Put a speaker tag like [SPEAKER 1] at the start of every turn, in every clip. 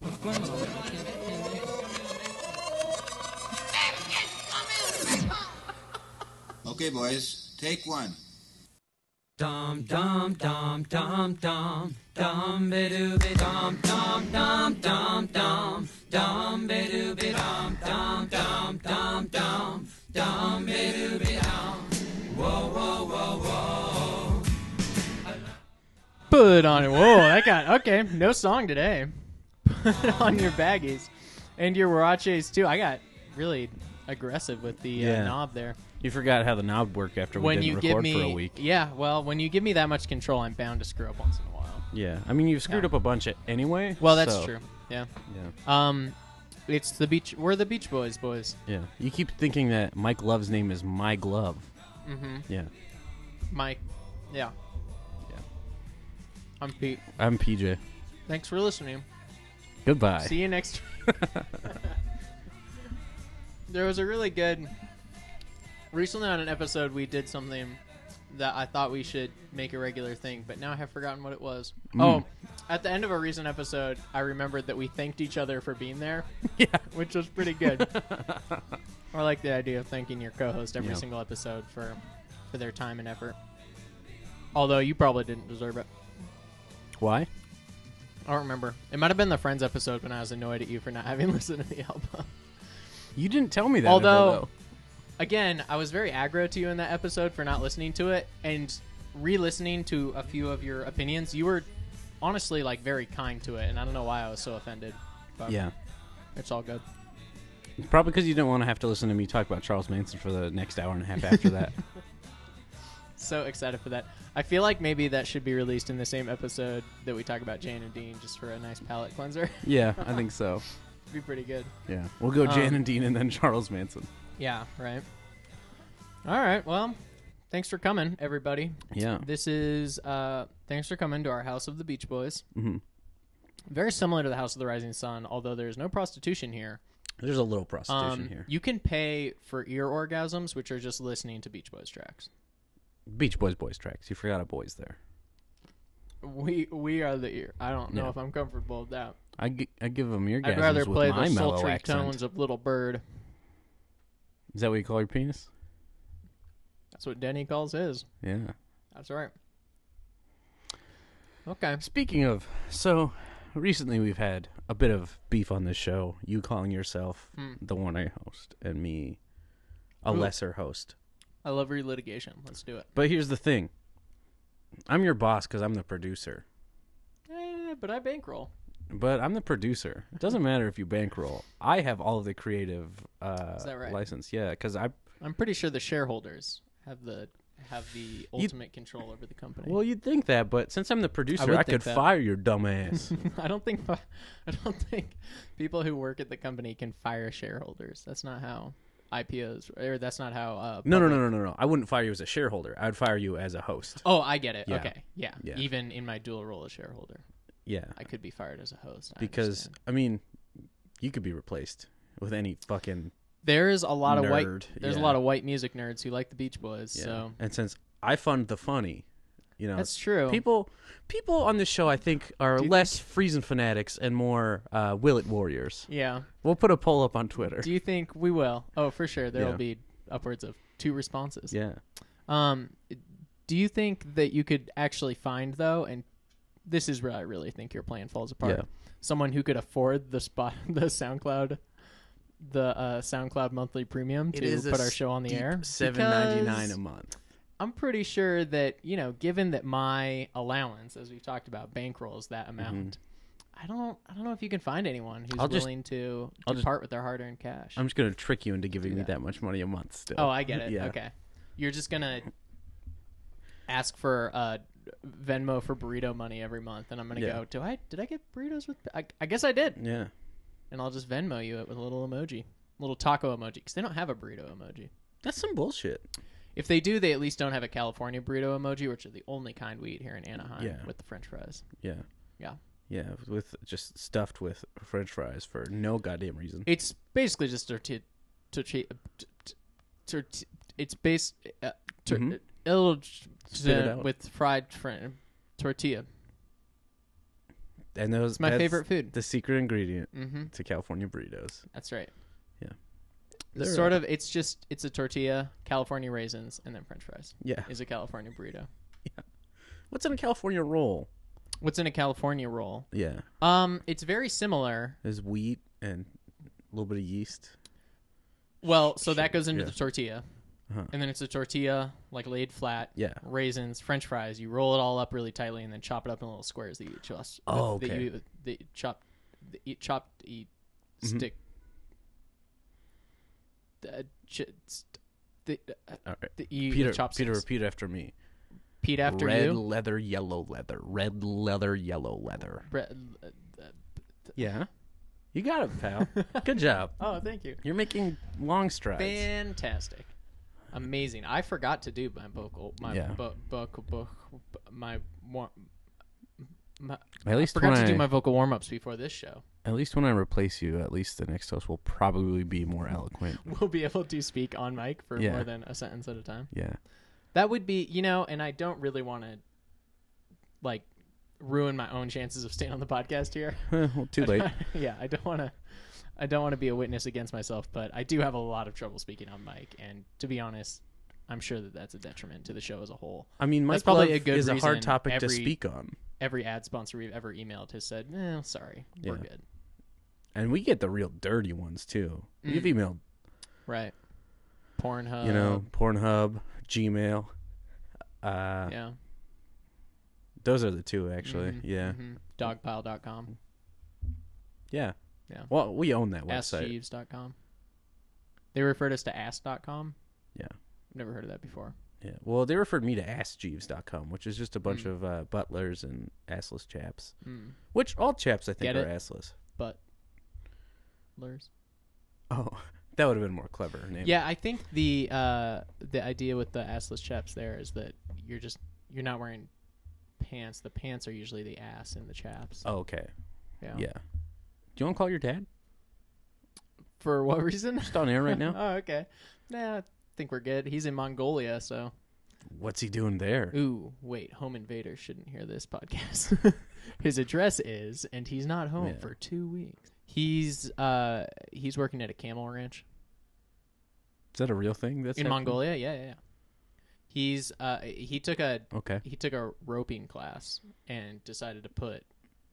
[SPEAKER 1] Grandma. I can't- I can't make it.
[SPEAKER 2] Okay, boys, take one.
[SPEAKER 1] Dum dum dum dum dum dum be doo be dum dum dum dum dum dum be doo be dum dum dum dum dum dum be doo be dum.
[SPEAKER 3] Put on whoa, that got okay. No song today. Put on your baggies and your huaraches too. I got really aggressive with the uh,
[SPEAKER 4] Yeah.
[SPEAKER 3] knob there.
[SPEAKER 4] You forgot how the knob worked after we
[SPEAKER 3] when
[SPEAKER 4] didn't
[SPEAKER 3] you
[SPEAKER 4] record
[SPEAKER 3] give me,
[SPEAKER 4] for a week.
[SPEAKER 3] yeah, well, when you give me that much control, I'm bound to screw up once in a while.
[SPEAKER 4] Yeah, I mean you've screwed
[SPEAKER 3] Yeah.
[SPEAKER 4] up a bunch a- anyway.
[SPEAKER 3] Well, that's
[SPEAKER 4] so,
[SPEAKER 3] true. Yeah.
[SPEAKER 4] Yeah,
[SPEAKER 3] Um, it's the beach. We're the Beach Boys, boys.
[SPEAKER 4] yeah. You keep thinking that Mike Love's name is My Glove.
[SPEAKER 3] Mm-hmm.
[SPEAKER 4] Yeah,
[SPEAKER 3] Mike. Yeah.
[SPEAKER 4] Yeah.
[SPEAKER 3] I'm Pete.
[SPEAKER 4] I'm PJ.
[SPEAKER 3] Thanks for listening.
[SPEAKER 4] Goodbye.
[SPEAKER 3] See you next. there was a really good. Recently on an episode, we did something that I thought we should make a regular thing, but now I have forgotten what it was. Oh, at the end of a recent episode, I remembered that we thanked each other for being there,
[SPEAKER 4] yeah,
[SPEAKER 3] which was pretty good. I like the idea of thanking your co-host every
[SPEAKER 4] Yeah.
[SPEAKER 3] single episode for for their time and effort. Although you probably didn't deserve it.
[SPEAKER 4] Why?
[SPEAKER 3] I don't remember. It might have been the Friends episode when I was annoyed at you for not having listened to the album.
[SPEAKER 4] You didn't tell me that.
[SPEAKER 3] Although-
[SPEAKER 4] ever, though.
[SPEAKER 3] Again, I was very aggro to you in that episode for not listening to it and re-listening to a few of your opinions. You were honestly like very kind to it, and I don't know why I was so offended. But
[SPEAKER 4] yeah,
[SPEAKER 3] it's all good.
[SPEAKER 4] probably because you didn't want to have to listen to me talk about Charles Manson for the next hour and a half after that.
[SPEAKER 3] So excited for that. I feel like maybe that should be released in the same episode that we talk about Jane and Dean, just for a nice palate cleanser.
[SPEAKER 4] yeah, I think so.
[SPEAKER 3] be pretty good.
[SPEAKER 4] Yeah, we'll go Jan
[SPEAKER 3] Um,
[SPEAKER 4] and Dean and then Charles Manson.
[SPEAKER 3] Yeah, right. All right. Well, thanks for coming, everybody.
[SPEAKER 4] Yeah,
[SPEAKER 3] This is uh thanks for coming to our House of the Beach Boys.
[SPEAKER 4] Mhm.
[SPEAKER 3] Very similar to the House of the Rising Sun, although there is no prostitution here.
[SPEAKER 4] there's a little prostitution
[SPEAKER 3] Um,
[SPEAKER 4] here.
[SPEAKER 3] You can pay for ear orgasms, which are just listening to Beach Boys tracks.
[SPEAKER 4] Beach Boys, boys tracks. You forgot a boys there.
[SPEAKER 3] We we are the ear. I don't know
[SPEAKER 4] Yeah.
[SPEAKER 3] if I'm comfortable with that.
[SPEAKER 4] I, gi- I give them eargasms
[SPEAKER 3] I'd rather
[SPEAKER 4] with
[SPEAKER 3] play
[SPEAKER 4] my
[SPEAKER 3] the
[SPEAKER 4] mellow
[SPEAKER 3] sultry
[SPEAKER 4] accent.
[SPEAKER 3] tones of Little Bird.
[SPEAKER 4] Is that what you call your penis?
[SPEAKER 3] That's what Denny calls his.
[SPEAKER 4] Yeah.
[SPEAKER 3] That's right. Okay.
[SPEAKER 4] Speaking of, so recently we've had a bit of beef on this show. You calling yourself
[SPEAKER 3] Hmm.
[SPEAKER 4] the one I host, and me a
[SPEAKER 3] Ooh.
[SPEAKER 4] lesser host.
[SPEAKER 3] I love relitigation. Let's do it.
[SPEAKER 4] But here's the thing I'm your boss because I'm the producer.
[SPEAKER 3] Eh, but I bankroll.
[SPEAKER 4] But I'm the producer. It doesn't matter if you bankroll. I have all of the creative uh,
[SPEAKER 3] that right?
[SPEAKER 4] license. Yeah, because I.
[SPEAKER 3] I'm pretty sure the shareholders have the have the ultimate control over the company.
[SPEAKER 4] Well, you'd think that, but since I'm the producer,
[SPEAKER 3] would
[SPEAKER 4] I, could
[SPEAKER 3] think that.
[SPEAKER 4] fire your dumb ass.
[SPEAKER 3] I don't think I don't think people who work at the company can fire shareholders. That's not how IPOs or that's not how. Uh,
[SPEAKER 4] no, no,
[SPEAKER 3] public-
[SPEAKER 4] no, no, no, no. I wouldn't fire you as a shareholder. I'd fire you as a host.
[SPEAKER 3] Oh, I get it.
[SPEAKER 4] Yeah.
[SPEAKER 3] Okay, yeah.
[SPEAKER 4] Yeah.
[SPEAKER 3] Even in my dual role as shareholder,
[SPEAKER 4] Yeah.
[SPEAKER 3] I could be fired as a host I
[SPEAKER 4] because
[SPEAKER 3] understand.
[SPEAKER 4] I mean, you could be replaced with any fucking
[SPEAKER 3] there is a lot of white.
[SPEAKER 4] Nerd,
[SPEAKER 3] There's
[SPEAKER 4] yeah.
[SPEAKER 3] a lot of white music nerds who like the Beach Boys.
[SPEAKER 4] yeah.
[SPEAKER 3] So
[SPEAKER 4] And since I fund the funny, you know,
[SPEAKER 3] that's true.
[SPEAKER 4] people people on this show I think are
[SPEAKER 3] Do you
[SPEAKER 4] less Friesen fanatics and more uh, Will It warriors.
[SPEAKER 3] yeah.
[SPEAKER 4] We'll put a poll up on Twitter.
[SPEAKER 3] Do you think we will? Oh, for sure. There
[SPEAKER 4] Yeah.
[SPEAKER 3] will be upwards of two responses.
[SPEAKER 4] yeah,
[SPEAKER 3] Um, do you think that you could actually find though, and this is where I really think your plan falls apart.
[SPEAKER 4] Yeah.
[SPEAKER 3] Someone who could afford the spot, the SoundCloud, the uh, SoundCloud monthly premium to put our show on the air.
[SPEAKER 4] Seven ninety nine
[SPEAKER 3] Because
[SPEAKER 4] a month.
[SPEAKER 3] I'm pretty sure that you know, given that my allowance, as we've talked about, bankrolls that amount. I don't. I don't know if you can find anyone who's
[SPEAKER 4] Mm-hmm. I'll just-
[SPEAKER 3] willing to,
[SPEAKER 4] I'll
[SPEAKER 3] to
[SPEAKER 4] just-
[SPEAKER 3] part with their hard-earned cash.
[SPEAKER 4] I'm just gonna trick you into giving me
[SPEAKER 3] that.
[SPEAKER 4] that much money a month. Still.
[SPEAKER 3] Oh, I get it.
[SPEAKER 4] Yeah.
[SPEAKER 3] Okay. You're just going to ask for uh, Venmo for burrito money every month and I'm going to
[SPEAKER 4] Yeah.
[SPEAKER 3] go, "Do I did I get burritos with I, I guess I did."
[SPEAKER 4] Yeah.
[SPEAKER 3] And I'll just Venmo you it with a little emoji, little taco emoji cuz they don't have a burrito emoji.
[SPEAKER 4] That's some bullshit.
[SPEAKER 3] If they do, they at least don't have a California burrito emoji, which are the only kind we eat here in Anaheim
[SPEAKER 4] Yeah.
[SPEAKER 3] with the french fries.
[SPEAKER 4] Yeah.
[SPEAKER 3] Yeah.
[SPEAKER 4] Yeah, with just stuffed with French fries for no goddamn reason.
[SPEAKER 3] It's basically just tortilla tortilla it's based uh, tor- uh,
[SPEAKER 4] Mhm.
[SPEAKER 3] it'll-
[SPEAKER 4] Spit it out.
[SPEAKER 3] with fried fr- tortilla.
[SPEAKER 4] And those
[SPEAKER 3] my
[SPEAKER 4] that's
[SPEAKER 3] favorite food.
[SPEAKER 4] The secret ingredient
[SPEAKER 3] Mm-hmm.
[SPEAKER 4] to California burritos.
[SPEAKER 3] That's right.
[SPEAKER 4] Yeah.
[SPEAKER 3] It's
[SPEAKER 4] They're-
[SPEAKER 3] sort of. It's just. It's a tortilla, California raisins, and then French fries.
[SPEAKER 4] Yeah.
[SPEAKER 3] Is a California burrito.
[SPEAKER 4] What's in a California roll?
[SPEAKER 3] What's in a California roll?
[SPEAKER 4] Yeah.
[SPEAKER 3] Um, it's very similar.
[SPEAKER 4] There's wheat and a little bit of yeast.
[SPEAKER 3] Well, so that goes into
[SPEAKER 4] yeah.
[SPEAKER 3] the tortilla,
[SPEAKER 4] Uh-huh.
[SPEAKER 3] and then it's a tortilla like laid flat.
[SPEAKER 4] Yeah.
[SPEAKER 3] Raisins, French fries. You roll it all up really tightly, and then chop it up in little squares that you eat just.
[SPEAKER 4] Oh,
[SPEAKER 3] that- That
[SPEAKER 4] okay.
[SPEAKER 3] you that you chop, that you chop, eat,
[SPEAKER 4] Mm-hmm.
[SPEAKER 3] stick. Uh, ch- st- the, uh,
[SPEAKER 4] All right.
[SPEAKER 3] the, you
[SPEAKER 4] Peter,
[SPEAKER 3] chop
[SPEAKER 4] Peter,
[SPEAKER 3] sticks.
[SPEAKER 4] repeat after me.
[SPEAKER 3] Pete after
[SPEAKER 4] Red
[SPEAKER 3] you.
[SPEAKER 4] leather, yellow leather. Red leather, yellow leather.
[SPEAKER 3] Bre- uh, uh,
[SPEAKER 4] Yeah. You got it, pal. Good job.
[SPEAKER 3] oh, thank you.
[SPEAKER 4] You're making long strides.
[SPEAKER 3] Fantastic. Amazing. I forgot to do my vocal, my
[SPEAKER 4] Yeah.
[SPEAKER 3] bo- vocal, bo- my, war- my
[SPEAKER 4] At
[SPEAKER 3] I
[SPEAKER 4] least
[SPEAKER 3] forgot
[SPEAKER 4] when
[SPEAKER 3] to
[SPEAKER 4] I-
[SPEAKER 3] do my vocal warm ups before this show.
[SPEAKER 4] At least when I replace you, at least the next host will probably be more eloquent.
[SPEAKER 3] We'll be able to speak on mic for
[SPEAKER 4] Yeah.
[SPEAKER 3] more than a sentence at a time.
[SPEAKER 4] Yeah.
[SPEAKER 3] That would be, you know, and I don't really want to, like, ruin my own chances of staying on the podcast here.
[SPEAKER 4] Eh, well, too late.
[SPEAKER 3] yeah, I don't want to. I don't want to be a witness against myself, but I do have a lot of trouble speaking on mic, and to be honest, I'm sure that that's a detriment to the show as a whole.
[SPEAKER 4] I mean, Mike
[SPEAKER 3] That's probably
[SPEAKER 4] Love
[SPEAKER 3] a good
[SPEAKER 4] is a hard
[SPEAKER 3] reason
[SPEAKER 4] topic to
[SPEAKER 3] every-
[SPEAKER 4] speak on,
[SPEAKER 3] Every ad sponsor we've ever emailed has said, "No, sorry, we're
[SPEAKER 4] Yeah.
[SPEAKER 3] good."
[SPEAKER 4] and we get the real dirty ones too. We've
[SPEAKER 3] Mm.
[SPEAKER 4] emailed,
[SPEAKER 3] Right? Pornhub,
[SPEAKER 4] you know, Pornhub, Gmail. Uh,
[SPEAKER 3] yeah,
[SPEAKER 4] Those are the two, actually.
[SPEAKER 3] Mhm,
[SPEAKER 4] Yeah,
[SPEAKER 3] mhm. dogpile.com,
[SPEAKER 4] yeah,
[SPEAKER 3] Yeah.
[SPEAKER 4] Well, we own that website.
[SPEAKER 3] askjeeves.com. They referred us to ask.com.
[SPEAKER 4] Yeah.
[SPEAKER 3] never heard of that before.
[SPEAKER 4] Yeah. Well, they referred me to AskJeeves.com, which is just a bunch of uh, butlers and assless chaps,
[SPEAKER 3] Mm.
[SPEAKER 4] which all chaps I think
[SPEAKER 3] Get
[SPEAKER 4] are
[SPEAKER 3] it?
[SPEAKER 4] assless.
[SPEAKER 3] But lures.
[SPEAKER 4] Oh, that would have been a more clever name.
[SPEAKER 3] Yeah, I think the uh, the idea with the assless chaps there is that you're just you're not wearing pants. The pants are usually the ass and the chaps.
[SPEAKER 4] Oh, okay.
[SPEAKER 3] yeah.
[SPEAKER 4] Yeah. Do you want to call your dad?
[SPEAKER 3] For what reason?
[SPEAKER 4] Just on air right now.
[SPEAKER 3] oh, okay. Nah, I think we're good. He's in Mongolia, so
[SPEAKER 4] What's he doing there?
[SPEAKER 3] ooh, wait, home invader shouldn't hear this podcast. His address is, and he's not home
[SPEAKER 4] Yeah.
[SPEAKER 3] for two weeks. He's uh he's working at a camel ranch.
[SPEAKER 4] Is that a real thing? That's
[SPEAKER 3] in
[SPEAKER 4] happening?
[SPEAKER 3] Mongolia, yeah, yeah, yeah. He's uh he took a
[SPEAKER 4] Okay.
[SPEAKER 3] he took a roping class and decided to put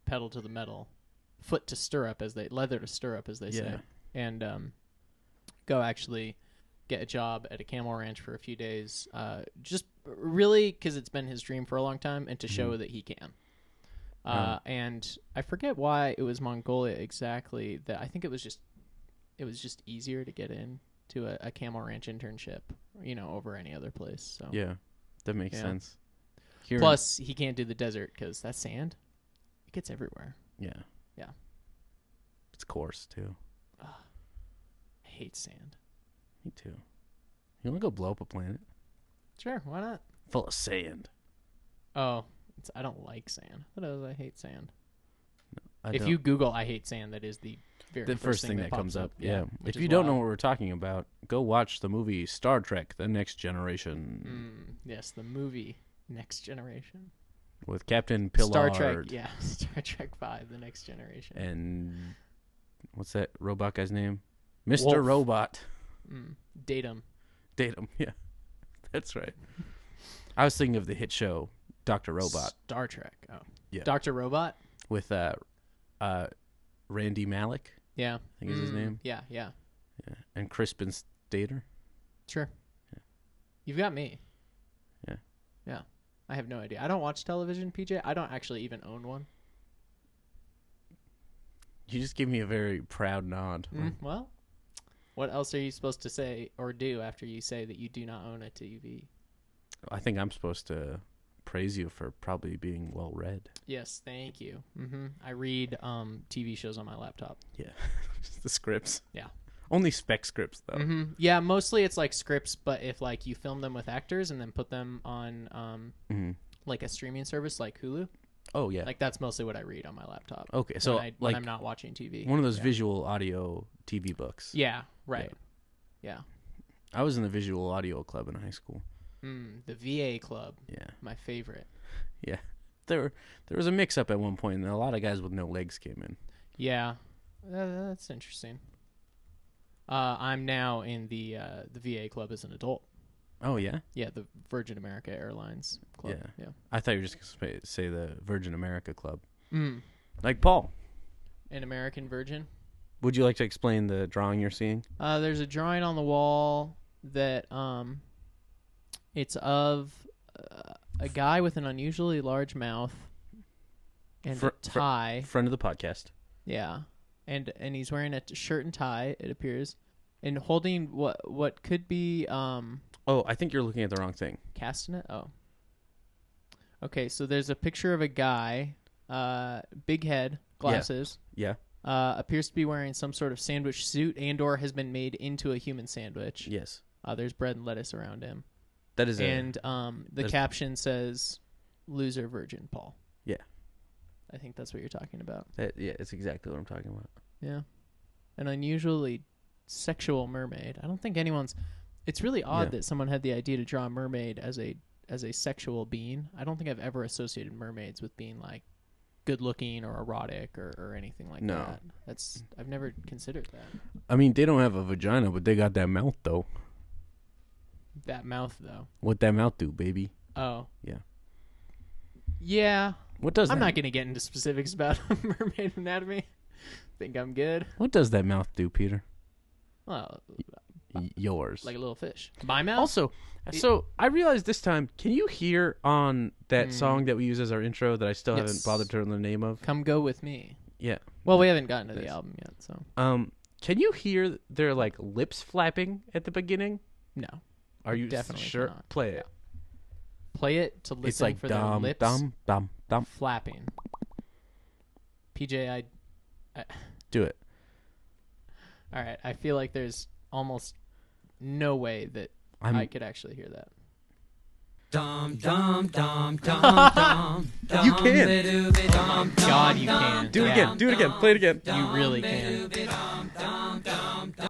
[SPEAKER 3] pedal to the metal, foot to stirrup as they leather to stirrup as they say,
[SPEAKER 4] Yeah.
[SPEAKER 3] and um, go actually get a job at a camel ranch for a few days, uh, just really because it's been his dream for a long time, and to
[SPEAKER 4] Mm-hmm.
[SPEAKER 3] show that he can. Uh, And I forget why it was Mongolia exactly. That I think it was just it was just easier to get in to a, a camel ranch internship, you know, over any other place. So
[SPEAKER 4] Yeah, that makes
[SPEAKER 3] Yeah.
[SPEAKER 4] sense. Here,
[SPEAKER 3] Plus, he can't do the desert because that sand, it gets everywhere.
[SPEAKER 4] yeah,
[SPEAKER 3] Yeah.
[SPEAKER 4] it's coarse too.
[SPEAKER 3] I hate sand.
[SPEAKER 4] Me too. You want to go blow up a planet
[SPEAKER 3] Sure, why not?
[SPEAKER 4] full of sand?
[SPEAKER 3] Oh, it's, I don't like sand. That is, I hate sand.
[SPEAKER 4] I
[SPEAKER 3] if
[SPEAKER 4] don't-
[SPEAKER 3] you Google "I hate sand," that is the very
[SPEAKER 4] the first thing, that
[SPEAKER 3] pops
[SPEAKER 4] comes up, yeah. If
[SPEAKER 3] which is
[SPEAKER 4] you don't know
[SPEAKER 3] why-
[SPEAKER 4] what we're talking about, go watch the movie Star Trek: The Next Generation
[SPEAKER 3] Mm, yes, the movie Next Generation,
[SPEAKER 4] with Captain Pillard
[SPEAKER 3] Mm. Star Trek, yeah, Star Trek Five, the Next Generation.
[SPEAKER 4] and what's that robot guy's name? Mister
[SPEAKER 3] Wolf.
[SPEAKER 4] Robot.
[SPEAKER 3] Mm, datum.
[SPEAKER 4] Datum. Yeah, that's right. I was thinking of the hit show Doctor Robot
[SPEAKER 3] Star Trek. Oh,
[SPEAKER 4] Yeah.
[SPEAKER 3] Doctor Robot.
[SPEAKER 4] with uh, uh, Randy Malik
[SPEAKER 3] Yeah, I
[SPEAKER 4] think is his name.
[SPEAKER 3] Yeah, yeah,
[SPEAKER 4] and Crispin Stater.
[SPEAKER 3] sure. You've got me.
[SPEAKER 4] Yeah.
[SPEAKER 3] Yeah. I have no idea. I don't watch television, PJ. I don't actually even own one.
[SPEAKER 4] You just gave me a very proud nod.
[SPEAKER 3] Mm-hmm. Mm. Well, what else are you supposed to say or do after you say that you do not own a TV?
[SPEAKER 4] I think I'm supposed to praise you for probably being well read.
[SPEAKER 3] Yes, thank you. hmm I read um, TV shows on my laptop.
[SPEAKER 4] Yeah, the scripts.
[SPEAKER 3] Yeah.
[SPEAKER 4] only spec scripts though.
[SPEAKER 3] hmm Yeah, mostly it's like scripts, but if like you film them with actors and then put them on um,
[SPEAKER 4] Mhm.
[SPEAKER 3] like a streaming service like Hulu,
[SPEAKER 4] Oh yeah.
[SPEAKER 3] like that's mostly what I read on my laptop.
[SPEAKER 4] okay, so
[SPEAKER 3] when I, when
[SPEAKER 4] like
[SPEAKER 3] I'm not watching TV.
[SPEAKER 4] one of those visual audio TV books.
[SPEAKER 3] yeah, right. Yeah.
[SPEAKER 4] I was in the visual
[SPEAKER 3] Hmm,
[SPEAKER 4] audio club in high school.
[SPEAKER 3] Mm, the VA Club,
[SPEAKER 4] Yeah,
[SPEAKER 3] my favorite.
[SPEAKER 4] yeah. there were, there was a mix up at one point, and a lot of guys with no legs came in.
[SPEAKER 3] Yeah, Tha- that's interesting. Uh, I'm now in the uh, the VA club as an adult.
[SPEAKER 4] Oh yeah,
[SPEAKER 3] Yeah, the Virgin America Airlines club. Yeah.
[SPEAKER 4] I thought you were just gonna sp- say the Virgin America Club.
[SPEAKER 3] Mm.
[SPEAKER 4] Like Paul,
[SPEAKER 3] An American Virgin.
[SPEAKER 4] would you like to explain the drawing you're seeing?
[SPEAKER 3] Uh, there's a drawing on the wall that um, it's of uh, a guy with an unusually large mouth and
[SPEAKER 4] Fr-
[SPEAKER 3] a
[SPEAKER 4] fr-
[SPEAKER 3] tie.
[SPEAKER 4] Friend of the podcast.
[SPEAKER 3] Yeah, and and he's wearing a t- shirt and tie. It appears, and holding what what could be um
[SPEAKER 4] Oh, I think you're looking at the wrong thing.
[SPEAKER 3] castanet. Oh, okay. So there's a picture of a guy, uh, big head, glasses.
[SPEAKER 4] Yeah.
[SPEAKER 3] Uh, appears to be wearing some sort of sandwich suit and/or has been made into a human sandwich.
[SPEAKER 4] Yes.
[SPEAKER 3] Uh, there's bread and lettuce around him,
[SPEAKER 4] That is a
[SPEAKER 3] and um, the
[SPEAKER 4] there's-
[SPEAKER 3] caption says, "Loser Virgin Paul."
[SPEAKER 4] Yeah.
[SPEAKER 3] I think that's what you're talking about.
[SPEAKER 4] that- yeah, it's exactly what I'm talking about.
[SPEAKER 3] Yeah. An unusually sexual mermaid. I don't think anyone's It's really odd
[SPEAKER 4] Yeah.
[SPEAKER 3] that someone had the idea to draw a mermaid as a as a sexual being. I don't think I've ever associated mermaids with being like good looking or erotic or, or anything like
[SPEAKER 4] No.
[SPEAKER 3] that. That's I've never considered that.
[SPEAKER 4] I mean, they don't have a vagina, but they got that mouth though.
[SPEAKER 3] That mouth though.
[SPEAKER 4] What that mouth do, baby?
[SPEAKER 3] Oh.
[SPEAKER 4] Yeah.
[SPEAKER 3] Yeah.
[SPEAKER 4] What does
[SPEAKER 3] I'm
[SPEAKER 4] that,
[SPEAKER 3] not gonna get into specifics about mermaid anatomy. think I'm good.
[SPEAKER 4] What does that mouth do, Peter?
[SPEAKER 3] Well,
[SPEAKER 4] Y- yours.
[SPEAKER 3] like a little fish. My mouth?
[SPEAKER 4] also, so I realized this time. Can you hear on that song that we use as our intro that I still haven't
[SPEAKER 3] Yes.
[SPEAKER 4] bothered to learn the name of?
[SPEAKER 3] Come go with me.
[SPEAKER 4] Yeah.
[SPEAKER 3] Well, we haven't gotten to the
[SPEAKER 4] Nice.
[SPEAKER 3] album yet, so
[SPEAKER 4] Um, can you hear their like lips flapping at the beginning?
[SPEAKER 3] no.
[SPEAKER 4] Are you
[SPEAKER 3] Definitely
[SPEAKER 4] sure?
[SPEAKER 3] cannot.
[SPEAKER 4] Play it.
[SPEAKER 3] Play it to listen
[SPEAKER 4] It's like
[SPEAKER 3] for
[SPEAKER 4] dum
[SPEAKER 3] their lips
[SPEAKER 4] dum dum dum.
[SPEAKER 3] flapping. PJ, I, I,
[SPEAKER 4] Do it.
[SPEAKER 3] all right. I feel like there's almost no way that
[SPEAKER 4] I'm-
[SPEAKER 3] I could actually hear that.
[SPEAKER 5] Dum dum dum dum dum.
[SPEAKER 4] You can.
[SPEAKER 5] Dum
[SPEAKER 3] God, you can
[SPEAKER 4] Do it
[SPEAKER 3] Yeah.
[SPEAKER 4] again. Do it again. Play it again.
[SPEAKER 3] You really can.
[SPEAKER 5] dum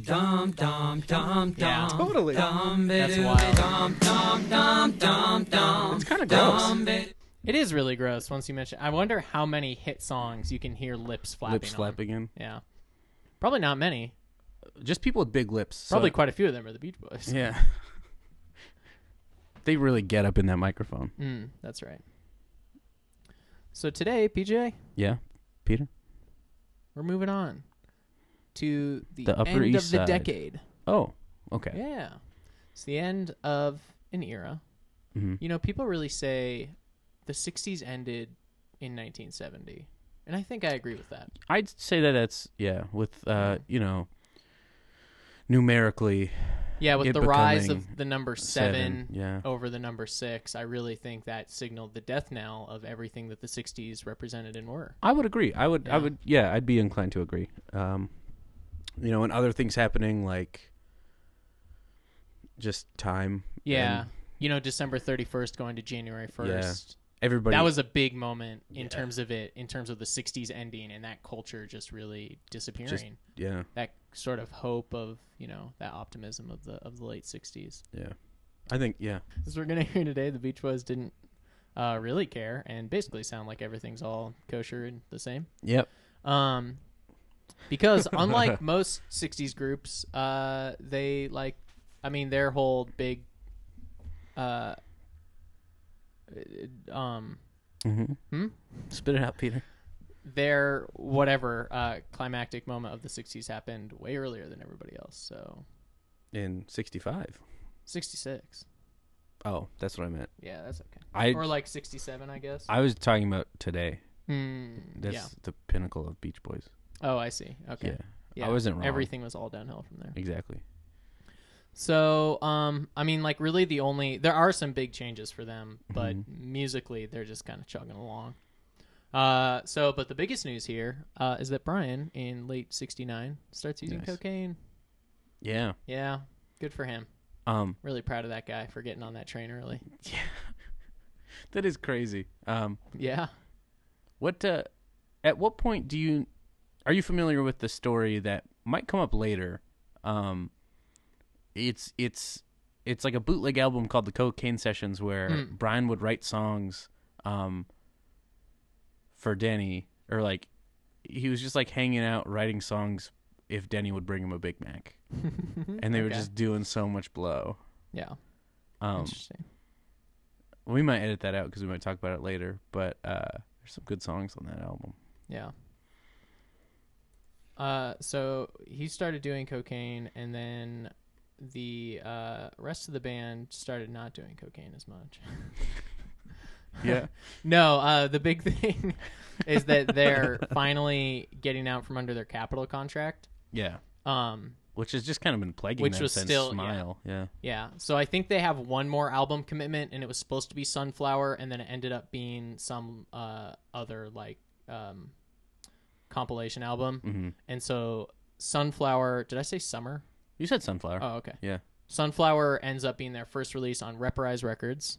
[SPEAKER 5] dum dum dum
[SPEAKER 3] Yeah.
[SPEAKER 5] dum.
[SPEAKER 4] Totally.
[SPEAKER 5] Dum
[SPEAKER 3] That's wild.
[SPEAKER 5] dum dum dum dum dum.
[SPEAKER 4] It's kind of gross.
[SPEAKER 3] It is really gross once you mention. I wonder how many hit songs you can hear lips flapping.
[SPEAKER 4] Lips
[SPEAKER 3] on.
[SPEAKER 4] flapping in.
[SPEAKER 3] Yeah, probably not many.
[SPEAKER 4] Just people with big lips. so-
[SPEAKER 3] Probably quite a few of them are the Beach Boys.
[SPEAKER 4] Yeah. they really get up in that microphone.
[SPEAKER 3] Mm, that's right. So today, PJ,
[SPEAKER 4] Yeah, Peter.
[SPEAKER 3] we're moving on to the,
[SPEAKER 4] The Upper
[SPEAKER 3] end
[SPEAKER 4] East
[SPEAKER 3] of the
[SPEAKER 4] Side.
[SPEAKER 3] decade.
[SPEAKER 4] Oh, okay.
[SPEAKER 3] Yeah. It's the end of an era.
[SPEAKER 4] Mhm.
[SPEAKER 3] You know, people really say the 60s ended in 1970. And I think I agree with that.
[SPEAKER 4] I'd say that that's yeah with uh you know numerically
[SPEAKER 3] Yeah, with
[SPEAKER 4] It
[SPEAKER 3] the rise of
[SPEAKER 4] becoming
[SPEAKER 3] the number 7,
[SPEAKER 4] seven, yeah.
[SPEAKER 3] over the number 6, I really think that signaled the death knell of everything that the 60s represented and were.
[SPEAKER 4] I would agree. I would. I
[SPEAKER 3] Yeah.
[SPEAKER 4] would. Yeah, I'd be inclined to agree. Um, you know, and other things happening like just time.
[SPEAKER 3] Yeah.
[SPEAKER 4] and
[SPEAKER 3] you know, December 31st going to January 1st.
[SPEAKER 4] everybody.
[SPEAKER 3] that was a big moment in terms of it, in terms of the 60s ending and that culture just really disappearing.
[SPEAKER 4] yeah,
[SPEAKER 3] that sort of hope of you know that optimism of the of the late '60s.
[SPEAKER 4] yeah. I think yeah.
[SPEAKER 3] As we're gonna hear today, the Beach Boys didn't uh, really care and basically sound like everything's all kosher and the same.
[SPEAKER 4] Yep.
[SPEAKER 3] Um, because unlike most '60s groups, uh, they like, I mean, their whole big, uh, um,
[SPEAKER 4] Mm-hmm. Spit it out, Peter.
[SPEAKER 3] their whatever uh, climactic moment of the '60s happened way earlier than everybody else. So
[SPEAKER 4] In '65.
[SPEAKER 3] '66.
[SPEAKER 4] Oh, that's what I meant.
[SPEAKER 3] Yeah, that's okay.
[SPEAKER 4] I
[SPEAKER 3] or like 67 i guess
[SPEAKER 4] I was talking about today.
[SPEAKER 3] Hmm,
[SPEAKER 4] That's
[SPEAKER 3] yeah
[SPEAKER 4] the pinnacle of Beach Boys.
[SPEAKER 3] oh i see okay
[SPEAKER 4] Yeah. I wasn't wrong.
[SPEAKER 3] everything was all downhill from there
[SPEAKER 4] Exactly.
[SPEAKER 3] so um i mean like really the only there are some big changes for them
[SPEAKER 4] Mm-hmm.
[SPEAKER 3] but musically they're just kind of chugging along uh so but the biggest news here uh is that brian in late 69 starts using
[SPEAKER 4] Nice.
[SPEAKER 3] cocaine
[SPEAKER 4] Yeah.
[SPEAKER 3] yeah good for him
[SPEAKER 4] Um,
[SPEAKER 3] really proud of that guy for getting on that train early
[SPEAKER 4] that is crazy. Um,
[SPEAKER 3] yeah
[SPEAKER 4] what? Uh, at what point do you? Are you familiar with the story that might come up later? Um, it's
[SPEAKER 3] Hmm.
[SPEAKER 4] it's it's like a bootleg album called the Cocaine Sessions, where Brian would write songs um, for Denny, or like he was just like hanging out writing songs if Denny would bring him a Big Mac, and they were
[SPEAKER 3] Hmm, Okay.
[SPEAKER 4] just doing so much blow.
[SPEAKER 3] Yeah.
[SPEAKER 4] Um,
[SPEAKER 3] Interesting.
[SPEAKER 4] we might edit that out because we might talk about it later. But uh, there's some good songs on that album.
[SPEAKER 3] Yeah. Uh, so he started doing cocaine, and then the uh, rest of the band started not doing cocaine as much.
[SPEAKER 4] Yeah,
[SPEAKER 3] No, uh, the big thing is that they're finally getting out from under their capital contract.
[SPEAKER 4] yeah.
[SPEAKER 3] Um,
[SPEAKER 4] Which has just kind of been plaguing
[SPEAKER 3] Which
[SPEAKER 4] them
[SPEAKER 3] was
[SPEAKER 4] since
[SPEAKER 3] still- yeah.
[SPEAKER 4] Smile. Yeah.
[SPEAKER 3] yeah, so I think they have one more album commitment, and it was supposed to be Sunflower, and then it ended up being some uh, other like um, compilation album.
[SPEAKER 4] Mhm.
[SPEAKER 3] And so Sunflower, did I say Summer?
[SPEAKER 4] You said Sunflower.
[SPEAKER 3] Oh, okay.
[SPEAKER 4] Yeah.
[SPEAKER 3] Sunflower ends up being their first release on Reprise Records,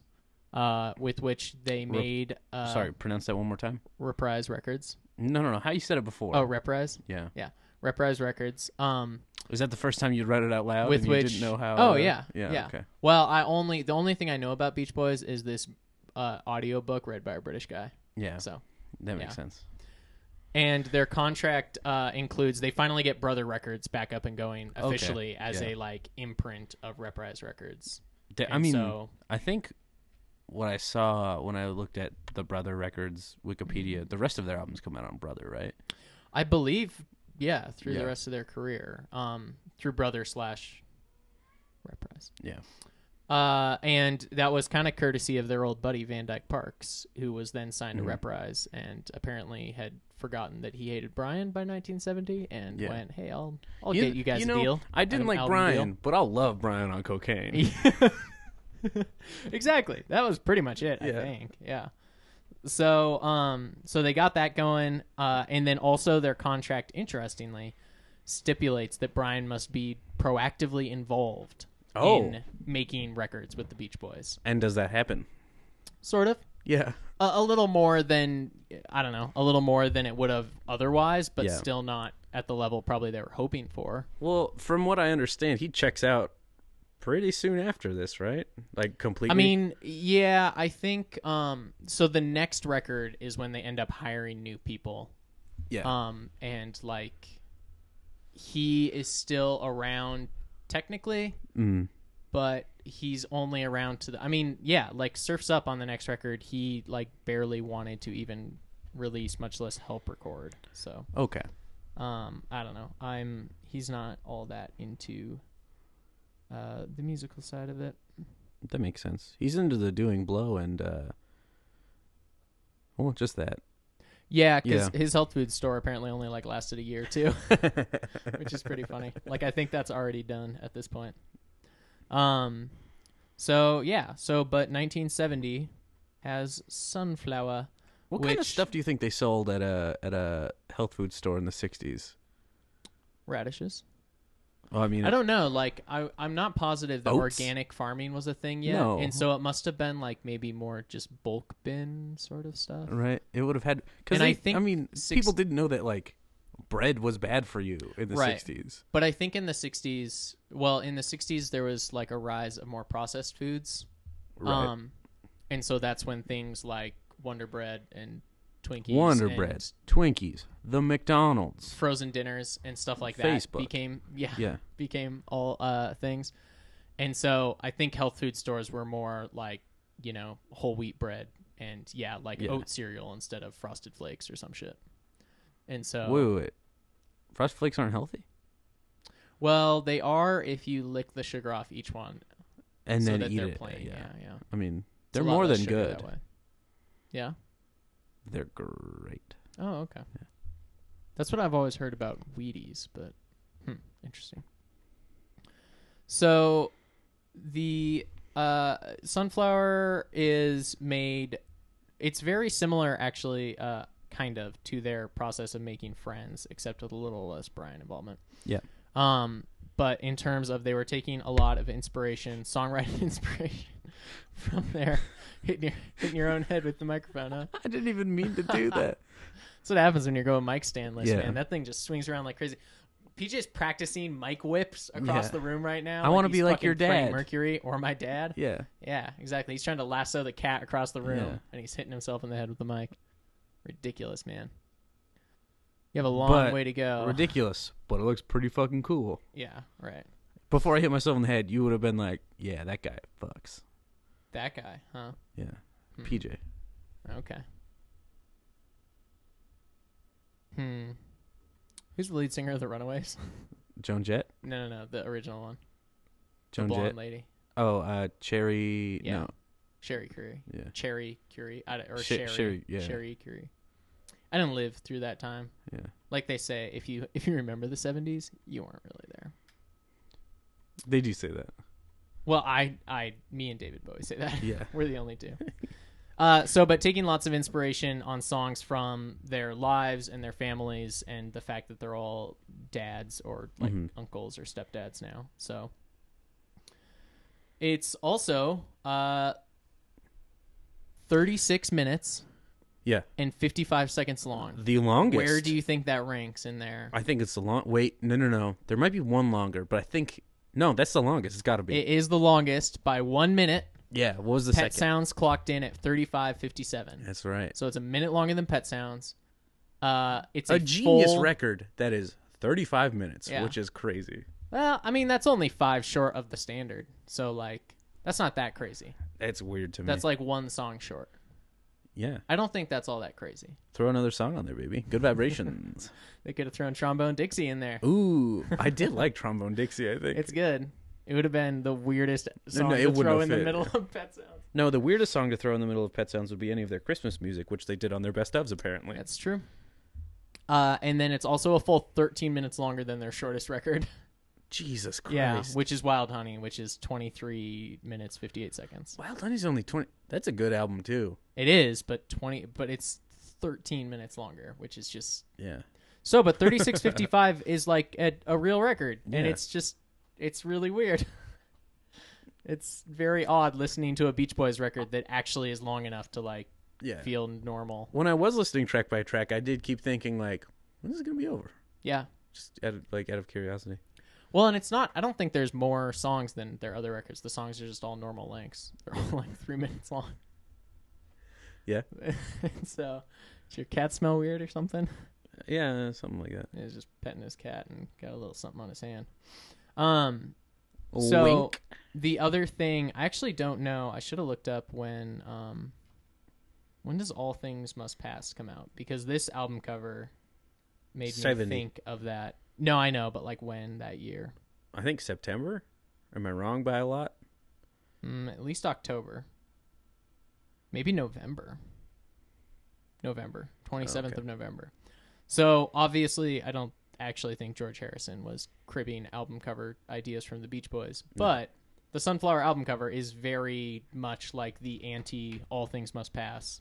[SPEAKER 3] uh, with which they made uh,
[SPEAKER 4] Sorry, pronounce that one more time.
[SPEAKER 3] Reprise Records.
[SPEAKER 4] No, no, no. How you said it before?
[SPEAKER 3] Oh, Reprise.
[SPEAKER 4] yeah.
[SPEAKER 3] Yeah, Reprise Records. Um,
[SPEAKER 4] Is that the first time you read it out loud?
[SPEAKER 3] with
[SPEAKER 4] and you
[SPEAKER 3] which
[SPEAKER 4] didn't know how?
[SPEAKER 3] Oh
[SPEAKER 4] uh,
[SPEAKER 3] yeah,
[SPEAKER 4] yeah, Okay.
[SPEAKER 3] Well, I only the only thing I know about Beach Boys is this uh, audio book read by a British guy.
[SPEAKER 4] Yeah,
[SPEAKER 3] So,
[SPEAKER 4] that makes
[SPEAKER 3] yeah.
[SPEAKER 4] sense.
[SPEAKER 3] and their contract uh, includes they finally get Brother Records back up and going officially as
[SPEAKER 4] yeah.
[SPEAKER 3] a like imprint of Reprise Records.
[SPEAKER 4] Da- I
[SPEAKER 3] And
[SPEAKER 4] mean,
[SPEAKER 3] so-
[SPEAKER 4] I think what I saw when I looked at the Brother Records Wikipedia,
[SPEAKER 3] Mm.
[SPEAKER 4] the rest of their albums come out on Brother, right?
[SPEAKER 3] I believe, yeah, through
[SPEAKER 4] Yeah.
[SPEAKER 3] the rest of their career, um, through Brother slash Reprise.
[SPEAKER 4] Yeah.
[SPEAKER 3] Uh, and that was kind of courtesy of their old buddy Van Dyke Parks, who was then signed
[SPEAKER 4] Mm-hmm.
[SPEAKER 3] to Reprise and apparently had forgotten that he hated Brian by 1970 and
[SPEAKER 4] Yeah.
[SPEAKER 3] went, "Hey, I'll I'll get you guys
[SPEAKER 4] know,
[SPEAKER 3] a deal."
[SPEAKER 4] I didn't
[SPEAKER 3] an
[SPEAKER 4] like
[SPEAKER 3] album deal."
[SPEAKER 4] Brian, but I'll love Brian on cocaine.
[SPEAKER 3] exactly. That was pretty much it, I
[SPEAKER 4] Yeah.
[SPEAKER 3] think. Yeah. So, um, so they got that going, uh, and then also their contract, interestingly, stipulates that Brian must be proactively involved
[SPEAKER 4] Oh.
[SPEAKER 3] in making records with the Beach Boys.
[SPEAKER 4] And does that happen?
[SPEAKER 3] Sort of.
[SPEAKER 4] Yeah.
[SPEAKER 3] A, a little more than I don't know, a little more than it would have otherwise, but
[SPEAKER 4] Yeah.
[SPEAKER 3] still not at the level probably they were hoping for.
[SPEAKER 4] Well, from what I understand, he checks out pretty soon after this, right? Like completely.
[SPEAKER 3] I mean, yeah, I think um so the next record is when they end up hiring new people.
[SPEAKER 4] Yeah.
[SPEAKER 3] Um and like he is still around technically,
[SPEAKER 4] Mm.
[SPEAKER 3] but he's only around to the I mean, yeah, like Surfs Up on the next record, he like barely wanted to even release much less help record. So,
[SPEAKER 4] okay.
[SPEAKER 3] um I don't know. I'm he's not all that into uh the musical side of it.
[SPEAKER 4] That makes sense. He's into the doing blow and uh well, just that.
[SPEAKER 3] Yeah, because
[SPEAKER 4] Yeah.
[SPEAKER 3] his health food store apparently only like lasted a year or two, which is pretty funny. Like I think that's already done at this point. Um, so yeah, so but 1970 has Sunflower.
[SPEAKER 4] What kind of
[SPEAKER 3] which-
[SPEAKER 4] stuff do you think they sold at a at a health food store in the 60s?
[SPEAKER 3] Radishes.
[SPEAKER 4] Well, I mean,
[SPEAKER 3] I don't know. Like I, I'm not positive that
[SPEAKER 4] Oats?
[SPEAKER 3] organic farming was a thing yet,
[SPEAKER 4] No.
[SPEAKER 3] and so it must have been like maybe more just bulk bin sort of stuff.
[SPEAKER 4] right? It would have had cuz
[SPEAKER 3] And
[SPEAKER 4] I
[SPEAKER 3] I
[SPEAKER 4] think
[SPEAKER 3] think
[SPEAKER 4] I mean,
[SPEAKER 3] six-
[SPEAKER 4] people didn't know that like bread was bad for you in the
[SPEAKER 3] Right.
[SPEAKER 4] 60s.
[SPEAKER 3] But I think in the 60s, well, in the 60s there was like a rise of more processed foods.
[SPEAKER 4] Right.
[SPEAKER 3] Um, and so that's when things like Wonder Bread and Twinkies,
[SPEAKER 4] Wonder
[SPEAKER 3] and
[SPEAKER 4] Bread, Twinkies, the McDonald's.
[SPEAKER 3] frozen dinners, and stuff like that
[SPEAKER 4] Facebook.
[SPEAKER 3] became yeah,
[SPEAKER 4] Yeah.
[SPEAKER 3] became all uh, things. And so I think health food stores were more like you know whole wheat bread and yeah, like
[SPEAKER 4] Yeah.
[SPEAKER 3] oat cereal instead of Frosted Flakes or some shit. And so,
[SPEAKER 4] Wait, wait, wait. Frosted Flakes aren't healthy?
[SPEAKER 3] well, they are if you lick the sugar off each one,
[SPEAKER 4] And
[SPEAKER 3] so
[SPEAKER 4] then
[SPEAKER 3] that
[SPEAKER 4] eat
[SPEAKER 3] they're
[SPEAKER 4] it.
[SPEAKER 3] plain. Yeah,
[SPEAKER 4] yeah.
[SPEAKER 3] yeah. It's
[SPEAKER 4] I mean,
[SPEAKER 3] a
[SPEAKER 4] they're
[SPEAKER 3] lot
[SPEAKER 4] more
[SPEAKER 3] less
[SPEAKER 4] than
[SPEAKER 3] sugar that
[SPEAKER 4] good.
[SPEAKER 3] way. Yeah.
[SPEAKER 4] They're great.
[SPEAKER 3] Oh, okay. That's what I've always heard about Wheaties, but hmm, interesting. So the uh, sunflower is made. It's very similar, actually, uh, kind of to their process of making friends, except with a little less Brian involvement.
[SPEAKER 4] Yeah.
[SPEAKER 3] Um, but in terms of they were taking a lot of inspiration, songwriting inspiration from there. hitting your hitting your own head with the microphone, huh?
[SPEAKER 4] I didn't even mean to do that.
[SPEAKER 3] That's what happens when you're going mic standless,
[SPEAKER 4] Yeah.
[SPEAKER 3] man. That thing just swings around like crazy. PJ's practicing mic whips across
[SPEAKER 4] Yeah.
[SPEAKER 3] the room right now.
[SPEAKER 4] I wanna
[SPEAKER 3] he's
[SPEAKER 4] be like your
[SPEAKER 3] fucking Freddie
[SPEAKER 4] dad.
[SPEAKER 3] Mercury, or my dad.
[SPEAKER 4] Yeah.
[SPEAKER 3] Yeah, exactly. He's trying to lasso the cat across the room,
[SPEAKER 4] Yeah.
[SPEAKER 3] and he's hitting himself in the head with the mic. Ridiculous, man. You have a long
[SPEAKER 4] But-
[SPEAKER 3] way to go.
[SPEAKER 4] Ridiculous, but it looks pretty fucking cool.
[SPEAKER 3] yeah, right.
[SPEAKER 4] Before I hit myself in the head, you would have been like, "Yeah, that guy fucks."
[SPEAKER 3] That guy, huh? Hmm.
[SPEAKER 4] Yeah, PJ.
[SPEAKER 3] Okay. Hmm. Who's the lead singer of the Runaways?
[SPEAKER 4] Joan Jett.
[SPEAKER 3] no, no, no, the original one, the
[SPEAKER 4] Joan
[SPEAKER 3] blonde
[SPEAKER 4] Jett.
[SPEAKER 3] lady,
[SPEAKER 4] Oh, uh, Cherry.
[SPEAKER 3] Yeah.
[SPEAKER 4] No.
[SPEAKER 3] Sherry Curie,
[SPEAKER 4] Yeah.
[SPEAKER 3] Cherry Curie, I, don't- or
[SPEAKER 4] Sher-
[SPEAKER 3] Sherry,
[SPEAKER 4] Sherry, yeah.
[SPEAKER 3] Sherry Curie. I didn't live through that time.
[SPEAKER 4] Yeah.
[SPEAKER 3] Like they say, if you if you remember the '70s, you weren't really there.
[SPEAKER 4] They do say that.
[SPEAKER 3] Well, I, I, me and David Bowie say that.
[SPEAKER 4] Yeah.
[SPEAKER 3] we're the only two. Uh, so, but taking lots of inspiration on songs from their lives and their families, and the fact that they're all dads or like
[SPEAKER 4] Mm-hmm.
[SPEAKER 3] uncles or stepdads now. So, it's also uh, thirty-six minutes
[SPEAKER 4] Yeah.
[SPEAKER 3] and fifty-five seconds long.
[SPEAKER 4] The longest.
[SPEAKER 3] Where do you think that ranks in there?
[SPEAKER 4] I think it's the long. Wait, no, no, no. There might be one longer, but I think no. That's the longest. It's got to be.
[SPEAKER 3] It is the longest by one minute.
[SPEAKER 4] yeah. What was the
[SPEAKER 3] Pet
[SPEAKER 4] second?
[SPEAKER 3] Sounds clocked in at thirty-five fifty-seven.
[SPEAKER 4] That's right.
[SPEAKER 3] So it's a minute longer than Pet Sounds. Uh, it's a,
[SPEAKER 4] a genius
[SPEAKER 3] full-
[SPEAKER 4] record that is 35 minutes,
[SPEAKER 3] Yeah.
[SPEAKER 4] which is crazy.
[SPEAKER 3] Well, I mean that's only five short of the standard, so like that's not that crazy.
[SPEAKER 4] That's weird to me.
[SPEAKER 3] That's like one song short.
[SPEAKER 4] yeah.
[SPEAKER 3] I don't think that's all that crazy.
[SPEAKER 4] Throw another song on there, baby. Good vibrations.
[SPEAKER 3] They could have thrown Trombone Dixie in there.
[SPEAKER 4] Ooh, I did like Trombone Dixie. I think
[SPEAKER 3] It's good. It would have been the weirdest song
[SPEAKER 4] no, it
[SPEAKER 3] to
[SPEAKER 4] wouldn't
[SPEAKER 3] throw
[SPEAKER 4] have
[SPEAKER 3] in the
[SPEAKER 4] fit.
[SPEAKER 3] middle of Pet Sounds.
[SPEAKER 4] no. The weirdest song to throw in the middle of Pet Sounds would be any of their Christmas music, which they did on their best ofs apparently.
[SPEAKER 3] That's true. Uh, and then it's also a full 13 minutes longer than their shortest record.
[SPEAKER 4] Jesus Christ.
[SPEAKER 3] Yeah, which is Wild Honey, which is 23 minutes 58 seconds.
[SPEAKER 4] Wild Honey's only 20. That's a good album too.
[SPEAKER 3] It is, but 20 but it's 13 minutes longer, which is just
[SPEAKER 4] Yeah.
[SPEAKER 3] So, but 3655 is like a, a real record, and
[SPEAKER 4] Yeah.
[SPEAKER 3] it's just, it's really weird. it's very odd listening to a Beach Boys record that actually is long enough to like
[SPEAKER 4] Yeah.
[SPEAKER 3] feel normal.
[SPEAKER 4] When I was listening track by track, I did keep thinking like, when is it gonna be over?
[SPEAKER 3] Yeah.
[SPEAKER 4] Just out of, like out of curiosity.
[SPEAKER 3] Well, and it's not, I don't think there's more songs than their other records. The songs are just all normal lengths, they're all like three minutes long.
[SPEAKER 4] Yeah.
[SPEAKER 3] so, does your cat smell weird or something?
[SPEAKER 4] Yeah, something like that.
[SPEAKER 3] He was just petting his cat and got a little something on his hand. Um, so
[SPEAKER 4] Wink.
[SPEAKER 3] the other thing I actually don't know. I should have looked up when um, when does All Things Must Pass come out because this album cover made me
[SPEAKER 4] 70.
[SPEAKER 3] think of that. No, I know, but like when that year,
[SPEAKER 4] I think September. Am I wrong by a lot?
[SPEAKER 3] mm, at least October, maybe November. November twenty seventh of November. So obviously, I don't actually think George Harrison was cribbing album cover ideas from the Beach Boys, but the Sunflower album cover is very much like the anti All Things Must Pass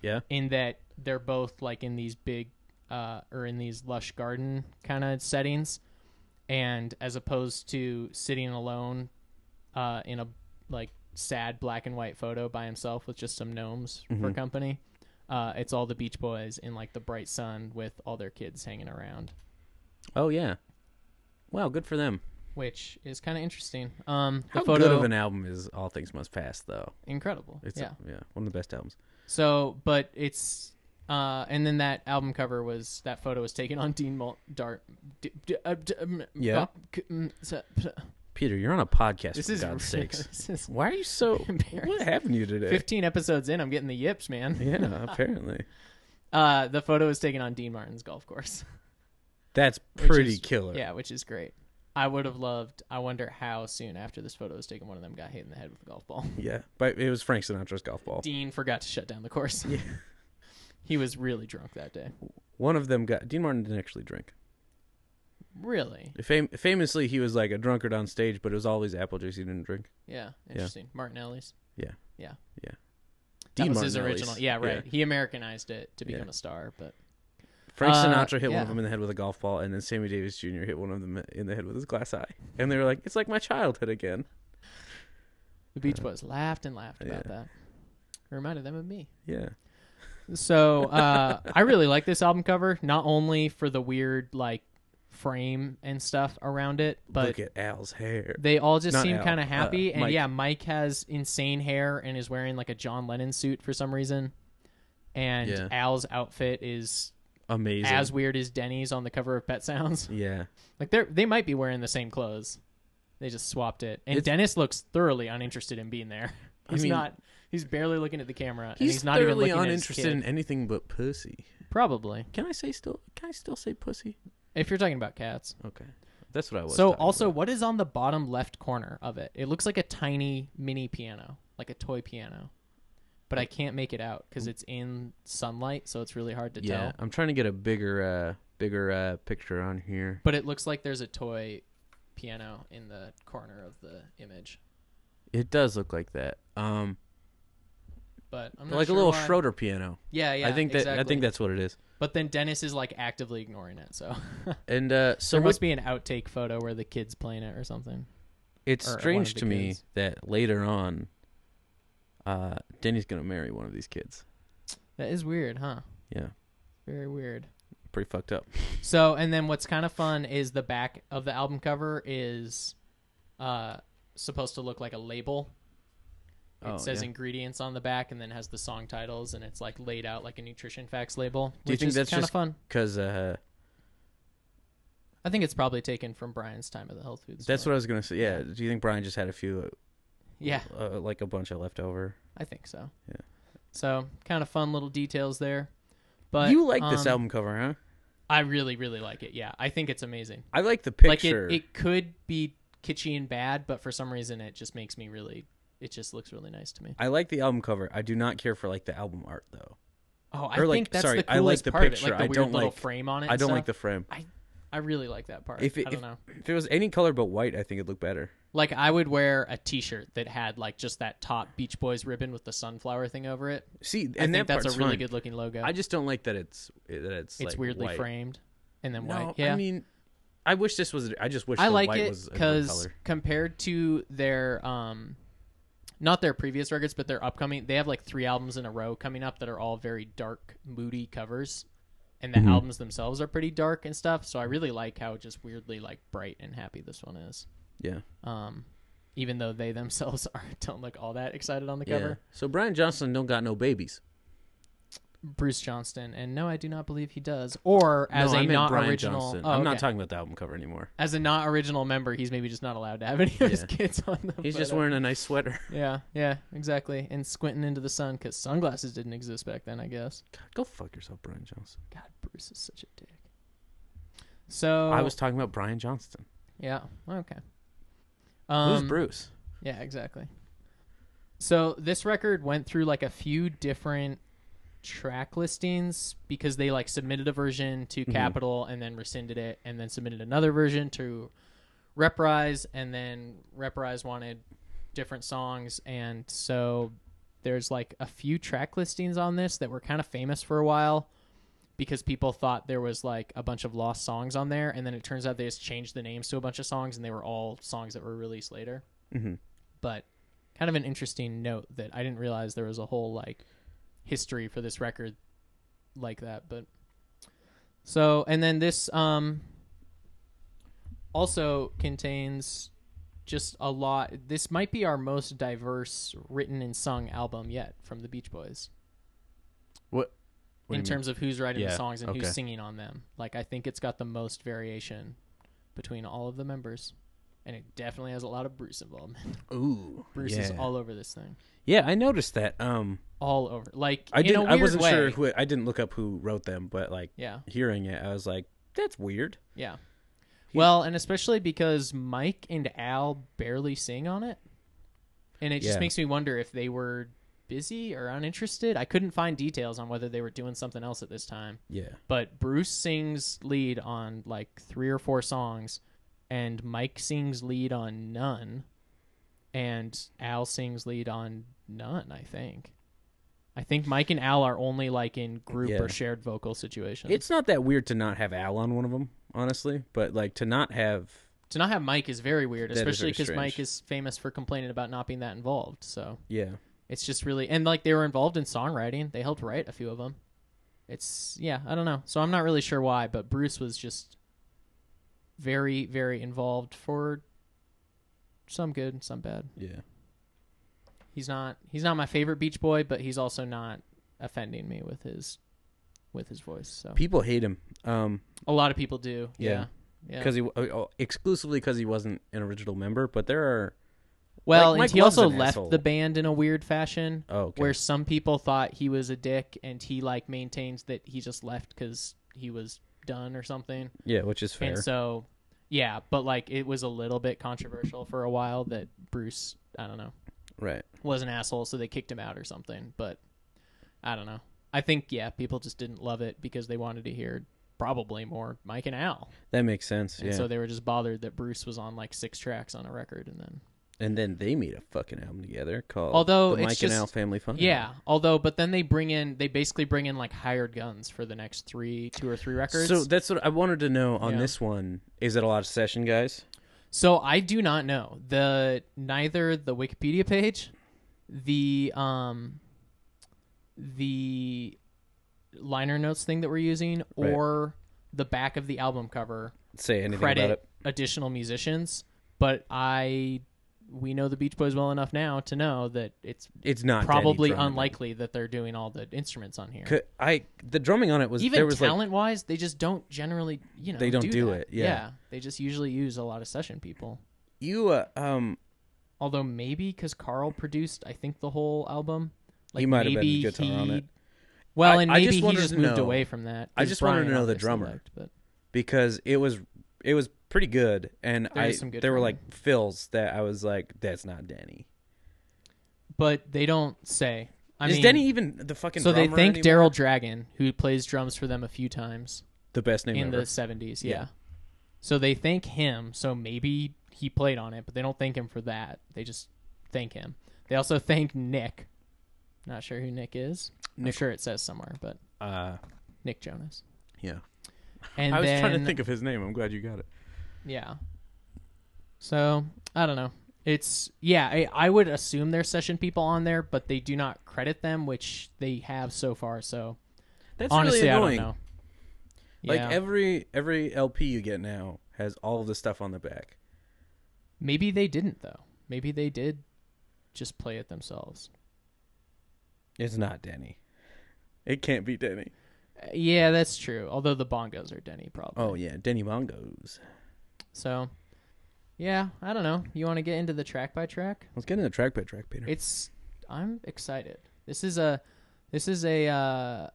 [SPEAKER 4] Yeah.
[SPEAKER 3] in that they're both like in these big uh, or in these lush garden kind of settings, and as opposed to sitting alone uh, in a like sad black and white photo by himself with just some gnomes
[SPEAKER 4] Mm-hmm.
[SPEAKER 3] for company. Uh, it's all the Beach Boys in like the bright sun with all their kids hanging around,
[SPEAKER 4] Oh yeah. Wow, good for them.
[SPEAKER 3] which is kind of interesting. Um, the
[SPEAKER 4] How
[SPEAKER 3] photo
[SPEAKER 4] good of an album is All Things Must Pass though.
[SPEAKER 3] incredible.
[SPEAKER 4] It's
[SPEAKER 3] yeah,
[SPEAKER 4] yeah, one of the best albums.
[SPEAKER 3] So, but it's uh, and then that album cover was that photo was taken on Dean Malt Dart. D- d- uh, d- um,
[SPEAKER 4] Yeah.
[SPEAKER 3] uh, c- mm, so- p-
[SPEAKER 4] Peter, you're on a podcast
[SPEAKER 3] This
[SPEAKER 4] for
[SPEAKER 3] is
[SPEAKER 4] God's sakes.
[SPEAKER 3] This is
[SPEAKER 4] Why are you so what
[SPEAKER 3] Embarrassing.
[SPEAKER 4] happened to you today?
[SPEAKER 3] fifteen episodes in. I'm getting the yips, man.
[SPEAKER 4] Yeah, apparently.
[SPEAKER 3] Uh, the photo was taken on Dean Martin's golf course.
[SPEAKER 4] That's
[SPEAKER 3] which
[SPEAKER 4] pretty
[SPEAKER 3] is-
[SPEAKER 4] killer.
[SPEAKER 3] Yeah, which is great. I would have loved. I wonder how soon after this photo was taken, one of them got hit in the head with a golf ball.
[SPEAKER 4] Yeah. But it was Frank Sinatra's golf ball.
[SPEAKER 3] Dean forgot to shut down the course.
[SPEAKER 4] Yeah.
[SPEAKER 3] he was really drunk that day.
[SPEAKER 4] One of them got Dean Martin didn't actually drink.
[SPEAKER 3] Really?
[SPEAKER 4] Fam- famously, he was like a drunkard on stage, but it was always apple juice he didn't drink.
[SPEAKER 3] Yeah. Interesting. Martinelli's.
[SPEAKER 4] Yeah.
[SPEAKER 3] Yeah.
[SPEAKER 4] Yeah.
[SPEAKER 3] That
[SPEAKER 4] Dean
[SPEAKER 3] was his
[SPEAKER 4] Martinelli's.
[SPEAKER 3] original. Yeah, right. He Americanized it to
[SPEAKER 4] Yeah.
[SPEAKER 3] become a star, but
[SPEAKER 4] Frank
[SPEAKER 3] Uh,
[SPEAKER 4] Sinatra hit one
[SPEAKER 3] yeah.
[SPEAKER 4] of them in the head with a golf ball, and then Sammy Davis Jr. hit one of them in the head with his glass eye. And they were like, "It's like my childhood again."
[SPEAKER 3] the Beach Boys laughed and laughed about
[SPEAKER 4] yeah.
[SPEAKER 3] that. It reminded them of me.
[SPEAKER 4] Yeah.
[SPEAKER 3] So uh, I really like this album cover, not only for the weird like frame and stuff around it, but
[SPEAKER 4] Look at Al's hair.
[SPEAKER 3] they all just
[SPEAKER 4] Not
[SPEAKER 3] seem
[SPEAKER 4] Al,
[SPEAKER 3] kind of
[SPEAKER 4] uh,
[SPEAKER 3] happy. and
[SPEAKER 4] Mike.
[SPEAKER 3] yeah, Mike has insane hair and is wearing like a John Lennon suit for some reason. And
[SPEAKER 4] Yeah.
[SPEAKER 3] Al's outfit is
[SPEAKER 4] Amazing.
[SPEAKER 3] as weird as Denny's on the cover of Pet Sounds.
[SPEAKER 4] yeah.
[SPEAKER 3] Like they are they might be wearing the same clothes. They just swapped it. And Dennis looks thoroughly uninterested in being there. He's
[SPEAKER 4] mean-
[SPEAKER 3] not he's barely looking at the camera and
[SPEAKER 4] He's,
[SPEAKER 3] he's not even
[SPEAKER 4] thoroughly
[SPEAKER 3] looking at his
[SPEAKER 4] uninterested
[SPEAKER 3] kid.
[SPEAKER 4] in anything but pussy.
[SPEAKER 3] Probably.
[SPEAKER 4] Can I say still? Can I still say pussy?
[SPEAKER 3] If you're talking about cats.
[SPEAKER 4] Okay, that's what I was.
[SPEAKER 3] So
[SPEAKER 4] talking
[SPEAKER 3] also
[SPEAKER 4] Oh, about.
[SPEAKER 3] what is on the bottom left corner of it? It looks like a tiny mini piano, like a toy piano. But I can't make it out cuz it's in sunlight, so it's really hard to
[SPEAKER 4] yeah,
[SPEAKER 3] tell.
[SPEAKER 4] I'm trying to get a bigger, uh bigger uh picture on here.
[SPEAKER 3] But it looks like there's a toy piano in the corner of the image.
[SPEAKER 4] It does look like that. Um,
[SPEAKER 3] But I'm not
[SPEAKER 4] like a
[SPEAKER 3] sure
[SPEAKER 4] little
[SPEAKER 3] why.
[SPEAKER 4] Schroeder piano.
[SPEAKER 3] Yeah, yeah.
[SPEAKER 4] I think that I
[SPEAKER 3] exactly.
[SPEAKER 4] think that's what it is.
[SPEAKER 3] But then Dennis is like actively ignoring it. So
[SPEAKER 4] And uh, so
[SPEAKER 3] there
[SPEAKER 4] what,
[SPEAKER 3] must be an outtake photo where the kid's playing it or something.
[SPEAKER 4] it's
[SPEAKER 3] or one of
[SPEAKER 4] strange
[SPEAKER 3] the
[SPEAKER 4] to me
[SPEAKER 3] kids.
[SPEAKER 4] that later on, uh, Denny's gonna marry one of these kids.
[SPEAKER 3] That is weird, huh?
[SPEAKER 4] Yeah,
[SPEAKER 3] Very weird.
[SPEAKER 4] pretty fucked up.
[SPEAKER 3] So and then what's kind of fun is the back of the album cover is uh supposed to look like a label. It
[SPEAKER 4] Oh,
[SPEAKER 3] says
[SPEAKER 4] yeah.
[SPEAKER 3] ingredients on the back and then has the song titles and it's like laid out like a nutrition facts label.
[SPEAKER 4] Do you
[SPEAKER 3] which
[SPEAKER 4] think
[SPEAKER 3] is
[SPEAKER 4] that's
[SPEAKER 3] kind of
[SPEAKER 4] just-
[SPEAKER 3] fun?
[SPEAKER 4] Cause uh,
[SPEAKER 3] I think it's probably taken from Brian's time at the health foods.
[SPEAKER 4] that's
[SPEAKER 3] store.
[SPEAKER 4] what I was gonna say. Yeah, do you think Brian just had a few?
[SPEAKER 3] Yeah,
[SPEAKER 4] uh, like a bunch of leftover.
[SPEAKER 3] I think so.
[SPEAKER 4] Yeah.
[SPEAKER 3] So kind of fun little details there. But
[SPEAKER 4] you like this
[SPEAKER 3] um,
[SPEAKER 4] album cover, huh?
[SPEAKER 3] I really, really like it. Yeah, I think it's amazing.
[SPEAKER 4] I like the picture.
[SPEAKER 3] Like it, it could be kitschy and bad, but for some reason, it just makes me really. It just looks really nice to me.
[SPEAKER 4] I like the album cover. I do not care for like the album art though.
[SPEAKER 3] Oh, I
[SPEAKER 4] Or, like,
[SPEAKER 3] think that's
[SPEAKER 4] sorry,
[SPEAKER 3] the
[SPEAKER 4] I like
[SPEAKER 3] coolest
[SPEAKER 4] the
[SPEAKER 3] part
[SPEAKER 4] picture.
[SPEAKER 3] of it. Like the
[SPEAKER 4] I
[SPEAKER 3] weird
[SPEAKER 4] don't
[SPEAKER 3] little
[SPEAKER 4] like-
[SPEAKER 3] frame on it.
[SPEAKER 4] I
[SPEAKER 3] and
[SPEAKER 4] don't like the
[SPEAKER 3] stuff.
[SPEAKER 4] frame.
[SPEAKER 3] I really like that part.
[SPEAKER 4] If it,
[SPEAKER 3] uh, I
[SPEAKER 4] if,
[SPEAKER 3] don't know.
[SPEAKER 4] if it was any color but white, I think it'd look better.
[SPEAKER 3] Like I would wear a T-shirt that had like just that top Beach Boys ribbon with the sunflower thing over it.
[SPEAKER 4] See, and
[SPEAKER 3] I think
[SPEAKER 4] that
[SPEAKER 3] that's
[SPEAKER 4] part's
[SPEAKER 3] a really
[SPEAKER 4] fine.
[SPEAKER 3] good looking logo.
[SPEAKER 4] I just don't like that it's that it's
[SPEAKER 3] it's
[SPEAKER 4] like,
[SPEAKER 3] weirdly
[SPEAKER 4] white.
[SPEAKER 3] framed, and then
[SPEAKER 4] No,
[SPEAKER 3] white. Yeah,
[SPEAKER 4] I mean, I wish this was. I just wish
[SPEAKER 3] I
[SPEAKER 4] the
[SPEAKER 3] like
[SPEAKER 4] white
[SPEAKER 3] it
[SPEAKER 4] was another
[SPEAKER 3] because
[SPEAKER 4] color.
[SPEAKER 3] compared to their um, not their previous records, but their upcoming, they have like three albums in a row coming up that are all very dark, moody covers, and
[SPEAKER 4] Mm-hmm.
[SPEAKER 3] the albums themselves are pretty dark and stuff. So I really like how just weirdly like bright and happy this one is.
[SPEAKER 4] Yeah,
[SPEAKER 3] Um, even though they themselves are don't look all that excited on the
[SPEAKER 4] yeah.
[SPEAKER 3] cover.
[SPEAKER 4] So Brian Johnson don't got no babies.
[SPEAKER 3] Bruce Johnston, and no, I do not believe he does. Or as
[SPEAKER 4] no,
[SPEAKER 3] a
[SPEAKER 4] I meant
[SPEAKER 3] not
[SPEAKER 4] Brian
[SPEAKER 3] original,
[SPEAKER 4] Johnson.
[SPEAKER 3] Oh,
[SPEAKER 4] I'm not
[SPEAKER 3] okay.
[SPEAKER 4] talking about the album cover anymore.
[SPEAKER 3] As a not original member, he's maybe just not allowed to have any of his
[SPEAKER 4] Yeah.
[SPEAKER 3] kids on uh, the.
[SPEAKER 4] He's just
[SPEAKER 3] photo.
[SPEAKER 4] wearing a nice sweater.
[SPEAKER 3] Yeah, yeah, exactly. And squinting into the sun because sunglasses didn't exist back then, I guess.
[SPEAKER 4] God, go fuck yourself, Brian Johnson.
[SPEAKER 3] God, Bruce is such a dick. So
[SPEAKER 4] I was talking about Brian Johnston.
[SPEAKER 3] yeah okay.
[SPEAKER 4] Who's
[SPEAKER 3] Um,
[SPEAKER 4] Bruce?
[SPEAKER 3] yeah, exactly. So this record went through like a few different track listings because they like submitted a version to Capitol and then rescinded it and then submitted another version to Reprise and then Reprise wanted different songs and so there's like a few track listings on this that were kind of famous for a while because people thought there was like a bunch of lost songs on there and then it turns out they just changed the names to a bunch of songs and they were all songs that were released later but kind of an interesting note that I didn't realize there was a whole like history for this record like that but so and then this um also contains just a lot this might be our most diverse written and sung album yet from the Beach Boys
[SPEAKER 4] What? what do you
[SPEAKER 3] in
[SPEAKER 4] mean?
[SPEAKER 3] terms of who's writing
[SPEAKER 4] Yeah,
[SPEAKER 3] the songs and
[SPEAKER 4] okay.
[SPEAKER 3] who's singing on them like I think it's got the most variation between all of the members and it definitely has a lot of Bruce involvement
[SPEAKER 4] Ooh,
[SPEAKER 3] Bruce
[SPEAKER 4] yeah.
[SPEAKER 3] is all over this thing
[SPEAKER 4] Yeah, I noticed that. Um,
[SPEAKER 3] all over. Like
[SPEAKER 4] I
[SPEAKER 3] in a
[SPEAKER 4] didn't.
[SPEAKER 3] weird
[SPEAKER 4] I wasn't
[SPEAKER 3] way.
[SPEAKER 4] sure who. It, I didn't look up who wrote them, but like
[SPEAKER 3] Yeah,
[SPEAKER 4] hearing it, I was like, "That's weird."
[SPEAKER 3] yeah. well, and especially because Mike and Al barely sing on it, and it
[SPEAKER 4] Yeah.
[SPEAKER 3] just makes me wonder if they were busy or uninterested. I couldn't find details on whether they were doing something else at this time.
[SPEAKER 4] Yeah,
[SPEAKER 3] But Bruce sings lead on like three or four songs, and Mike sings lead on none, and Al sings lead on none. I think. I think Mike and Al are only like in group
[SPEAKER 4] Yeah.
[SPEAKER 3] or shared vocal situations.
[SPEAKER 4] it's not that weird to not have Al on one of them, honestly. But like to not have,
[SPEAKER 3] to not have Mike is very weird,
[SPEAKER 4] That is
[SPEAKER 3] especially
[SPEAKER 4] very
[SPEAKER 3] because
[SPEAKER 4] strange.
[SPEAKER 3] Mike is famous for complaining about not being that involved. So
[SPEAKER 4] yeah,
[SPEAKER 3] it's just really and like they were involved in songwriting; they helped write a few of them. It's yeah, I don't know. So I'm not really sure why, but Bruce was just very very involved for some good and some bad.
[SPEAKER 4] Yeah.
[SPEAKER 3] He's not he's not my favorite Beach Boy, but he's also not offending me with his with his voice. So
[SPEAKER 4] People hate him. Um,
[SPEAKER 3] a lot of people do.
[SPEAKER 4] Yeah.
[SPEAKER 3] Yeah. Yeah.
[SPEAKER 4] because he oh, exclusively because he wasn't an original member, but there are
[SPEAKER 3] Well,
[SPEAKER 4] Like, Mike
[SPEAKER 3] and he
[SPEAKER 4] Love's
[SPEAKER 3] also
[SPEAKER 4] an
[SPEAKER 3] left
[SPEAKER 4] asshole.
[SPEAKER 3] the band in a weird fashion,
[SPEAKER 4] oh okay.
[SPEAKER 3] where some people thought he was a dick, and he like maintains that he just left because he was done or something.
[SPEAKER 4] yeah, which is fair.
[SPEAKER 3] And so, yeah, but like it was a little bit controversial for a while that Bruce, I don't know,
[SPEAKER 4] right.
[SPEAKER 3] was an asshole, so they kicked him out or something. But I don't know. I think yeah, people just didn't love it because they wanted to hear probably more Mike and Al,
[SPEAKER 4] That makes sense.
[SPEAKER 3] and
[SPEAKER 4] yeah.
[SPEAKER 3] so they were just bothered that Bruce was on like six tracks on a record, and then
[SPEAKER 4] and then they made a fucking album together called
[SPEAKER 3] Although
[SPEAKER 4] the Mike
[SPEAKER 3] it's
[SPEAKER 4] and Al
[SPEAKER 3] just-
[SPEAKER 4] Family Fun.
[SPEAKER 3] Yeah, although but then they bring in they basically bring in like hired guns for the next three two or three records.
[SPEAKER 4] So that's what I wanted to know on
[SPEAKER 3] Yeah.
[SPEAKER 4] this one. Is it a lot of session guys?
[SPEAKER 3] So I do not know the neither the Wikipedia page, the um, the liner notes thing that we're using,
[SPEAKER 4] Right.
[SPEAKER 3] or the back of the album cover
[SPEAKER 4] Say anything about
[SPEAKER 3] credit
[SPEAKER 4] it.
[SPEAKER 3] additional musicians. But I we know the Beach Boys well enough now to know that it's
[SPEAKER 4] It's not Danny
[SPEAKER 3] probably
[SPEAKER 4] Drummond.
[SPEAKER 3] unlikely that they're doing all the instruments on here.
[SPEAKER 4] C- I the drumming on it was
[SPEAKER 3] even
[SPEAKER 4] there was
[SPEAKER 3] talent wise, they just don't generally, you know,
[SPEAKER 4] They don't do
[SPEAKER 3] that.
[SPEAKER 4] it, yeah.
[SPEAKER 3] they just usually use a lot of session people.
[SPEAKER 4] like you uh, um
[SPEAKER 3] Although maybe because Carl produced, I think the whole album. Like
[SPEAKER 4] He might have been
[SPEAKER 3] maybe
[SPEAKER 4] guitar on
[SPEAKER 3] he-
[SPEAKER 4] it.
[SPEAKER 3] Well,
[SPEAKER 4] I-
[SPEAKER 3] and
[SPEAKER 4] I
[SPEAKER 3] maybe
[SPEAKER 4] just
[SPEAKER 3] he
[SPEAKER 4] wanted
[SPEAKER 3] just
[SPEAKER 4] to
[SPEAKER 3] moved
[SPEAKER 4] know-
[SPEAKER 3] away from that.
[SPEAKER 4] I
[SPEAKER 3] 'cause
[SPEAKER 4] just wanted to
[SPEAKER 3] Brian
[SPEAKER 4] know the
[SPEAKER 3] obviously
[SPEAKER 4] drummer.
[SPEAKER 3] left, but
[SPEAKER 4] because it was it was pretty good and
[SPEAKER 3] There
[SPEAKER 4] I
[SPEAKER 3] is some good
[SPEAKER 4] there were
[SPEAKER 3] drumming.
[SPEAKER 4] like fills that I was like that's not Danny.
[SPEAKER 3] but they don't say. I
[SPEAKER 4] is
[SPEAKER 3] mean,
[SPEAKER 4] Danny even the fucking
[SPEAKER 3] so they
[SPEAKER 4] drummer
[SPEAKER 3] thank
[SPEAKER 4] anymore?
[SPEAKER 3] Daryl Dragon, who plays drums for them a few times
[SPEAKER 4] the best name
[SPEAKER 3] in
[SPEAKER 4] ever.
[SPEAKER 3] the seventies. Yeah.
[SPEAKER 4] Yeah.
[SPEAKER 3] So they thank him. So maybe he played on it, but they don't thank him for that. They just thank him. They also thank Nick. Not sure who Nick is. I'm
[SPEAKER 4] Nick-
[SPEAKER 3] sure it says somewhere, but
[SPEAKER 4] Uh,
[SPEAKER 3] Nick Jonas.
[SPEAKER 4] yeah.
[SPEAKER 3] And
[SPEAKER 4] I was
[SPEAKER 3] then,
[SPEAKER 4] trying to think of his name. I'm glad you got it.
[SPEAKER 3] Yeah. So I don't know. It's yeah. I, I would assume there's session people on there, but they do not credit them, which they have so far. So
[SPEAKER 4] That's
[SPEAKER 3] honestly,
[SPEAKER 4] really
[SPEAKER 3] I
[SPEAKER 4] annoying.
[SPEAKER 3] don't know.
[SPEAKER 4] Like
[SPEAKER 3] Yeah.
[SPEAKER 4] every every LP you get now has all of the stuff on the back.
[SPEAKER 3] Maybe they didn't though. Maybe they did just play it themselves.
[SPEAKER 4] It's not Danny. It can't be Danny.
[SPEAKER 3] Uh, Yeah, that's true. Although the bongos are Denny probably.
[SPEAKER 4] Oh yeah, Danny Bongos.
[SPEAKER 3] So yeah, I don't know. You want to get into the track by track?
[SPEAKER 4] Let's get into track by track, Peter.
[SPEAKER 3] It's I'm excited. This is a this is a uh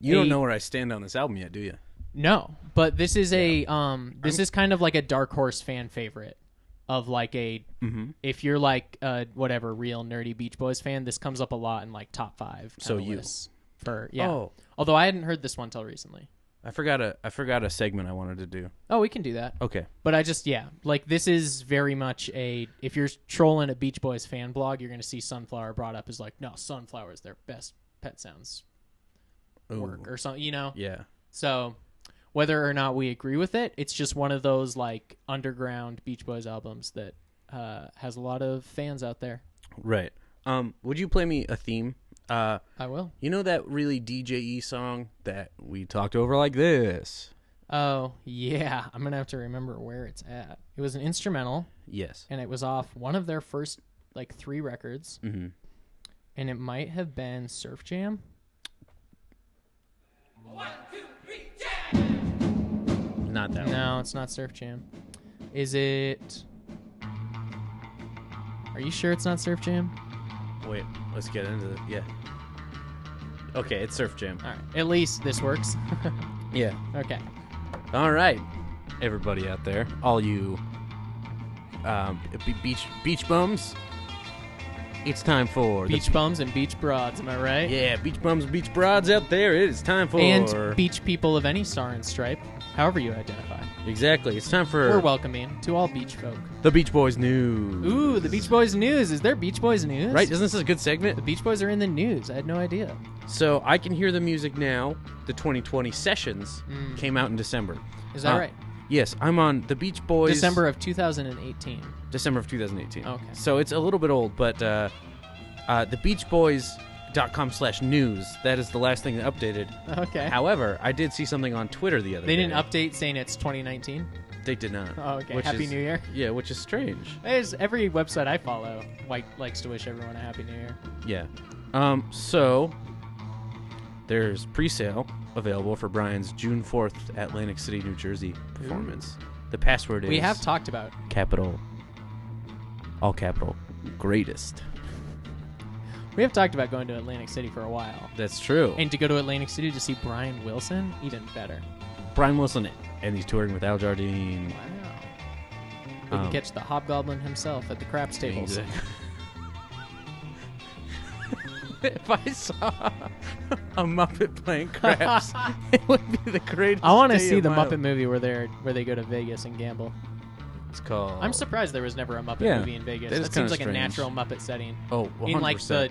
[SPEAKER 4] you don't
[SPEAKER 3] a-
[SPEAKER 4] know where I stand on this album yet, do you?
[SPEAKER 3] no, but this is a um this is kind of like a dark horse fan favorite of like a
[SPEAKER 4] Mm-hmm.
[SPEAKER 3] if you're like uh whatever real nerdy Beach Boys fan, this comes up a lot in like top 5
[SPEAKER 4] So
[SPEAKER 3] kinda
[SPEAKER 4] you.
[SPEAKER 3] lists for yeah.
[SPEAKER 4] Oh,
[SPEAKER 3] Although I hadn't heard this one till recently.
[SPEAKER 4] I forgot a I forgot a segment I wanted to do.
[SPEAKER 3] Oh, we can do that.
[SPEAKER 4] Okay.
[SPEAKER 3] But I just yeah, like this is very much a if you're trolling a Beach Boys fan blog, you're gonna see Sunflower brought up as like no, Sunflower is their best Pet Sounds work or something, you know.
[SPEAKER 4] Yeah.
[SPEAKER 3] So whether or not we agree with it, it's just one of those like underground Beach Boys albums that uh, has a lot of fans out there.
[SPEAKER 4] Right. Um, would you play me a theme? Uh,
[SPEAKER 3] I will.
[SPEAKER 4] you know that really DJE song that we talked over like this?
[SPEAKER 3] Oh yeah, I'm gonna have to remember where it's at. It was an instrumental,
[SPEAKER 4] Yes.
[SPEAKER 3] and it was off one of their first like three records,
[SPEAKER 4] Mhm.
[SPEAKER 3] and it might have been Surf Jam.
[SPEAKER 4] Not that one.
[SPEAKER 3] No, it's not Surf Jam. Is it? Are you sure it's not Surf Jam?
[SPEAKER 4] Wait, let's get into it. Yeah. Okay, it's Surf Jam.
[SPEAKER 3] All right. At least this works.
[SPEAKER 4] Yeah.
[SPEAKER 3] okay.
[SPEAKER 4] All right, everybody out there, all you um, be- beach beach bums, it's time for the-
[SPEAKER 3] Beach bums and beach broads. Am I right?
[SPEAKER 4] yeah, beach bums, beach broads out there. It is time for
[SPEAKER 3] And beach people of any star and stripe, however you identify.
[SPEAKER 4] exactly. It's time for
[SPEAKER 3] We're welcoming to all beach folk.
[SPEAKER 4] the Beach Boys news.
[SPEAKER 3] Ooh, the Beach Boys news. Is there Beach Boys news?
[SPEAKER 4] Right? Isn't this a good segment?
[SPEAKER 3] The Beach Boys are in the news. I had no idea.
[SPEAKER 4] So I can hear the music now. The 2020 sessions came out in December.
[SPEAKER 3] Mm. Is that
[SPEAKER 4] Uh,
[SPEAKER 3] right?
[SPEAKER 4] Yes, I'm on the Beach Boys.
[SPEAKER 3] December of 2018.
[SPEAKER 4] December of 2018.
[SPEAKER 3] Okay.
[SPEAKER 4] So it's a little bit old, but uh, uh, the beachboys.com slash news, that is the last thing that updated.
[SPEAKER 3] Okay.
[SPEAKER 4] However, I did see something on Twitter the other
[SPEAKER 3] they
[SPEAKER 4] day.
[SPEAKER 3] didn't update saying it's 2019.
[SPEAKER 6] They did not.
[SPEAKER 3] Oh, okay.
[SPEAKER 6] which
[SPEAKER 3] Happy
[SPEAKER 6] is-
[SPEAKER 3] New Year.
[SPEAKER 6] Yeah, which is strange.
[SPEAKER 3] As every website I follow like, likes to wish everyone a happy new year.
[SPEAKER 6] Yeah.
[SPEAKER 4] Um, so there's pre-sale available for Brian's June 4th Atlantic City, New Jersey performance. The password is
[SPEAKER 3] We have talked about
[SPEAKER 4] capital, all capital, greatest.
[SPEAKER 3] we have talked about going to Atlantic City for a while,
[SPEAKER 4] That's true. And
[SPEAKER 3] and to go to Atlantic City to see Brian Wilson, even better.
[SPEAKER 4] Brian Wilson, and he's touring with Al Jardine.
[SPEAKER 3] Wow. We
[SPEAKER 4] Um,
[SPEAKER 3] can catch the Hobgoblin himself at the craps tables.
[SPEAKER 4] if I saw a Muppet playing craps, it would be the greatest.
[SPEAKER 3] I want to
[SPEAKER 4] day
[SPEAKER 3] see
[SPEAKER 4] of
[SPEAKER 3] the
[SPEAKER 4] my
[SPEAKER 3] Muppet
[SPEAKER 4] life.
[SPEAKER 3] movie where they are where they go to Vegas and gamble.
[SPEAKER 4] It's called.
[SPEAKER 3] I'm surprised there was never a Muppet
[SPEAKER 4] Oh. Yeah,
[SPEAKER 3] movie in Vegas.
[SPEAKER 4] that
[SPEAKER 3] That,
[SPEAKER 4] is kinda
[SPEAKER 3] seems like a
[SPEAKER 4] strange.
[SPEAKER 3] natural Muppet setting
[SPEAKER 4] Oh,
[SPEAKER 3] in like the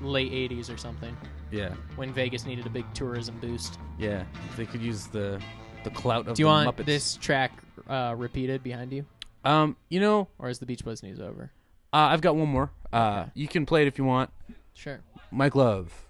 [SPEAKER 4] 100%.
[SPEAKER 3] late '80s or something
[SPEAKER 4] yeah,
[SPEAKER 3] when Vegas needed a big tourism boost.
[SPEAKER 4] yeah. They could use the the clout of
[SPEAKER 3] Do you
[SPEAKER 4] the
[SPEAKER 3] want
[SPEAKER 4] Muppets.
[SPEAKER 3] this track uh, repeated behind you,
[SPEAKER 4] Um, you know,
[SPEAKER 3] or is the Beach Boys news over?
[SPEAKER 4] uh, I've got one more. Uh, you can play it if you want.
[SPEAKER 3] Sure.
[SPEAKER 4] Mike Love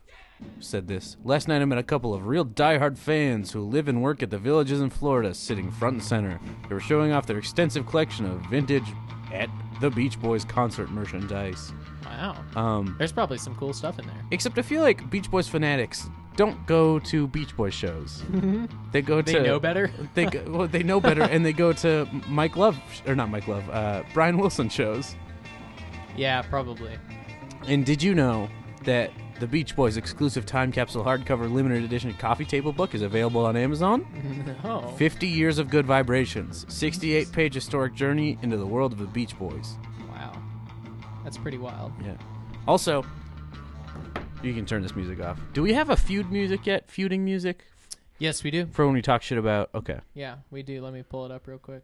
[SPEAKER 4] said this. Last night I met a couple of real diehard fans who live and work at the villages in Florida, sitting front and center. They were showing off their extensive collection of vintage at the Beach Boys concert merchandise.
[SPEAKER 3] Wow.
[SPEAKER 4] Um,
[SPEAKER 3] There's probably some cool stuff in there.
[SPEAKER 4] except I feel like Beach Boys fanatics don't go to Beach Boys shows. they go to
[SPEAKER 3] They know better.
[SPEAKER 4] They go, well, they know better, and they go to Mike Love or not Mike Love, uh, Brian Wilson shows.
[SPEAKER 3] yeah, probably.
[SPEAKER 4] And did you know that the Beach Boys exclusive time capsule hardcover limited edition coffee table book is available on Amazon?
[SPEAKER 3] Oh.
[SPEAKER 4] 50 years of good vibrations, 68 page historic journey into the world of the Beach Boys.
[SPEAKER 3] Wow. That's pretty wild.
[SPEAKER 4] Yeah. Also, you can turn this music off. Do we have a feud music yet? Feuding music
[SPEAKER 3] Yes, we do.
[SPEAKER 4] for when we talk shit about Okay.
[SPEAKER 3] Yeah, we do. Let me pull it up real quick.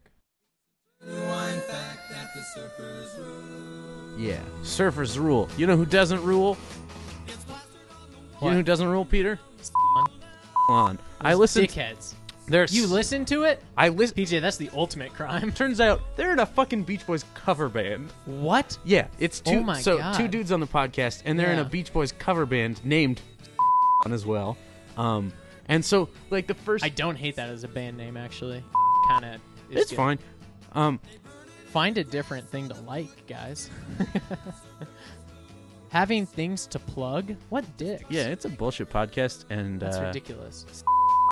[SPEAKER 4] Yeah. Surfers rule. You know who doesn't rule? You
[SPEAKER 3] What?
[SPEAKER 4] know who doesn't rule, Peter? On. I listen
[SPEAKER 3] Dickheads.
[SPEAKER 4] there's
[SPEAKER 3] You listen to it?
[SPEAKER 4] I listen
[SPEAKER 3] PJ, that's the ultimate crime.
[SPEAKER 4] Turns out they're in a fucking Beach Boys cover band.
[SPEAKER 3] What?
[SPEAKER 4] Yeah, it's two.
[SPEAKER 3] Oh my
[SPEAKER 4] so
[SPEAKER 3] God.
[SPEAKER 4] two dudes on the podcast, and they're in a
[SPEAKER 3] Yeah.
[SPEAKER 4] Beach Boys cover band named on as well. Um, and so like the first,
[SPEAKER 3] I don't hate that as a band name, actually. Kind of.
[SPEAKER 4] it's fine. Um,
[SPEAKER 3] Find a different thing to like, guys. Having things to plug? What dicks?
[SPEAKER 4] yeah, it's a bullshit podcast, and
[SPEAKER 3] That's
[SPEAKER 4] uh,
[SPEAKER 3] ridiculous.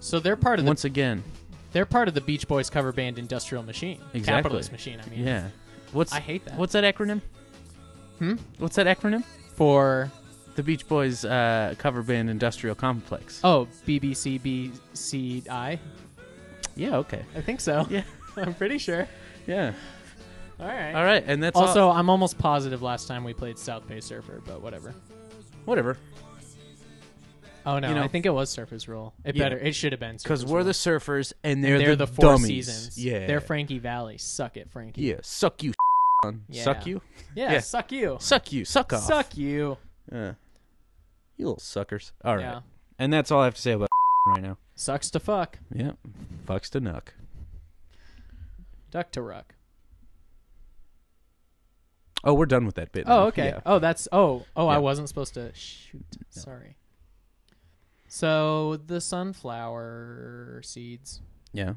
[SPEAKER 3] So they're part of the
[SPEAKER 4] Once again,
[SPEAKER 3] they're part of the Beach Boys cover band Industrial Machine.
[SPEAKER 4] Exactly.
[SPEAKER 3] Capitalist Machine, I mean.
[SPEAKER 4] yeah. What's
[SPEAKER 3] I hate that.
[SPEAKER 4] What's that acronym?
[SPEAKER 3] Hmm?
[SPEAKER 4] What's that acronym?
[SPEAKER 3] For
[SPEAKER 4] The Beach Boys uh, cover band industrial complex.
[SPEAKER 3] oh, BBCBCI.
[SPEAKER 4] Yeah. Okay.
[SPEAKER 3] I think so.
[SPEAKER 4] Yeah.
[SPEAKER 3] I'm pretty sure.
[SPEAKER 4] Yeah.
[SPEAKER 3] All right.
[SPEAKER 4] All right, and that's all-
[SPEAKER 3] Also, I'm almost positive last time we played South Bay Surfer, but whatever.
[SPEAKER 4] whatever.
[SPEAKER 3] Oh no,
[SPEAKER 4] You know-
[SPEAKER 3] I think it was Surfer's Rule. It
[SPEAKER 4] Yeah.
[SPEAKER 3] better. It should have been
[SPEAKER 4] Because
[SPEAKER 3] Surfer's
[SPEAKER 4] we're
[SPEAKER 3] Rule.
[SPEAKER 4] the surfers, and they're,
[SPEAKER 3] they're,
[SPEAKER 4] the,
[SPEAKER 3] the, Four
[SPEAKER 4] dummies.
[SPEAKER 3] Seasons.
[SPEAKER 4] Yeah.
[SPEAKER 3] they're Frankie Valley. Suck it, Frankie.
[SPEAKER 4] Yeah, suck you, on.
[SPEAKER 3] Yeah.
[SPEAKER 4] Suck you,
[SPEAKER 3] Yeah,
[SPEAKER 4] Yeah.
[SPEAKER 3] suck you.
[SPEAKER 4] suck you, suck off.
[SPEAKER 3] Suck you.
[SPEAKER 4] Yeah. You little suckers. All right.
[SPEAKER 3] Yeah.
[SPEAKER 4] And that's all I have to say about right now.
[SPEAKER 3] Sucks to fuck.
[SPEAKER 4] Yeah. Fucks to nuck.
[SPEAKER 3] Duck to ruck.
[SPEAKER 4] Oh, we're done with that bit.
[SPEAKER 3] Oh,
[SPEAKER 4] now.
[SPEAKER 3] okay.
[SPEAKER 4] Yeah.
[SPEAKER 3] Oh, that's oh oh.
[SPEAKER 4] Yeah.
[SPEAKER 3] I wasn't supposed to. Shoot. Sorry. So the sunflower seeds.
[SPEAKER 4] Yeah.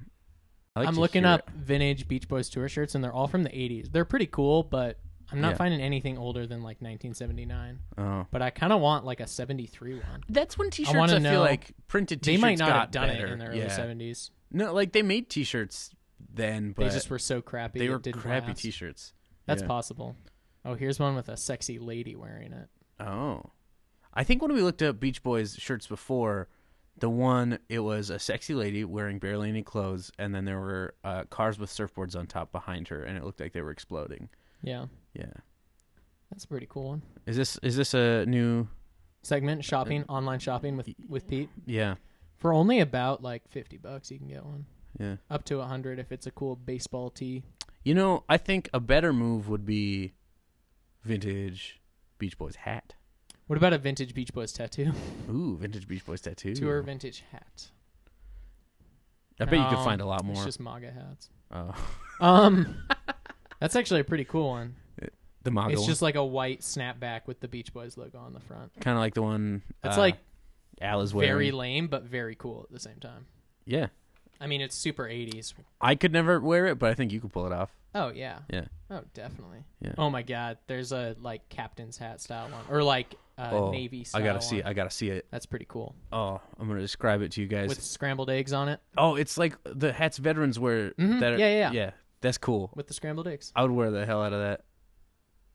[SPEAKER 4] I like
[SPEAKER 3] I'm
[SPEAKER 4] to
[SPEAKER 3] looking
[SPEAKER 4] hear
[SPEAKER 3] up vintage Beach Boys tour shirts, and they're all from the 80s. They're pretty cool, but I'm not
[SPEAKER 4] Yeah.
[SPEAKER 3] finding anything older than like 1979.
[SPEAKER 4] it. Oh.
[SPEAKER 3] But I kind of want like a 73 one.
[SPEAKER 4] That's when t-shirts I,
[SPEAKER 3] wanna
[SPEAKER 4] feel
[SPEAKER 3] know-
[SPEAKER 4] like printed
[SPEAKER 3] They
[SPEAKER 4] t-shirts
[SPEAKER 3] might not have
[SPEAKER 4] got
[SPEAKER 3] done
[SPEAKER 4] better.
[SPEAKER 3] it in the early
[SPEAKER 4] yeah.
[SPEAKER 3] 70s.
[SPEAKER 4] No, like they made t-shirts then, but
[SPEAKER 3] They just were so crappy.
[SPEAKER 4] they
[SPEAKER 3] it
[SPEAKER 4] were
[SPEAKER 3] didn't
[SPEAKER 4] crappy
[SPEAKER 3] last.
[SPEAKER 4] t-shirts.
[SPEAKER 3] That's
[SPEAKER 4] Yeah.
[SPEAKER 3] possible. Oh, here's one with a sexy lady wearing it.
[SPEAKER 4] Oh. I think when we looked up Beach Boys shirts before, the one it was a sexy lady wearing barely any clothes, and then there were uh, cars with surfboards on top behind her, and it looked like they were exploding.
[SPEAKER 3] Yeah,
[SPEAKER 4] Yeah.
[SPEAKER 3] that's a pretty cool one.
[SPEAKER 4] Is this is this a new?
[SPEAKER 3] Segment shopping, online shopping with with Pete
[SPEAKER 4] Yeah.
[SPEAKER 3] for only about like 50 bucks. You can get one
[SPEAKER 4] Yeah.
[SPEAKER 3] up to 100 if it's a cool baseball tee.
[SPEAKER 4] You know, I think a better move would be vintage Beach Boys hat.
[SPEAKER 3] What about a vintage Beach Boys tattoo?
[SPEAKER 4] Ooh, vintage Beach Boys tattoo.
[SPEAKER 3] Tour vintage hat.
[SPEAKER 4] I bet you
[SPEAKER 3] No,
[SPEAKER 4] could find a lot more.
[SPEAKER 3] It's just MAGA hats.
[SPEAKER 4] oh,
[SPEAKER 3] Um, that's actually a pretty cool one.
[SPEAKER 4] the Mago
[SPEAKER 3] It's just like a white snapback with the Beach Boys logo on the front.
[SPEAKER 4] kind of like the one.
[SPEAKER 3] That's
[SPEAKER 4] uh,
[SPEAKER 3] like
[SPEAKER 4] Al is wearing.
[SPEAKER 3] very lame, but very cool at the same time.
[SPEAKER 4] yeah.
[SPEAKER 3] I mean, it's super 80s.
[SPEAKER 4] I could never wear it, but I think you could pull it off.
[SPEAKER 3] Oh yeah.
[SPEAKER 4] Yeah.
[SPEAKER 3] Oh, definitely.
[SPEAKER 4] Yeah.
[SPEAKER 3] Oh my God, there's a like captain's hat style one, or like uh,
[SPEAKER 4] oh,
[SPEAKER 3] navy.
[SPEAKER 4] I
[SPEAKER 3] Style
[SPEAKER 4] gotta see.
[SPEAKER 3] one.
[SPEAKER 4] It. I gotta see it.
[SPEAKER 3] That's pretty cool
[SPEAKER 4] Oh, I'm gonna describe it to you guys.
[SPEAKER 3] with scrambled eggs on it.
[SPEAKER 4] oh, it's like the hats veterans wear.
[SPEAKER 3] Mhm,
[SPEAKER 4] That are,
[SPEAKER 3] yeah, yeah, yeah.
[SPEAKER 4] that's cool.
[SPEAKER 3] With the scrambled eggs,
[SPEAKER 4] I would wear the hell out of that.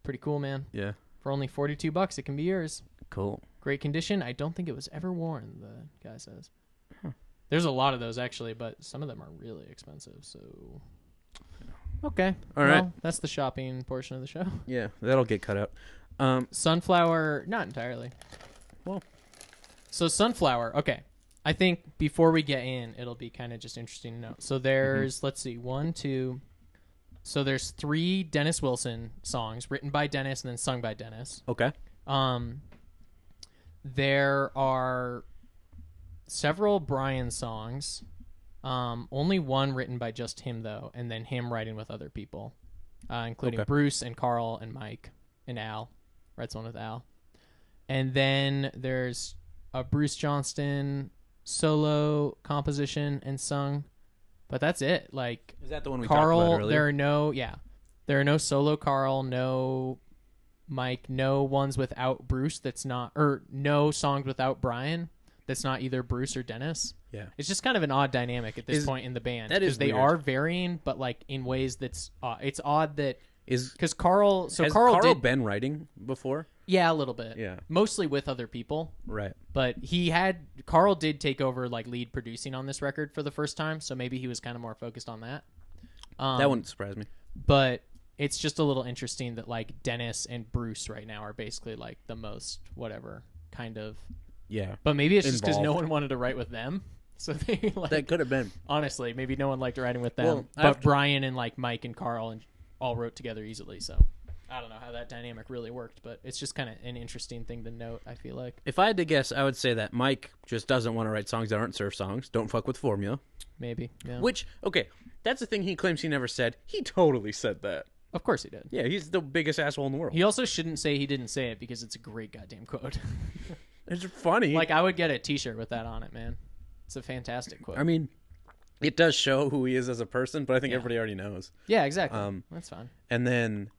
[SPEAKER 3] pretty cool, man.
[SPEAKER 4] Yeah,
[SPEAKER 3] For only 42 bucks, it can be yours.
[SPEAKER 4] cool.
[SPEAKER 3] Great condition. I don't think it was ever worn. The guy says. There's a lot of those actually, but some of them are really expensive. So. Okay.
[SPEAKER 4] All right.
[SPEAKER 3] Well, that's the shopping portion of the show.
[SPEAKER 4] Yeah, that'll get cut out. Um,
[SPEAKER 3] Sunflower, not entirely.
[SPEAKER 4] Well.
[SPEAKER 3] so sunflower. Okay, I think before we get in, it'll be kind of just interesting to know. So there's, let's see, one, two. So there's three Dennis Wilson songs written by Dennis and then sung by Dennis.
[SPEAKER 4] okay.
[SPEAKER 3] Um, there are several Brian songs. Um, only one written by just him though, and then him writing with other people, uh, including
[SPEAKER 4] Okay.
[SPEAKER 3] Bruce and Carl and Mike and Al. Writes one with Al, and then there's a Bruce Johnston solo composition and sung, but that's it. Like
[SPEAKER 4] Is that the one we talked about
[SPEAKER 3] Carl,
[SPEAKER 4] earlier?
[SPEAKER 3] there are no yeah, there are no solo Carl, no Mike, no ones without Bruce. That's not or no songs without Brian. That's not either Bruce or Dennis.
[SPEAKER 4] Yeah.
[SPEAKER 3] It's just kind of an odd dynamic at this
[SPEAKER 4] Is-
[SPEAKER 3] point in the band.
[SPEAKER 4] that
[SPEAKER 3] 'cause
[SPEAKER 4] is
[SPEAKER 3] they
[SPEAKER 4] weird.
[SPEAKER 3] are varying, but like in ways that's uh, it's odd that
[SPEAKER 4] Is
[SPEAKER 3] because Carl so
[SPEAKER 4] has
[SPEAKER 3] Carl,
[SPEAKER 4] Carl
[SPEAKER 3] did
[SPEAKER 4] been writing before?
[SPEAKER 3] yeah a little bit
[SPEAKER 4] Yeah.
[SPEAKER 3] mostly with other people
[SPEAKER 4] Right.
[SPEAKER 3] but he had Carl did take over like lead producing on this record for the first time so maybe he was kind of more focused on that. Um,
[SPEAKER 4] that wouldn't surprise me.
[SPEAKER 3] but it's just a little interesting that like Dennis and Bruce right now are basically like the most whatever kind of.
[SPEAKER 4] Yeah.
[SPEAKER 3] But maybe it's just because no
[SPEAKER 4] Involved.
[SPEAKER 3] one wanted to write with them, so they like
[SPEAKER 4] That could have been.
[SPEAKER 3] honestly maybe no one liked writing with them.
[SPEAKER 4] Well,
[SPEAKER 3] but
[SPEAKER 4] I've-
[SPEAKER 3] Brian and like Mike and Carl and all wrote together easily, so I don't know how that dynamic really worked, but it's just kind of an interesting thing to note. I feel like
[SPEAKER 4] If I had to guess, I would say that Mike just doesn't want to write songs that aren't surf songs. Don't fuck with formula.
[SPEAKER 3] maybe yeah.
[SPEAKER 4] Which, okay, that's the thing he claims he never said. He totally said that.
[SPEAKER 3] of course he did.
[SPEAKER 4] Yeah, he's the biggest asshole in the world.
[SPEAKER 3] He also shouldn't say he didn't say it because it's a great goddamn quote.
[SPEAKER 4] It's funny.
[SPEAKER 3] like I would get a T-shirt with that on it, man. It's a fantastic quote.
[SPEAKER 4] I mean, it does show who he is as a person, but I think everybody already knows.
[SPEAKER 3] Yeah, exactly.
[SPEAKER 4] Um,
[SPEAKER 3] That's fine.
[SPEAKER 4] And then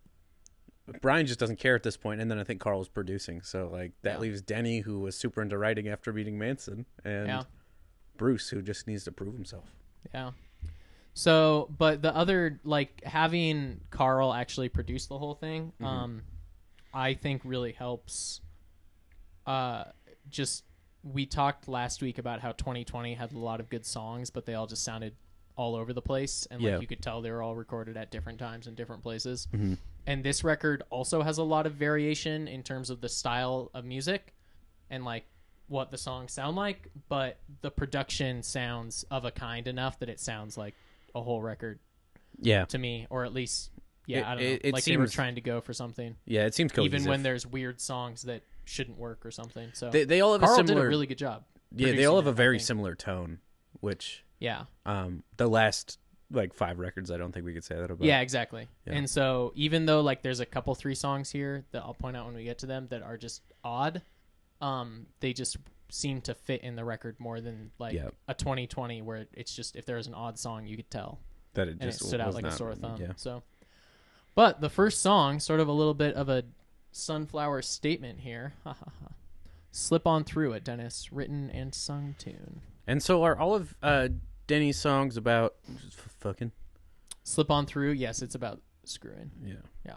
[SPEAKER 4] Brian just doesn't care at this point, and then I think Carl was producing, so like that
[SPEAKER 3] Yeah.
[SPEAKER 4] leaves Denny, who was super into writing after meeting Manson, and
[SPEAKER 3] Yeah,
[SPEAKER 4] Bruce, who just needs to prove himself.
[SPEAKER 3] yeah. So, but the other like having Carl actually produce the whole thing, um, I think really helps. Uh, just we talked last week about how 2020 had a lot of good songs, but they all just sounded all over the place, and like
[SPEAKER 4] Yeah. Mm-hmm.
[SPEAKER 3] you could tell they were all recorded at different times in different places. And this record also has a lot of variation in terms of the style of music. and like what the songs sound like, but the production sounds of a kind enough that it sounds like a whole record
[SPEAKER 4] Yeah,
[SPEAKER 3] to me, or at least yeah,
[SPEAKER 4] It-
[SPEAKER 3] I don't know.
[SPEAKER 4] it- it
[SPEAKER 3] like they were
[SPEAKER 4] seems
[SPEAKER 3] trying to go for something,
[SPEAKER 4] yeah, it seems cohesive.
[SPEAKER 3] even when there's weird songs that shouldn't work or something. So
[SPEAKER 4] they, they all have
[SPEAKER 3] Carl
[SPEAKER 4] a similar,
[SPEAKER 3] did a really good job.
[SPEAKER 4] yeah, they
[SPEAKER 3] producing
[SPEAKER 4] all have
[SPEAKER 3] it,
[SPEAKER 4] a
[SPEAKER 3] I
[SPEAKER 4] very
[SPEAKER 3] think.
[SPEAKER 4] similar tone, which
[SPEAKER 3] yeah,
[SPEAKER 4] um the last like five records, I don't think we could say that about.
[SPEAKER 3] yeah, exactly.
[SPEAKER 4] Yeah.
[SPEAKER 3] And so even though like there's a couple three songs here that I'll point out when we get to them that are just odd, um, they just seem to fit in the record more than like
[SPEAKER 4] Yeah.
[SPEAKER 3] a 2020 where it's just if there was an odd song you could tell
[SPEAKER 4] that it
[SPEAKER 3] and it
[SPEAKER 4] just
[SPEAKER 3] stood out
[SPEAKER 4] was
[SPEAKER 3] like
[SPEAKER 4] not-
[SPEAKER 3] a sore thumb.
[SPEAKER 4] Yeah,
[SPEAKER 3] So, but the first song, sort of a little bit of a sunflower statement here. Ha, ha, ha. Slip on through it, Dennis. Written and sung tune.
[SPEAKER 4] and so are all of uh Denny's songs about f- fucking
[SPEAKER 3] Slip on through. Yes, it's about screwing.
[SPEAKER 4] yeah.
[SPEAKER 3] Yeah.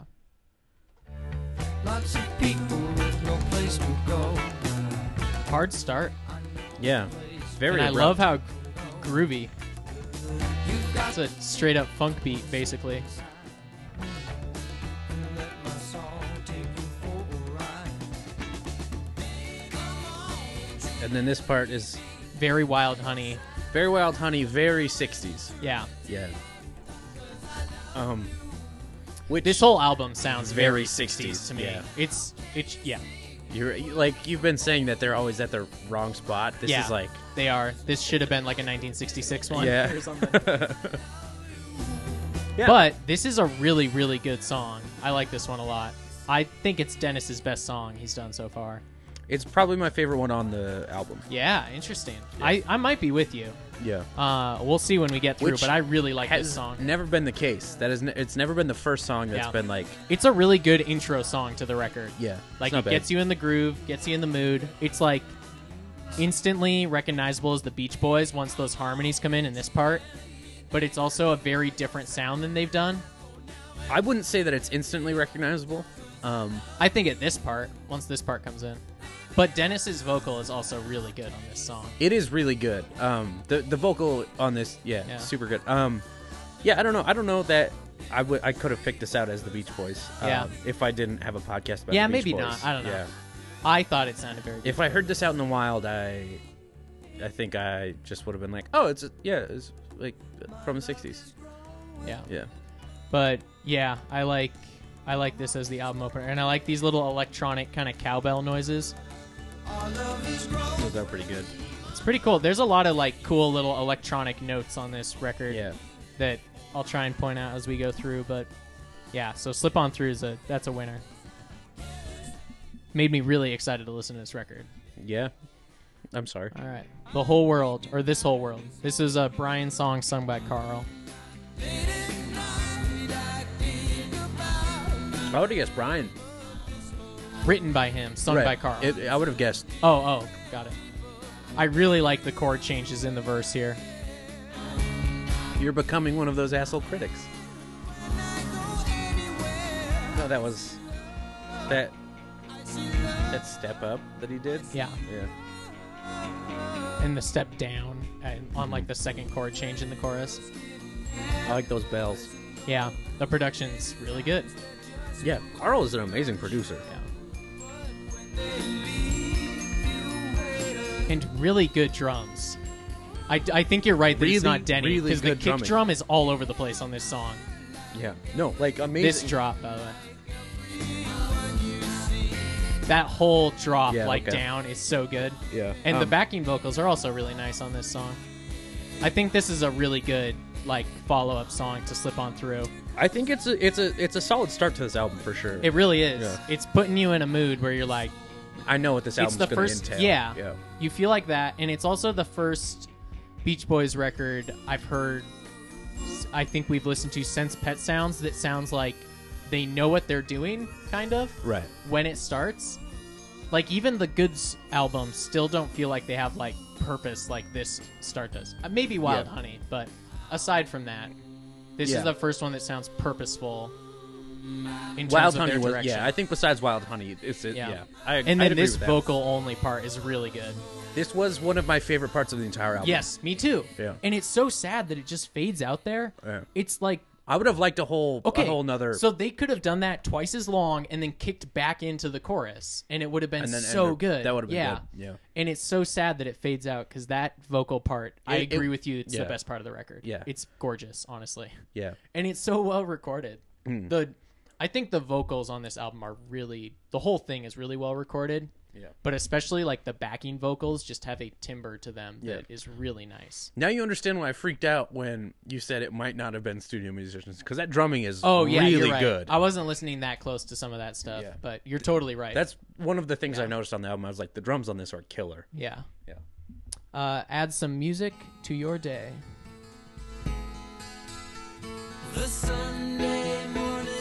[SPEAKER 2] Lots of people with no place to go.
[SPEAKER 3] Hard start.
[SPEAKER 4] Yeah, very.
[SPEAKER 3] and I
[SPEAKER 4] abrupt.
[SPEAKER 3] love how groovy. It's a straight up funk beat, basically.
[SPEAKER 2] Let my song take you for a ride.
[SPEAKER 4] And then this part is
[SPEAKER 3] Very wild, honey.
[SPEAKER 4] very wild, honey. Very sixties.
[SPEAKER 3] Yeah.
[SPEAKER 4] Yeah. Um. Which
[SPEAKER 3] This whole album sounds
[SPEAKER 4] Very
[SPEAKER 3] very 60s to me.
[SPEAKER 4] yeah.
[SPEAKER 3] It's, it's, yeah.
[SPEAKER 4] you're like you've been saying that they're always at the wrong spot. This
[SPEAKER 3] Yeah.
[SPEAKER 4] is like
[SPEAKER 3] They are. This should have been like a 1966 one
[SPEAKER 4] Yeah.
[SPEAKER 3] or something.
[SPEAKER 4] Yeah.
[SPEAKER 3] But this is a really, really good song. I like this one a lot. I think it's Dennis's best song he's done so far.
[SPEAKER 4] It's probably my favorite one on the album.
[SPEAKER 3] Yeah, interesting. I, I might be with you.
[SPEAKER 4] Yeah.
[SPEAKER 3] Uh, we'll see when we get through,
[SPEAKER 4] Which
[SPEAKER 3] but I really like this song.
[SPEAKER 4] never been the case. That is, ne- it's never been the first song that's
[SPEAKER 3] Yeah.
[SPEAKER 4] been like,
[SPEAKER 3] It's a really good intro song to the record.
[SPEAKER 4] yeah,
[SPEAKER 3] Like
[SPEAKER 4] it's not
[SPEAKER 3] it
[SPEAKER 4] bad.
[SPEAKER 3] gets you in the groove, gets you in the mood. It's like instantly recognizable as the Beach Boys once those harmonies come in in this part. But it's also a very different sound than they've done.
[SPEAKER 4] I wouldn't say that it's instantly recognizable. Um,
[SPEAKER 3] I think at this part, once this part comes in. But Dennis's vocal is also really good on this song.
[SPEAKER 4] it is really good. Um, the the vocal on this, yeah,
[SPEAKER 3] Yeah.
[SPEAKER 4] super good. Um, yeah, I don't know. I don't know that I would. I could have picked this out as the Beach Boys.
[SPEAKER 3] Yeah.
[SPEAKER 4] um, if I didn't have a podcast about.
[SPEAKER 3] Yeah,
[SPEAKER 4] the Beach
[SPEAKER 3] maybe
[SPEAKER 4] Boys.
[SPEAKER 3] not. I don't know.
[SPEAKER 4] Yeah.
[SPEAKER 3] I thought it sounded very good.
[SPEAKER 4] If I heard this out in the wild, I, I think I just would have been like, oh, it's yeah, it's like from the '60s.
[SPEAKER 3] Yeah.
[SPEAKER 4] Yeah.
[SPEAKER 3] But yeah, I like I like this as the album opener and I like these little electronic kind of cowbell noises.
[SPEAKER 4] Those are pretty good.
[SPEAKER 3] It's pretty cool. There's a lot of like cool little electronic notes on this record
[SPEAKER 4] Yeah.
[SPEAKER 3] that I'll try and point out as we go through, but yeah, so Slip On Through is a that's a winner. Made me really excited to listen to this record.
[SPEAKER 4] Yeah. I'm sorry.
[SPEAKER 3] All right. The whole world or this whole world. This is a Brian song sung by Carl.
[SPEAKER 4] I would have guessed Brian.
[SPEAKER 3] Written by him, Uh, sung by Carl.
[SPEAKER 4] It, I would have guessed.
[SPEAKER 3] Oh, oh, got it. I really like the chord changes in the verse here.
[SPEAKER 4] You're becoming one of those asshole critics. No, that was that that step up that he did.
[SPEAKER 3] Yeah.
[SPEAKER 4] Yeah.
[SPEAKER 3] And the step down and on like the second chord change in the chorus.
[SPEAKER 4] I like those bells.
[SPEAKER 3] Yeah. The production's really good.
[SPEAKER 4] Yeah. Carl is an amazing producer.
[SPEAKER 3] Yeah. And really good drums. I, I think you're right that it's
[SPEAKER 4] Really,
[SPEAKER 3] not Denny
[SPEAKER 4] really
[SPEAKER 3] because the
[SPEAKER 4] good
[SPEAKER 3] kick
[SPEAKER 4] drumming.
[SPEAKER 3] drum is all over the place on this song.
[SPEAKER 4] Yeah. No, like amazing.
[SPEAKER 3] This drop, by the way. That whole drop,
[SPEAKER 4] Yeah,
[SPEAKER 3] like
[SPEAKER 4] okay.
[SPEAKER 3] down, is so good.
[SPEAKER 4] Yeah.
[SPEAKER 3] And the
[SPEAKER 4] Um,
[SPEAKER 3] backing vocals are also really nice on this song. I think this is a really good like follow up song to slip on through.
[SPEAKER 4] I think it's a it's a it's a solid start to this album for sure.
[SPEAKER 3] It really is.
[SPEAKER 4] Yeah.
[SPEAKER 3] It's putting you in a mood where you're like,
[SPEAKER 4] I know what this
[SPEAKER 3] it's
[SPEAKER 4] album's
[SPEAKER 3] the
[SPEAKER 4] going to
[SPEAKER 3] first,
[SPEAKER 4] entail.
[SPEAKER 3] yeah,
[SPEAKER 4] Yeah.
[SPEAKER 3] You feel like that, and it's also the first Beach Boys record I've heard. I think we've listened to since Pet Sounds that sounds like they know what they're doing, kind of.
[SPEAKER 4] Right.
[SPEAKER 3] when it starts like even the goods albums still don't feel like they have like purpose like this start does Uh, maybe wild
[SPEAKER 4] Yeah.
[SPEAKER 3] honey but aside from that this
[SPEAKER 4] Yeah.
[SPEAKER 3] is the first one that sounds purposeful in
[SPEAKER 4] Wild
[SPEAKER 3] terms of
[SPEAKER 4] Honey
[SPEAKER 3] their
[SPEAKER 4] was
[SPEAKER 3] direction
[SPEAKER 4] yeah. I think besides Wild Honey, it's it,
[SPEAKER 3] Yeah.
[SPEAKER 4] yeah. I,
[SPEAKER 3] and
[SPEAKER 4] I'd
[SPEAKER 3] then
[SPEAKER 4] agree
[SPEAKER 3] this
[SPEAKER 4] with that.
[SPEAKER 3] vocal only part is really good
[SPEAKER 4] This was one of my favorite parts of the entire album.
[SPEAKER 3] yes me too
[SPEAKER 4] Yeah.
[SPEAKER 3] and it's so sad that it just fades out there
[SPEAKER 4] Yeah.
[SPEAKER 3] it's like
[SPEAKER 4] I would have liked a whole
[SPEAKER 3] okay
[SPEAKER 4] a whole nother
[SPEAKER 3] so they could have done that twice as long and then kicked back into the chorus and it would have been
[SPEAKER 4] And then
[SPEAKER 3] so
[SPEAKER 4] ended-
[SPEAKER 3] good
[SPEAKER 4] that would have been
[SPEAKER 3] yeah
[SPEAKER 4] good, yeah.
[SPEAKER 3] and it's so sad that it fades out because that vocal part i
[SPEAKER 4] It- it-
[SPEAKER 3] agree with you it's
[SPEAKER 4] yeah.
[SPEAKER 3] the best part of the record
[SPEAKER 4] Yeah.
[SPEAKER 3] it's gorgeous honestly
[SPEAKER 4] yeah.
[SPEAKER 3] and it's so well recorded
[SPEAKER 4] Hmm.
[SPEAKER 3] the i think the vocals on this album are really the whole thing is really well recorded
[SPEAKER 4] Yeah.
[SPEAKER 3] but especially like the backing vocals just have a timbre to them
[SPEAKER 4] Yeah.
[SPEAKER 3] that is really nice
[SPEAKER 4] Now you understand why I freaked out when you said it might not have been studio musicians because that drumming is
[SPEAKER 3] oh yeah
[SPEAKER 4] really
[SPEAKER 3] you're right.
[SPEAKER 4] good.
[SPEAKER 3] i wasn't listening that close to some of that stuff
[SPEAKER 4] Yeah.
[SPEAKER 3] but you're totally right
[SPEAKER 4] That's one of the things I noticed on the album. I was like, the drums on this are killer.
[SPEAKER 3] Yeah.
[SPEAKER 4] Yeah.
[SPEAKER 3] Uh, add some music to your day.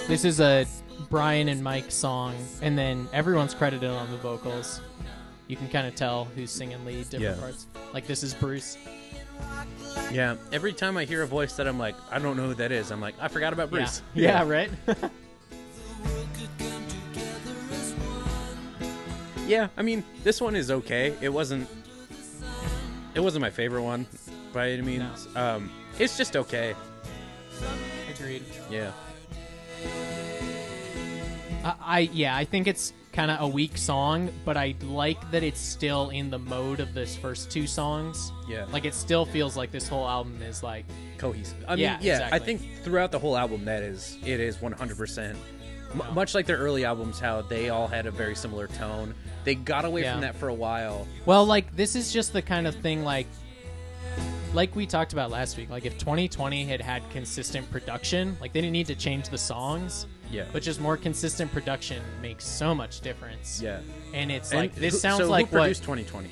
[SPEAKER 3] This is a Brian and Mike song, and then everyone's credited on the vocals. You can kind of tell who's singing lead different
[SPEAKER 4] Yeah.
[SPEAKER 3] parts. Like this is Bruce.
[SPEAKER 4] Yeah. Every time I hear a voice that I'm like, I don't know who that is. I'm like, I forgot about Bruce.
[SPEAKER 3] Yeah. yeah, right.
[SPEAKER 4] Yeah, I mean, this one is okay. It wasn't it wasn't my favorite one by any means. Um it's just okay.
[SPEAKER 3] Agreed.
[SPEAKER 4] Yeah.
[SPEAKER 3] I, I yeah, I think it's kind of a weak song, but I like that it's still in the mode of this first two songs.
[SPEAKER 4] Yeah.
[SPEAKER 3] Like it still feels like this whole album is like
[SPEAKER 4] Cohesive. I mean,
[SPEAKER 3] Yeah,
[SPEAKER 4] yeah,
[SPEAKER 3] exactly.
[SPEAKER 4] I think throughout the whole album that is it is 100% M- much like their early albums how they all had a very similar tone. They got away
[SPEAKER 3] Yeah.
[SPEAKER 4] from that for a while.
[SPEAKER 3] Well, like this is just the kind of thing like like we talked about last week. Like if 2020 had had consistent production, like they didn't need to change the songs.
[SPEAKER 4] Yeah.
[SPEAKER 3] But just more consistent production makes so much difference.
[SPEAKER 4] Yeah.
[SPEAKER 3] And it's
[SPEAKER 4] And
[SPEAKER 3] like this
[SPEAKER 4] who-
[SPEAKER 3] sounds
[SPEAKER 4] so
[SPEAKER 3] like
[SPEAKER 4] who
[SPEAKER 3] what
[SPEAKER 4] produced 2020.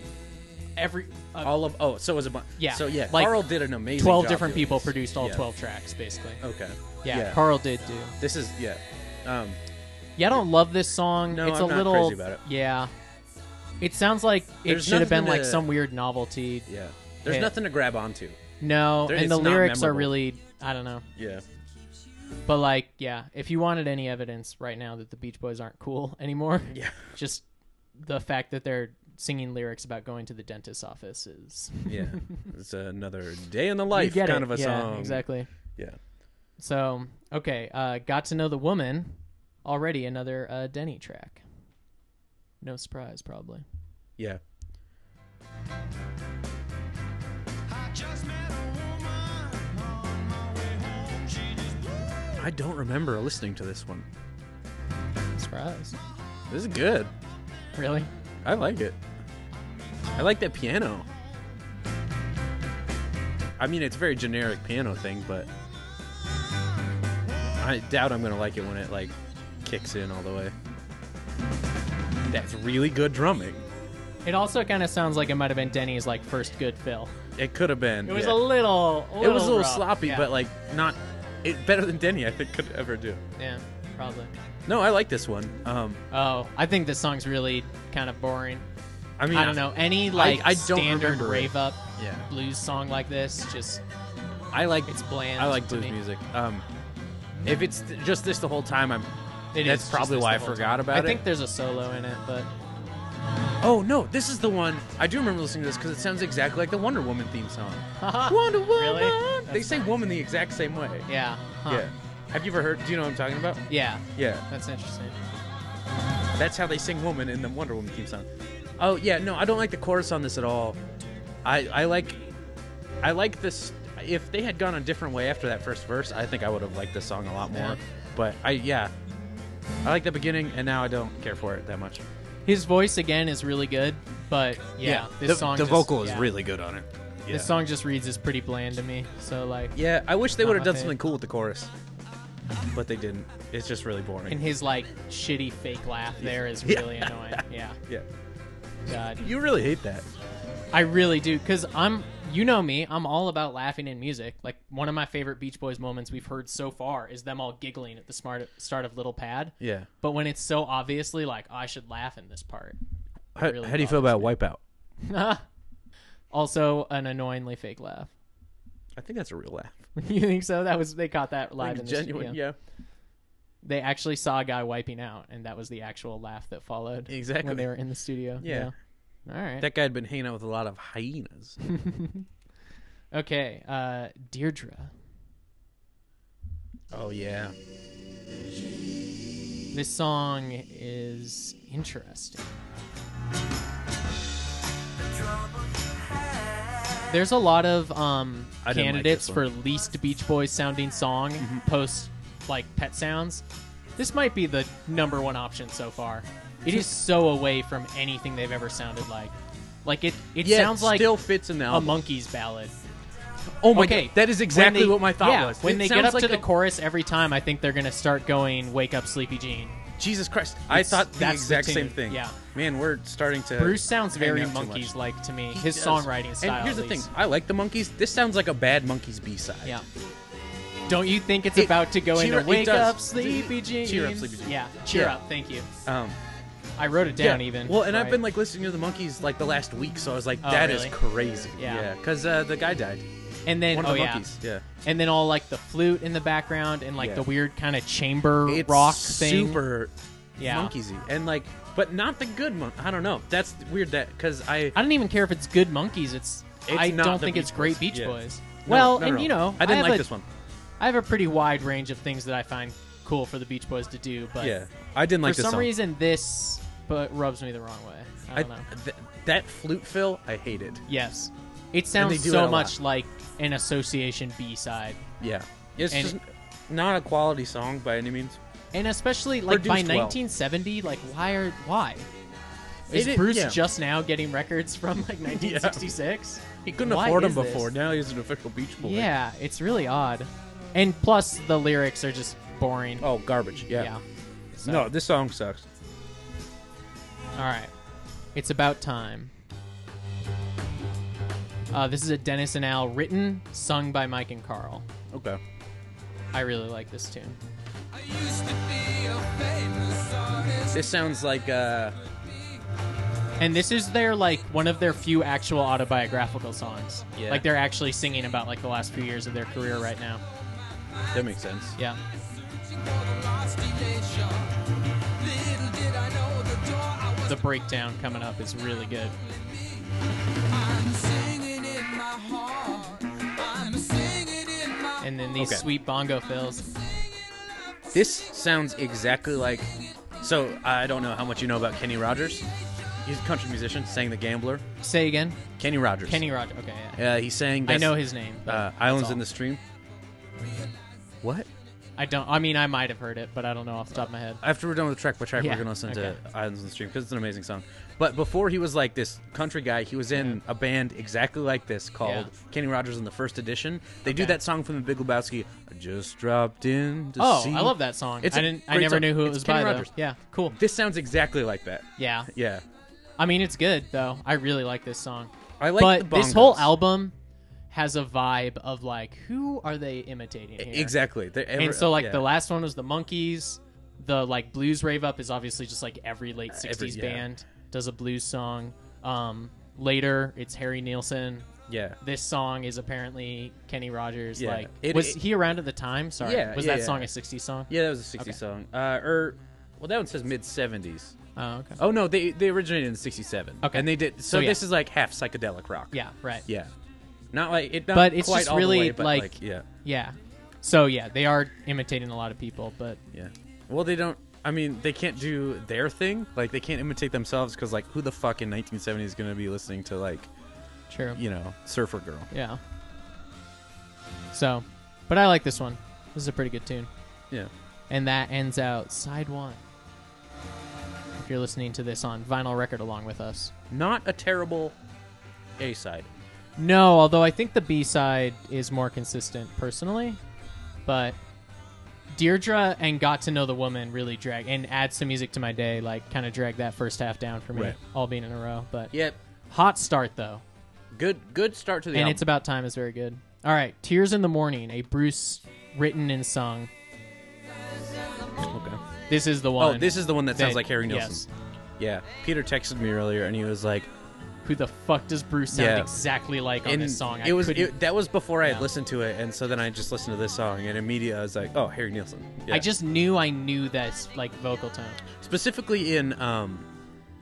[SPEAKER 3] every uh,
[SPEAKER 4] All of oh, so it was a bunch.
[SPEAKER 3] Yeah,
[SPEAKER 4] So yeah,
[SPEAKER 3] like
[SPEAKER 4] Carl did an amazing.
[SPEAKER 3] 12
[SPEAKER 4] job
[SPEAKER 3] different
[SPEAKER 4] doing
[SPEAKER 3] people
[SPEAKER 4] this.
[SPEAKER 3] produced all
[SPEAKER 4] Yeah. Oh,
[SPEAKER 3] 12 tracks basically.
[SPEAKER 4] Okay.
[SPEAKER 3] yeah, Carl did do.
[SPEAKER 4] This is yeah. Um,
[SPEAKER 3] Yeah, I don't love this song.
[SPEAKER 4] No,
[SPEAKER 3] it's
[SPEAKER 4] I'm
[SPEAKER 3] a
[SPEAKER 4] not
[SPEAKER 3] little
[SPEAKER 4] crazy about it.
[SPEAKER 3] yeah. It sounds like it
[SPEAKER 4] There's
[SPEAKER 3] should have been
[SPEAKER 4] nothing
[SPEAKER 3] like
[SPEAKER 4] to-
[SPEAKER 3] some weird novelty.
[SPEAKER 4] yeah. There's
[SPEAKER 3] Yeah.
[SPEAKER 4] nothing to grab onto.
[SPEAKER 3] No,
[SPEAKER 4] There-
[SPEAKER 3] and the
[SPEAKER 4] it's not
[SPEAKER 3] lyrics are
[SPEAKER 4] memorable.
[SPEAKER 3] really I don't know.
[SPEAKER 4] Yeah.
[SPEAKER 3] But like, yeah, if you wanted any evidence right now that the Beach Boys aren't cool anymore,
[SPEAKER 4] Yeah.
[SPEAKER 3] just the fact that they're singing lyrics about going to the dentist's office is
[SPEAKER 4] Yeah. it's another day in the
[SPEAKER 3] You
[SPEAKER 4] life
[SPEAKER 3] get
[SPEAKER 4] kind of
[SPEAKER 3] it.
[SPEAKER 4] a
[SPEAKER 3] yeah,
[SPEAKER 4] song.
[SPEAKER 3] Exactly.
[SPEAKER 4] Yeah.
[SPEAKER 3] So okay, uh, got to know the woman already. Another uh, Denny track. No surprise, probably.
[SPEAKER 4] Yeah. I don't remember listening to this one.
[SPEAKER 3] Surprise.
[SPEAKER 4] This is good.
[SPEAKER 3] Really?
[SPEAKER 4] I like it. I like that piano. I mean, it's a very generic piano thing, but I doubt I'm gonna like it when it like kicks in all the way. That's really good drumming.
[SPEAKER 3] It also kind of sounds like it might have been Denny's like first good fill.
[SPEAKER 4] It could have been.
[SPEAKER 3] It was
[SPEAKER 4] yeah.
[SPEAKER 3] a little.
[SPEAKER 4] It was a little
[SPEAKER 3] rough.
[SPEAKER 4] sloppy,
[SPEAKER 3] Yeah.
[SPEAKER 4] but like not. It better than Denny I think could ever do.
[SPEAKER 3] yeah, probably.
[SPEAKER 4] No, I like this one. Um,
[SPEAKER 3] Oh, I think this song's really kind of boring.
[SPEAKER 4] I mean,
[SPEAKER 3] I don't know any like
[SPEAKER 4] I don't
[SPEAKER 3] standard
[SPEAKER 4] remember it.
[SPEAKER 3] rave up
[SPEAKER 4] Yeah,
[SPEAKER 3] blues song like this. Just
[SPEAKER 4] I like
[SPEAKER 3] It's bland
[SPEAKER 4] I like
[SPEAKER 3] to
[SPEAKER 4] blues
[SPEAKER 3] me.
[SPEAKER 4] music. Um, if it's th- just this the whole time, I'm.
[SPEAKER 3] it is
[SPEAKER 4] That's
[SPEAKER 3] just
[SPEAKER 4] probably
[SPEAKER 3] this
[SPEAKER 4] why
[SPEAKER 3] the
[SPEAKER 4] I
[SPEAKER 3] whole
[SPEAKER 4] forgot
[SPEAKER 3] time.
[SPEAKER 4] about
[SPEAKER 3] I
[SPEAKER 4] it.
[SPEAKER 3] think there's a solo in it, but
[SPEAKER 4] Oh no, this is the one. I do remember listening to this because it sounds exactly like the Wonder Woman theme song. Wonder Woman.
[SPEAKER 3] Really?
[SPEAKER 4] They
[SPEAKER 3] That's
[SPEAKER 4] say woman the exact same way.
[SPEAKER 3] yeah, huh.
[SPEAKER 4] Yeah. Have you ever heard? Do you know what I'm talking about?
[SPEAKER 3] yeah,
[SPEAKER 4] Yeah.
[SPEAKER 3] That's interesting.
[SPEAKER 4] That's how they sing "Woman" in the Wonder Woman theme song. Oh yeah, no, I don't like the chorus on this at all. I I like, I like this. If they had gone a different way after that first verse, I think I would have liked this song a lot more.
[SPEAKER 3] Yeah.
[SPEAKER 4] But I yeah, I like the beginning, and now I don't care for it that much.
[SPEAKER 3] His voice again is really good, but yeah, this
[SPEAKER 4] the,
[SPEAKER 3] song
[SPEAKER 4] the
[SPEAKER 3] just-
[SPEAKER 4] vocal is
[SPEAKER 3] yeah.
[SPEAKER 4] really good on it. Yeah.
[SPEAKER 3] This song just reads as pretty bland to me. So like,
[SPEAKER 4] Yeah, I wish they
[SPEAKER 3] Not
[SPEAKER 4] would have
[SPEAKER 3] my
[SPEAKER 4] done
[SPEAKER 3] fave.
[SPEAKER 4] something cool with the chorus, but they didn't. It's just really boring.
[SPEAKER 3] and his like shitty fake laugh there is
[SPEAKER 4] Yeah.
[SPEAKER 3] really annoying. Yeah,
[SPEAKER 4] yeah,
[SPEAKER 3] God,
[SPEAKER 4] you really hate that.
[SPEAKER 3] I really do because I'm. You know me, I'm all about laughing in music. Like one of my favorite Beach Boys moments we've heard so far is them all giggling at the smart start of Little Pad.
[SPEAKER 4] Yeah.
[SPEAKER 3] But when it's so obviously like "Oh, I should laugh in this part.
[SPEAKER 4] How,
[SPEAKER 3] really
[SPEAKER 4] how do you feel about Wipeout?
[SPEAKER 3] Also, an annoyingly fake laugh.
[SPEAKER 4] I think that's a real laugh.
[SPEAKER 3] you think so? That was they caught that live in the
[SPEAKER 4] Genuine,
[SPEAKER 3] studio.
[SPEAKER 4] yeah.
[SPEAKER 3] They actually saw a guy wiping out, and that was the actual laugh that followed.
[SPEAKER 4] Exactly.
[SPEAKER 3] when they were in the studio.
[SPEAKER 4] Yeah.
[SPEAKER 3] All right.
[SPEAKER 4] That guy had been hanging out with a lot of hyenas.
[SPEAKER 3] okay. Uh, Deirdre.
[SPEAKER 4] oh yeah.
[SPEAKER 3] This song is interesting. There's a lot of um,
[SPEAKER 4] I didn't like
[SPEAKER 3] candidates
[SPEAKER 4] this
[SPEAKER 3] for
[SPEAKER 4] one. Mm-hmm.
[SPEAKER 3] least Beach Boys sounding song post like Pet Sounds. This might be the number one option so far. It is so away from anything they've ever sounded like. Like it, it sounds like
[SPEAKER 4] still fits in the
[SPEAKER 3] a
[SPEAKER 4] album.
[SPEAKER 3] monkey's ballad.
[SPEAKER 4] oh
[SPEAKER 3] okay,
[SPEAKER 4] that is exactly
[SPEAKER 3] when they-
[SPEAKER 4] what my thought
[SPEAKER 3] yeah,
[SPEAKER 4] was.
[SPEAKER 3] When
[SPEAKER 4] It
[SPEAKER 3] they get
[SPEAKER 4] sounds
[SPEAKER 3] up
[SPEAKER 4] like
[SPEAKER 3] to the
[SPEAKER 4] a-
[SPEAKER 3] chorus every time, I think they're gonna start going "Wake Up, Sleepy Jean."
[SPEAKER 4] Jesus Christ, I
[SPEAKER 3] It's-
[SPEAKER 4] thought the
[SPEAKER 3] that's the
[SPEAKER 4] exact same
[SPEAKER 3] tune,
[SPEAKER 4] thing.
[SPEAKER 3] yeah.
[SPEAKER 4] man, we're starting to.
[SPEAKER 3] Bruce sounds
[SPEAKER 4] hang
[SPEAKER 3] very
[SPEAKER 4] out too much.
[SPEAKER 3] monkeys like to me.
[SPEAKER 4] He
[SPEAKER 3] His
[SPEAKER 4] does.
[SPEAKER 3] songwriting style.
[SPEAKER 4] And here's the
[SPEAKER 3] at
[SPEAKER 4] thing,
[SPEAKER 3] least.
[SPEAKER 4] I like the monkeys. This sounds like a bad monkeys B side.
[SPEAKER 3] Yeah. Don't you think it's
[SPEAKER 4] It-
[SPEAKER 3] about to go
[SPEAKER 4] cheer
[SPEAKER 3] into
[SPEAKER 4] up- it
[SPEAKER 3] wake
[SPEAKER 4] does.
[SPEAKER 3] up, sleepy Jean?
[SPEAKER 4] Cheer up, Sleepy Jean.
[SPEAKER 3] Yeah, Uh, cheer
[SPEAKER 4] Yeah.
[SPEAKER 3] up. Thank you.
[SPEAKER 4] Um,
[SPEAKER 3] I wrote it down
[SPEAKER 4] yeah.
[SPEAKER 3] even.
[SPEAKER 4] Well, and I've
[SPEAKER 3] right.
[SPEAKER 4] been like listening to the monkeys like the last week, so I was like,
[SPEAKER 3] Oh,
[SPEAKER 4] that is
[SPEAKER 3] really?
[SPEAKER 4] crazy.
[SPEAKER 3] Yeah.
[SPEAKER 4] because uh, the guy died.
[SPEAKER 3] and then
[SPEAKER 4] One
[SPEAKER 3] oh
[SPEAKER 4] of the
[SPEAKER 3] yeah,
[SPEAKER 4] monkeys. Yeah.
[SPEAKER 3] and then all like the flute in the background and like
[SPEAKER 4] Yeah.
[SPEAKER 3] the weird kind of chamber
[SPEAKER 4] It's
[SPEAKER 3] rock thing.
[SPEAKER 4] super
[SPEAKER 3] Yeah.
[SPEAKER 4] monkeysy, and like, but not the good one. I don't know. That's weird. That because I
[SPEAKER 3] I don't even care if it's good monkeys. It's,
[SPEAKER 4] It's
[SPEAKER 3] I
[SPEAKER 4] not
[SPEAKER 3] don't
[SPEAKER 4] the
[SPEAKER 3] think
[SPEAKER 4] Beach
[SPEAKER 3] it's great
[SPEAKER 4] Boys.
[SPEAKER 3] Beach
[SPEAKER 4] Yeah.
[SPEAKER 3] Boys.
[SPEAKER 4] No,
[SPEAKER 3] well,
[SPEAKER 4] no, no,
[SPEAKER 3] and
[SPEAKER 4] no.
[SPEAKER 3] you know,
[SPEAKER 4] I didn't
[SPEAKER 3] have
[SPEAKER 4] like
[SPEAKER 3] a-
[SPEAKER 4] this one.
[SPEAKER 3] I have a pretty wide range of things that I find cool for the Beach Boys to do, but
[SPEAKER 4] Yeah, I didn't
[SPEAKER 3] for
[SPEAKER 4] like this
[SPEAKER 3] some
[SPEAKER 4] song.
[SPEAKER 3] reason this but rubs me the wrong way. I
[SPEAKER 4] I,
[SPEAKER 3] don't know.
[SPEAKER 4] th- that flute fill, I hated.
[SPEAKER 3] Yes. It
[SPEAKER 4] they
[SPEAKER 3] sounds
[SPEAKER 4] do it a
[SPEAKER 3] so
[SPEAKER 4] lot.
[SPEAKER 3] much like an association B side.
[SPEAKER 4] Yeah, it's
[SPEAKER 3] And-
[SPEAKER 4] just not a quality song by any means.
[SPEAKER 3] And especially like by
[SPEAKER 4] Produced well.
[SPEAKER 3] 1970, like why are why? Is
[SPEAKER 4] It i-
[SPEAKER 3] Bruce
[SPEAKER 4] yeah.
[SPEAKER 3] just now getting records from like 1966?
[SPEAKER 4] He couldn't
[SPEAKER 3] Why
[SPEAKER 4] afford them
[SPEAKER 3] is this?
[SPEAKER 4] before. Now he's an official Beach Boy.
[SPEAKER 3] Yeah, it's really odd. And plus the lyrics are just boring.
[SPEAKER 4] Oh, garbage. Yeah.
[SPEAKER 3] yeah.
[SPEAKER 4] No, this song sucks.
[SPEAKER 3] All right. It's about time. Uh, this is a Dennis and Al written, sung by Mike and Carl.
[SPEAKER 4] Okay.
[SPEAKER 3] I really like this tune.
[SPEAKER 4] This sounds like uh
[SPEAKER 3] And this is their like one of their few actual autobiographical songs.
[SPEAKER 4] Yeah.
[SPEAKER 3] Like they're actually singing about like the last few years of their career right now.
[SPEAKER 4] that makes sense.
[SPEAKER 3] Yeah. The breakdown coming up is really good. And then these
[SPEAKER 4] Okay.
[SPEAKER 3] sweet bongo fills.
[SPEAKER 4] This sounds exactly like so I don't know how much you know about Kenny Rogers. He's a country musician, sang The Gambler.
[SPEAKER 3] Say again,
[SPEAKER 4] Kenny Rogers.
[SPEAKER 3] Kenny Rogers. Okay, yeah.
[SPEAKER 4] Uh, he sang
[SPEAKER 3] I
[SPEAKER 4] that's-
[SPEAKER 3] know his name. but
[SPEAKER 4] uh,
[SPEAKER 3] that's
[SPEAKER 4] Islands in
[SPEAKER 3] all.
[SPEAKER 4] the Stream. What?
[SPEAKER 3] I don't. I mean, I might have heard it, but I don't know off the top of my head.
[SPEAKER 4] After we're done with track by track,
[SPEAKER 3] Yeah,
[SPEAKER 4] we're gonna listen
[SPEAKER 3] okay.
[SPEAKER 4] to Islands in the Stream because it's an amazing song. But before he was like this country guy, he was in a band exactly like this called
[SPEAKER 3] Yeah.
[SPEAKER 4] Kenny Rogers in the First Edition. They do
[SPEAKER 3] Okay.
[SPEAKER 4] that song from the Big Lebowski. I just dropped in. To
[SPEAKER 3] Oh,
[SPEAKER 4] see.
[SPEAKER 3] I love that song.
[SPEAKER 4] It's
[SPEAKER 3] I
[SPEAKER 4] a
[SPEAKER 3] didn't. I
[SPEAKER 4] great
[SPEAKER 3] never
[SPEAKER 4] song.
[SPEAKER 3] knew who it
[SPEAKER 4] It's
[SPEAKER 3] was
[SPEAKER 4] Kenny
[SPEAKER 3] by
[SPEAKER 4] Rogers.
[SPEAKER 3] though. Yeah, cool.
[SPEAKER 4] This sounds exactly like that.
[SPEAKER 3] Yeah,
[SPEAKER 4] Yeah,
[SPEAKER 3] I mean, it's good though. I really like this song.
[SPEAKER 4] I like
[SPEAKER 3] but
[SPEAKER 4] the
[SPEAKER 3] this whole
[SPEAKER 4] bongos.
[SPEAKER 3] album has a vibe of like, who are they imitating? Here?
[SPEAKER 4] E, Exactly. They're ever-
[SPEAKER 3] and so like
[SPEAKER 4] yeah.
[SPEAKER 3] the last one was the Monkeys. The like blues rave up is obviously just like every late '60s
[SPEAKER 4] Uh, every- yeah.
[SPEAKER 3] band does a blues song. Um, later it's Harry Nielsen.
[SPEAKER 4] yeah.
[SPEAKER 3] This song is apparently Kenny Rogers.
[SPEAKER 4] Yeah.
[SPEAKER 3] Like,
[SPEAKER 4] It-
[SPEAKER 3] was
[SPEAKER 4] it-
[SPEAKER 3] he around at the time? Sorry,
[SPEAKER 4] Yeah,
[SPEAKER 3] was
[SPEAKER 4] yeah,
[SPEAKER 3] that
[SPEAKER 4] yeah.
[SPEAKER 3] song a '60s song?
[SPEAKER 4] Yeah, that was a 60
[SPEAKER 3] Okay.
[SPEAKER 4] song. Uh, or well, that one says mid 70s.
[SPEAKER 3] Oh, okay.
[SPEAKER 4] Oh no, they they originated in 67.
[SPEAKER 3] Okay.
[SPEAKER 4] And they did so,
[SPEAKER 3] So, yeah.
[SPEAKER 4] this is like half psychedelic rock.
[SPEAKER 3] Yeah, right.
[SPEAKER 4] Yeah. Not like it not
[SPEAKER 3] But it's
[SPEAKER 4] quite
[SPEAKER 3] just
[SPEAKER 4] all the
[SPEAKER 3] really,
[SPEAKER 4] way, but,
[SPEAKER 3] like-
[SPEAKER 4] yeah.
[SPEAKER 3] Yeah. So yeah, they are imitating a lot of people, but
[SPEAKER 4] Yeah. Well, they don't I mean, they can't do their thing. Like they can't imitate themselves cuz like who the fuck in 1970 is going to be listening to like,
[SPEAKER 3] true.
[SPEAKER 4] you know, Surfer Girl.
[SPEAKER 3] Yeah. So, but I like this one. This is a pretty good tune.
[SPEAKER 4] Yeah.
[SPEAKER 3] And that ends out side one. If you're listening to this on vinyl record along with us.
[SPEAKER 4] Not a terrible A-side.
[SPEAKER 3] No, although I think the B side is more consistent personally. But Deirdre and Got to Know the Woman really drag and adds some music to my day, like kind of drag that first half down for me,
[SPEAKER 4] Right.
[SPEAKER 3] all being in a row. But
[SPEAKER 4] Yep.
[SPEAKER 3] hot start though.
[SPEAKER 4] Good good start to the
[SPEAKER 3] and
[SPEAKER 4] album.
[SPEAKER 3] it's about time is very good. All right, Tears in the Morning, a Bruce written and sung.
[SPEAKER 4] okay.
[SPEAKER 3] This is the one.
[SPEAKER 4] Oh, this is the one that sounds
[SPEAKER 3] that-
[SPEAKER 4] like Harry Nilsson.
[SPEAKER 3] yes.
[SPEAKER 4] Yeah. Peter texted me earlier and he was like,
[SPEAKER 3] Who the fuck does Bruce sound
[SPEAKER 4] Yeah.
[SPEAKER 3] exactly like on
[SPEAKER 4] and
[SPEAKER 3] this song? I
[SPEAKER 4] it was
[SPEAKER 3] couldn't-
[SPEAKER 4] it, that was before I had
[SPEAKER 3] Yeah.
[SPEAKER 4] listened to it, and so then I just listened to this song, and immediately I was like, oh, Harry Nielsen. Yeah.
[SPEAKER 3] I just knew I knew that like vocal tone.
[SPEAKER 4] specifically in um,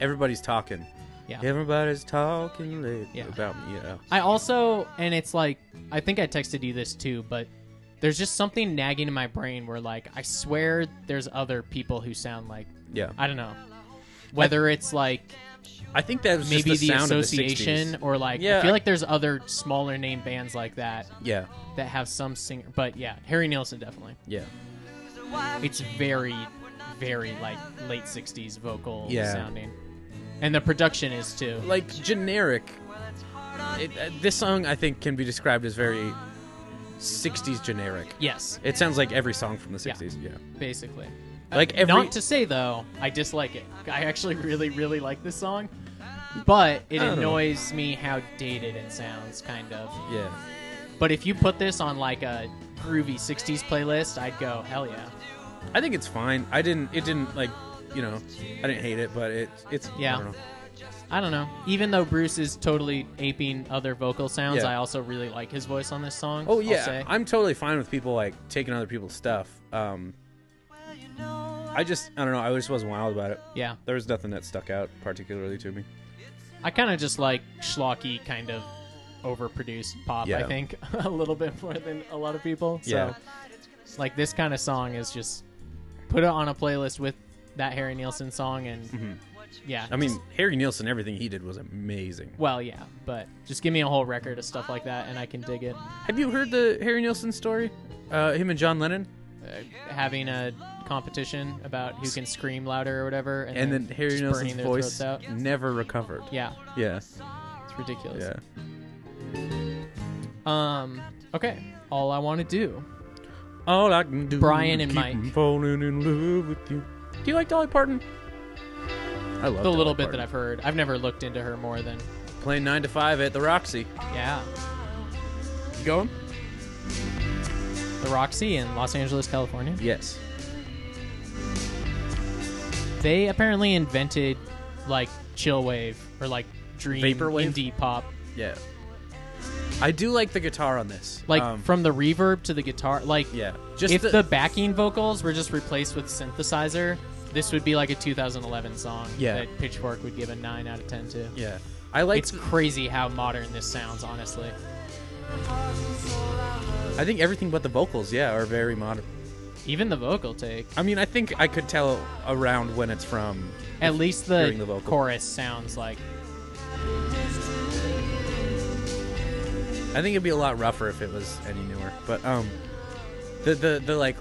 [SPEAKER 4] everybody's talking.
[SPEAKER 3] Yeah.
[SPEAKER 4] Everybody's talking late
[SPEAKER 3] Yeah.
[SPEAKER 4] about me. Yeah.
[SPEAKER 3] I also and it's like I think I texted you this too, but there's just something nagging in my brain where like I swear there's other people who sound like
[SPEAKER 4] Yeah.
[SPEAKER 3] I don't know. Whether it's like
[SPEAKER 4] I think that was
[SPEAKER 3] maybe
[SPEAKER 4] just
[SPEAKER 3] the,
[SPEAKER 4] the, sound
[SPEAKER 3] association
[SPEAKER 4] Of the 60s.
[SPEAKER 3] or like I
[SPEAKER 4] Yeah,
[SPEAKER 3] feel
[SPEAKER 4] I-
[SPEAKER 3] like there's other smaller name bands like that
[SPEAKER 4] Yeah.
[SPEAKER 3] that have some singer but yeah, Harry Nielsen definitely.
[SPEAKER 4] Yeah.
[SPEAKER 3] It's very very like late 60s vocal
[SPEAKER 4] Yeah.
[SPEAKER 3] sounding. And the production is too.
[SPEAKER 4] Like generic. It, uh, this song I think can be described as very 60s generic.
[SPEAKER 3] Yes,
[SPEAKER 4] It sounds like every song from the 60s. Yeah.
[SPEAKER 3] basically.
[SPEAKER 4] Like every
[SPEAKER 3] Not to say though, I dislike it. I actually really really like this song, but it
[SPEAKER 4] I don't know.
[SPEAKER 3] annoys me how dated it sounds kind of.
[SPEAKER 4] yeah.
[SPEAKER 3] But if you put this on like a groovy 60s playlist, I'd go, "Hell yeah."
[SPEAKER 4] I think it's fine. I didn't. It didn't like, you know, I didn't hate it, but it it's
[SPEAKER 3] Yeah.
[SPEAKER 4] I don't know.
[SPEAKER 3] I don't know. Even though Bruce is totally aping other vocal sounds,
[SPEAKER 4] Yeah.
[SPEAKER 3] I also really like his voice on this song.
[SPEAKER 4] Oh
[SPEAKER 3] I'll
[SPEAKER 4] yeah,
[SPEAKER 3] say.
[SPEAKER 4] I'm totally fine with people like taking other people's stuff. Um, I just I don't know. I just wasn't wild about it.
[SPEAKER 3] yeah.
[SPEAKER 4] There was nothing that stuck out particularly to me.
[SPEAKER 3] I kind of just like schlocky kind of overproduced pop. I
[SPEAKER 4] Yeah.
[SPEAKER 3] think a little bit more than a lot of people. So,
[SPEAKER 4] Yeah.
[SPEAKER 3] like this kind of song is just put it on a playlist with that Harry Nielsen song, and yeah,
[SPEAKER 4] Mm-hmm. I mean,
[SPEAKER 3] just-
[SPEAKER 4] Harry Nielsen, everything he did was amazing.
[SPEAKER 3] well, yeah, but just give me a whole record of stuff like that, and I can dig it.
[SPEAKER 4] Have you heard the Harry Nielsen story? Uh, him and John Lennon,
[SPEAKER 3] Uh, having a competition about who can scream louder or whatever, and,
[SPEAKER 4] and then Harry
[SPEAKER 3] just
[SPEAKER 4] Nielsen's
[SPEAKER 3] burning their throats
[SPEAKER 4] voice
[SPEAKER 3] out.
[SPEAKER 4] never recovered.
[SPEAKER 3] Yeah,
[SPEAKER 4] Yeah,
[SPEAKER 3] it's ridiculous.
[SPEAKER 4] yeah.
[SPEAKER 3] Um. Okay. All I want to do
[SPEAKER 4] All I can do
[SPEAKER 3] Brian
[SPEAKER 4] is
[SPEAKER 3] and
[SPEAKER 4] keep
[SPEAKER 3] Mike.
[SPEAKER 4] from falling in love with you. Do you like Dolly Parton? I love
[SPEAKER 3] The little bit that I've heard. I've never looked into her more than
[SPEAKER 4] playing nine to five at the Roxy.
[SPEAKER 3] yeah,
[SPEAKER 7] You going?
[SPEAKER 3] the Roxy in Los Angeles, California.
[SPEAKER 4] Yes.
[SPEAKER 3] They apparently invented like chill wave or like dream
[SPEAKER 4] Vaporwave?
[SPEAKER 3] indie pop.
[SPEAKER 4] Yeah. I do like the guitar on this.
[SPEAKER 3] Like
[SPEAKER 4] Um,
[SPEAKER 3] from the reverb to the guitar, like
[SPEAKER 4] yeah, just
[SPEAKER 3] if
[SPEAKER 4] the,
[SPEAKER 3] the, backing vocals were just replaced with synthesizer, this would be like a 2011 song
[SPEAKER 4] Yeah.
[SPEAKER 3] that Pitchfork would give a 9 out of 10 to.
[SPEAKER 4] yeah. I like.
[SPEAKER 3] It's crazy how modern this sounds, honestly.
[SPEAKER 4] I think everything but the vocals, yeah, are very modern.
[SPEAKER 3] Even the vocal take.
[SPEAKER 4] I mean, I think I could tell around when it's from.
[SPEAKER 3] At least the,
[SPEAKER 4] hearing the vocal.
[SPEAKER 3] chorus sounds like
[SPEAKER 4] I think it'd be a lot rougher if it was any newer. But um, the the the like,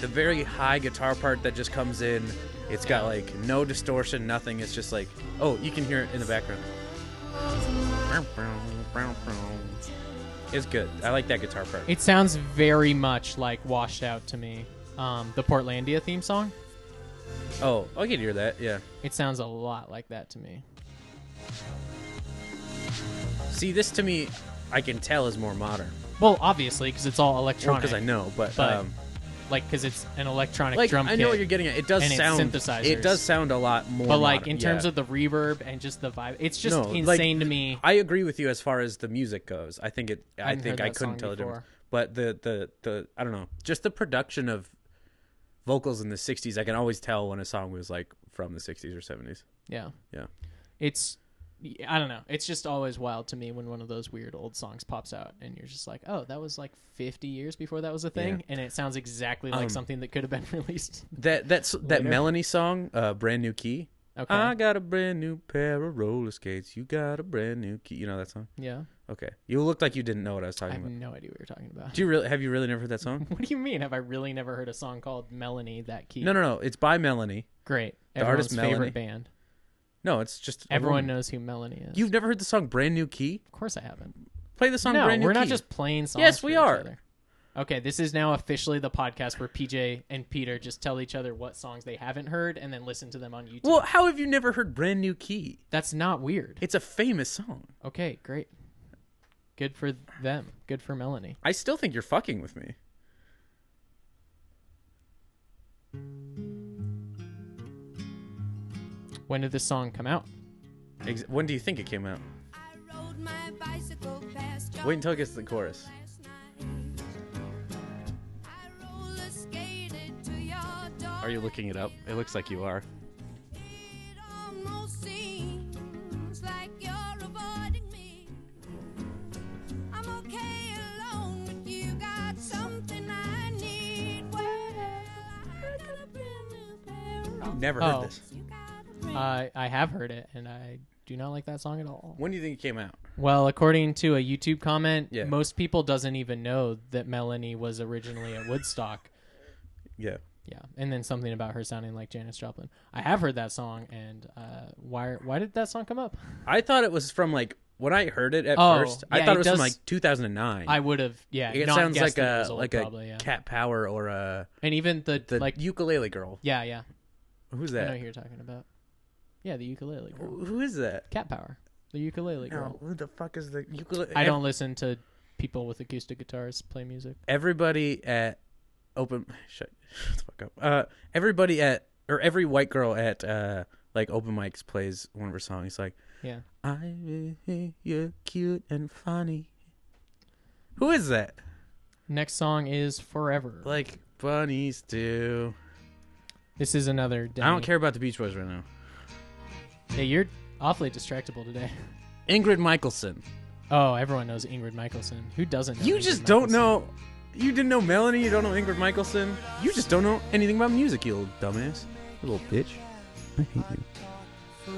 [SPEAKER 4] the very high guitar part that just comes in. It's got like no distortion, nothing. It's just like, oh, you can hear it in the background. It's good. I like that guitar part.
[SPEAKER 3] it sounds very much like Washed Out to me. Um, the Portlandia theme song.
[SPEAKER 4] Oh, I can hear that. Yeah.
[SPEAKER 3] It sounds a lot like that to me.
[SPEAKER 4] See, this to me, I can tell is more modern.
[SPEAKER 3] Well, obviously, because it's all electronic.
[SPEAKER 4] Because I know, but,
[SPEAKER 3] But
[SPEAKER 4] um,
[SPEAKER 3] Like, because it's an electronic
[SPEAKER 4] like
[SPEAKER 3] drum
[SPEAKER 4] I know
[SPEAKER 3] kit.
[SPEAKER 4] what you're getting at. It does
[SPEAKER 3] and it's
[SPEAKER 4] sound.
[SPEAKER 3] synthesizers.
[SPEAKER 4] It does sound a lot more.
[SPEAKER 3] But like
[SPEAKER 4] modern,
[SPEAKER 3] in terms
[SPEAKER 4] yeah.
[SPEAKER 3] of the reverb and just the vibe, it's just
[SPEAKER 4] No, like,
[SPEAKER 3] insane to me.
[SPEAKER 4] I agree with you as far as the music goes. I think it. I,
[SPEAKER 3] hadn't
[SPEAKER 4] think
[SPEAKER 3] heard
[SPEAKER 4] I
[SPEAKER 3] that
[SPEAKER 4] couldn't
[SPEAKER 3] song
[SPEAKER 4] tell the
[SPEAKER 3] before.
[SPEAKER 4] difference. But the the the I don't know. Just the production of vocals in the '60s, I can always tell when a song was like from the '60s or '70s.
[SPEAKER 3] Yeah,
[SPEAKER 4] Yeah.
[SPEAKER 3] it's I don't know. It's just always wild to me when one of those weird old songs pops out and you're just like, oh, that was like 50 years before that was a thing,
[SPEAKER 4] Yeah.
[SPEAKER 3] and it sounds exactly like
[SPEAKER 4] Um,
[SPEAKER 3] something that could have been released.
[SPEAKER 4] That that's that
[SPEAKER 3] Later. Uh-huh.
[SPEAKER 4] Melanie song, uh, brand new key.
[SPEAKER 3] Okay.
[SPEAKER 4] I got a brand new pair of roller skates. You got a brand new key. You know that song?
[SPEAKER 3] yeah,
[SPEAKER 4] Okay. You looked like you didn't know what I was
[SPEAKER 3] I
[SPEAKER 4] talking
[SPEAKER 3] have
[SPEAKER 4] about.
[SPEAKER 3] no idea what you're talking about.
[SPEAKER 4] Do you really have you really never heard that song?
[SPEAKER 3] What do you mean? Have I really never heard a song called Melanie that key?
[SPEAKER 4] No, no, no. It's by Melanie.
[SPEAKER 3] Great.
[SPEAKER 4] The artist
[SPEAKER 3] Everyone's
[SPEAKER 4] Melanie.
[SPEAKER 3] favorite band.
[SPEAKER 4] No, it's just a
[SPEAKER 3] Everyone
[SPEAKER 4] woman.
[SPEAKER 3] knows who Melanie is.
[SPEAKER 4] You've never heard the song Brand New Key?
[SPEAKER 3] of course I haven't.
[SPEAKER 4] Play the song
[SPEAKER 3] no,
[SPEAKER 4] Brand New
[SPEAKER 3] we're
[SPEAKER 4] Key.
[SPEAKER 3] not just playing songs.
[SPEAKER 4] Yes,
[SPEAKER 3] for
[SPEAKER 4] we
[SPEAKER 3] each
[SPEAKER 4] are.
[SPEAKER 3] other. Okay, this is now officially the podcast where PJ and Peter just tell each other what songs they haven't heard and then listen to them on YouTube.
[SPEAKER 4] Well, how have you never heard Brand New Key?
[SPEAKER 3] That's not weird.
[SPEAKER 4] It's a famous song.
[SPEAKER 3] Okay, great. Good for them. Good for Melanie.
[SPEAKER 4] I still think you're fucking with me.
[SPEAKER 3] When did this song come out?
[SPEAKER 4] Ex- when do you think it came out? Wait until it gets to the chorus. Are you looking it up? It looks like you are. I've never heard
[SPEAKER 3] Oh.
[SPEAKER 4] this.
[SPEAKER 3] I I have heard it and I do not like that song at all.
[SPEAKER 4] When do you think it came out?
[SPEAKER 3] Well, according to a YouTube comment,
[SPEAKER 4] Yeah.
[SPEAKER 3] most people doesn't even know that Melanie was originally at Woodstock.
[SPEAKER 4] Yeah.
[SPEAKER 3] Yeah, and then something about her sounding like Janis Joplin. I have heard that song, and uh, why? Why did that song come up?
[SPEAKER 4] I thought it was from like when I heard it at
[SPEAKER 3] Oh,
[SPEAKER 4] first. I
[SPEAKER 3] yeah,
[SPEAKER 4] thought it
[SPEAKER 3] it
[SPEAKER 4] was from
[SPEAKER 3] does-
[SPEAKER 4] like 2009.
[SPEAKER 3] I would have, yeah.
[SPEAKER 4] it
[SPEAKER 3] not
[SPEAKER 4] sounds
[SPEAKER 3] guessed
[SPEAKER 4] like
[SPEAKER 3] that it
[SPEAKER 4] a
[SPEAKER 3] was old,
[SPEAKER 4] like
[SPEAKER 3] probably,
[SPEAKER 4] a
[SPEAKER 3] yeah.
[SPEAKER 4] Cat Power or a
[SPEAKER 3] and even the,
[SPEAKER 4] the
[SPEAKER 3] like,
[SPEAKER 4] ukulele girl.
[SPEAKER 3] yeah, yeah.
[SPEAKER 4] Who's
[SPEAKER 3] I know
[SPEAKER 4] that?
[SPEAKER 3] who you're talking about. Yeah, the ukulele girl,
[SPEAKER 4] Who who is that? Oh,
[SPEAKER 3] Cat Power, the ukulele girl.
[SPEAKER 4] who the fuck is the ukulele?
[SPEAKER 3] I don't listen to people with acoustic guitars play music.
[SPEAKER 4] Everybody at open shut, shut the fuck up. Uh, everybody at or every white girl at uh like open mics plays one of her songs. Like
[SPEAKER 3] Yeah,
[SPEAKER 4] I think you're cute and funny. Who is that?
[SPEAKER 3] next song is Forever.
[SPEAKER 4] Like bunnies do.
[SPEAKER 3] This is another.
[SPEAKER 4] I don't
[SPEAKER 3] Demi.
[SPEAKER 4] care about the Beach Boys right now.
[SPEAKER 3] Hey, you're awfully distractible today.
[SPEAKER 4] Ingrid Michaelson.
[SPEAKER 3] Oh, everyone knows Ingrid Michaelson. Who doesn't? know
[SPEAKER 4] You
[SPEAKER 3] Ingrid
[SPEAKER 4] just don't
[SPEAKER 3] Michaelson?
[SPEAKER 4] know. You didn't know Melanie. You don't know Ingrid Michaelson. You just don't know anything about music, you little dumbass, you little bitch. I hate you.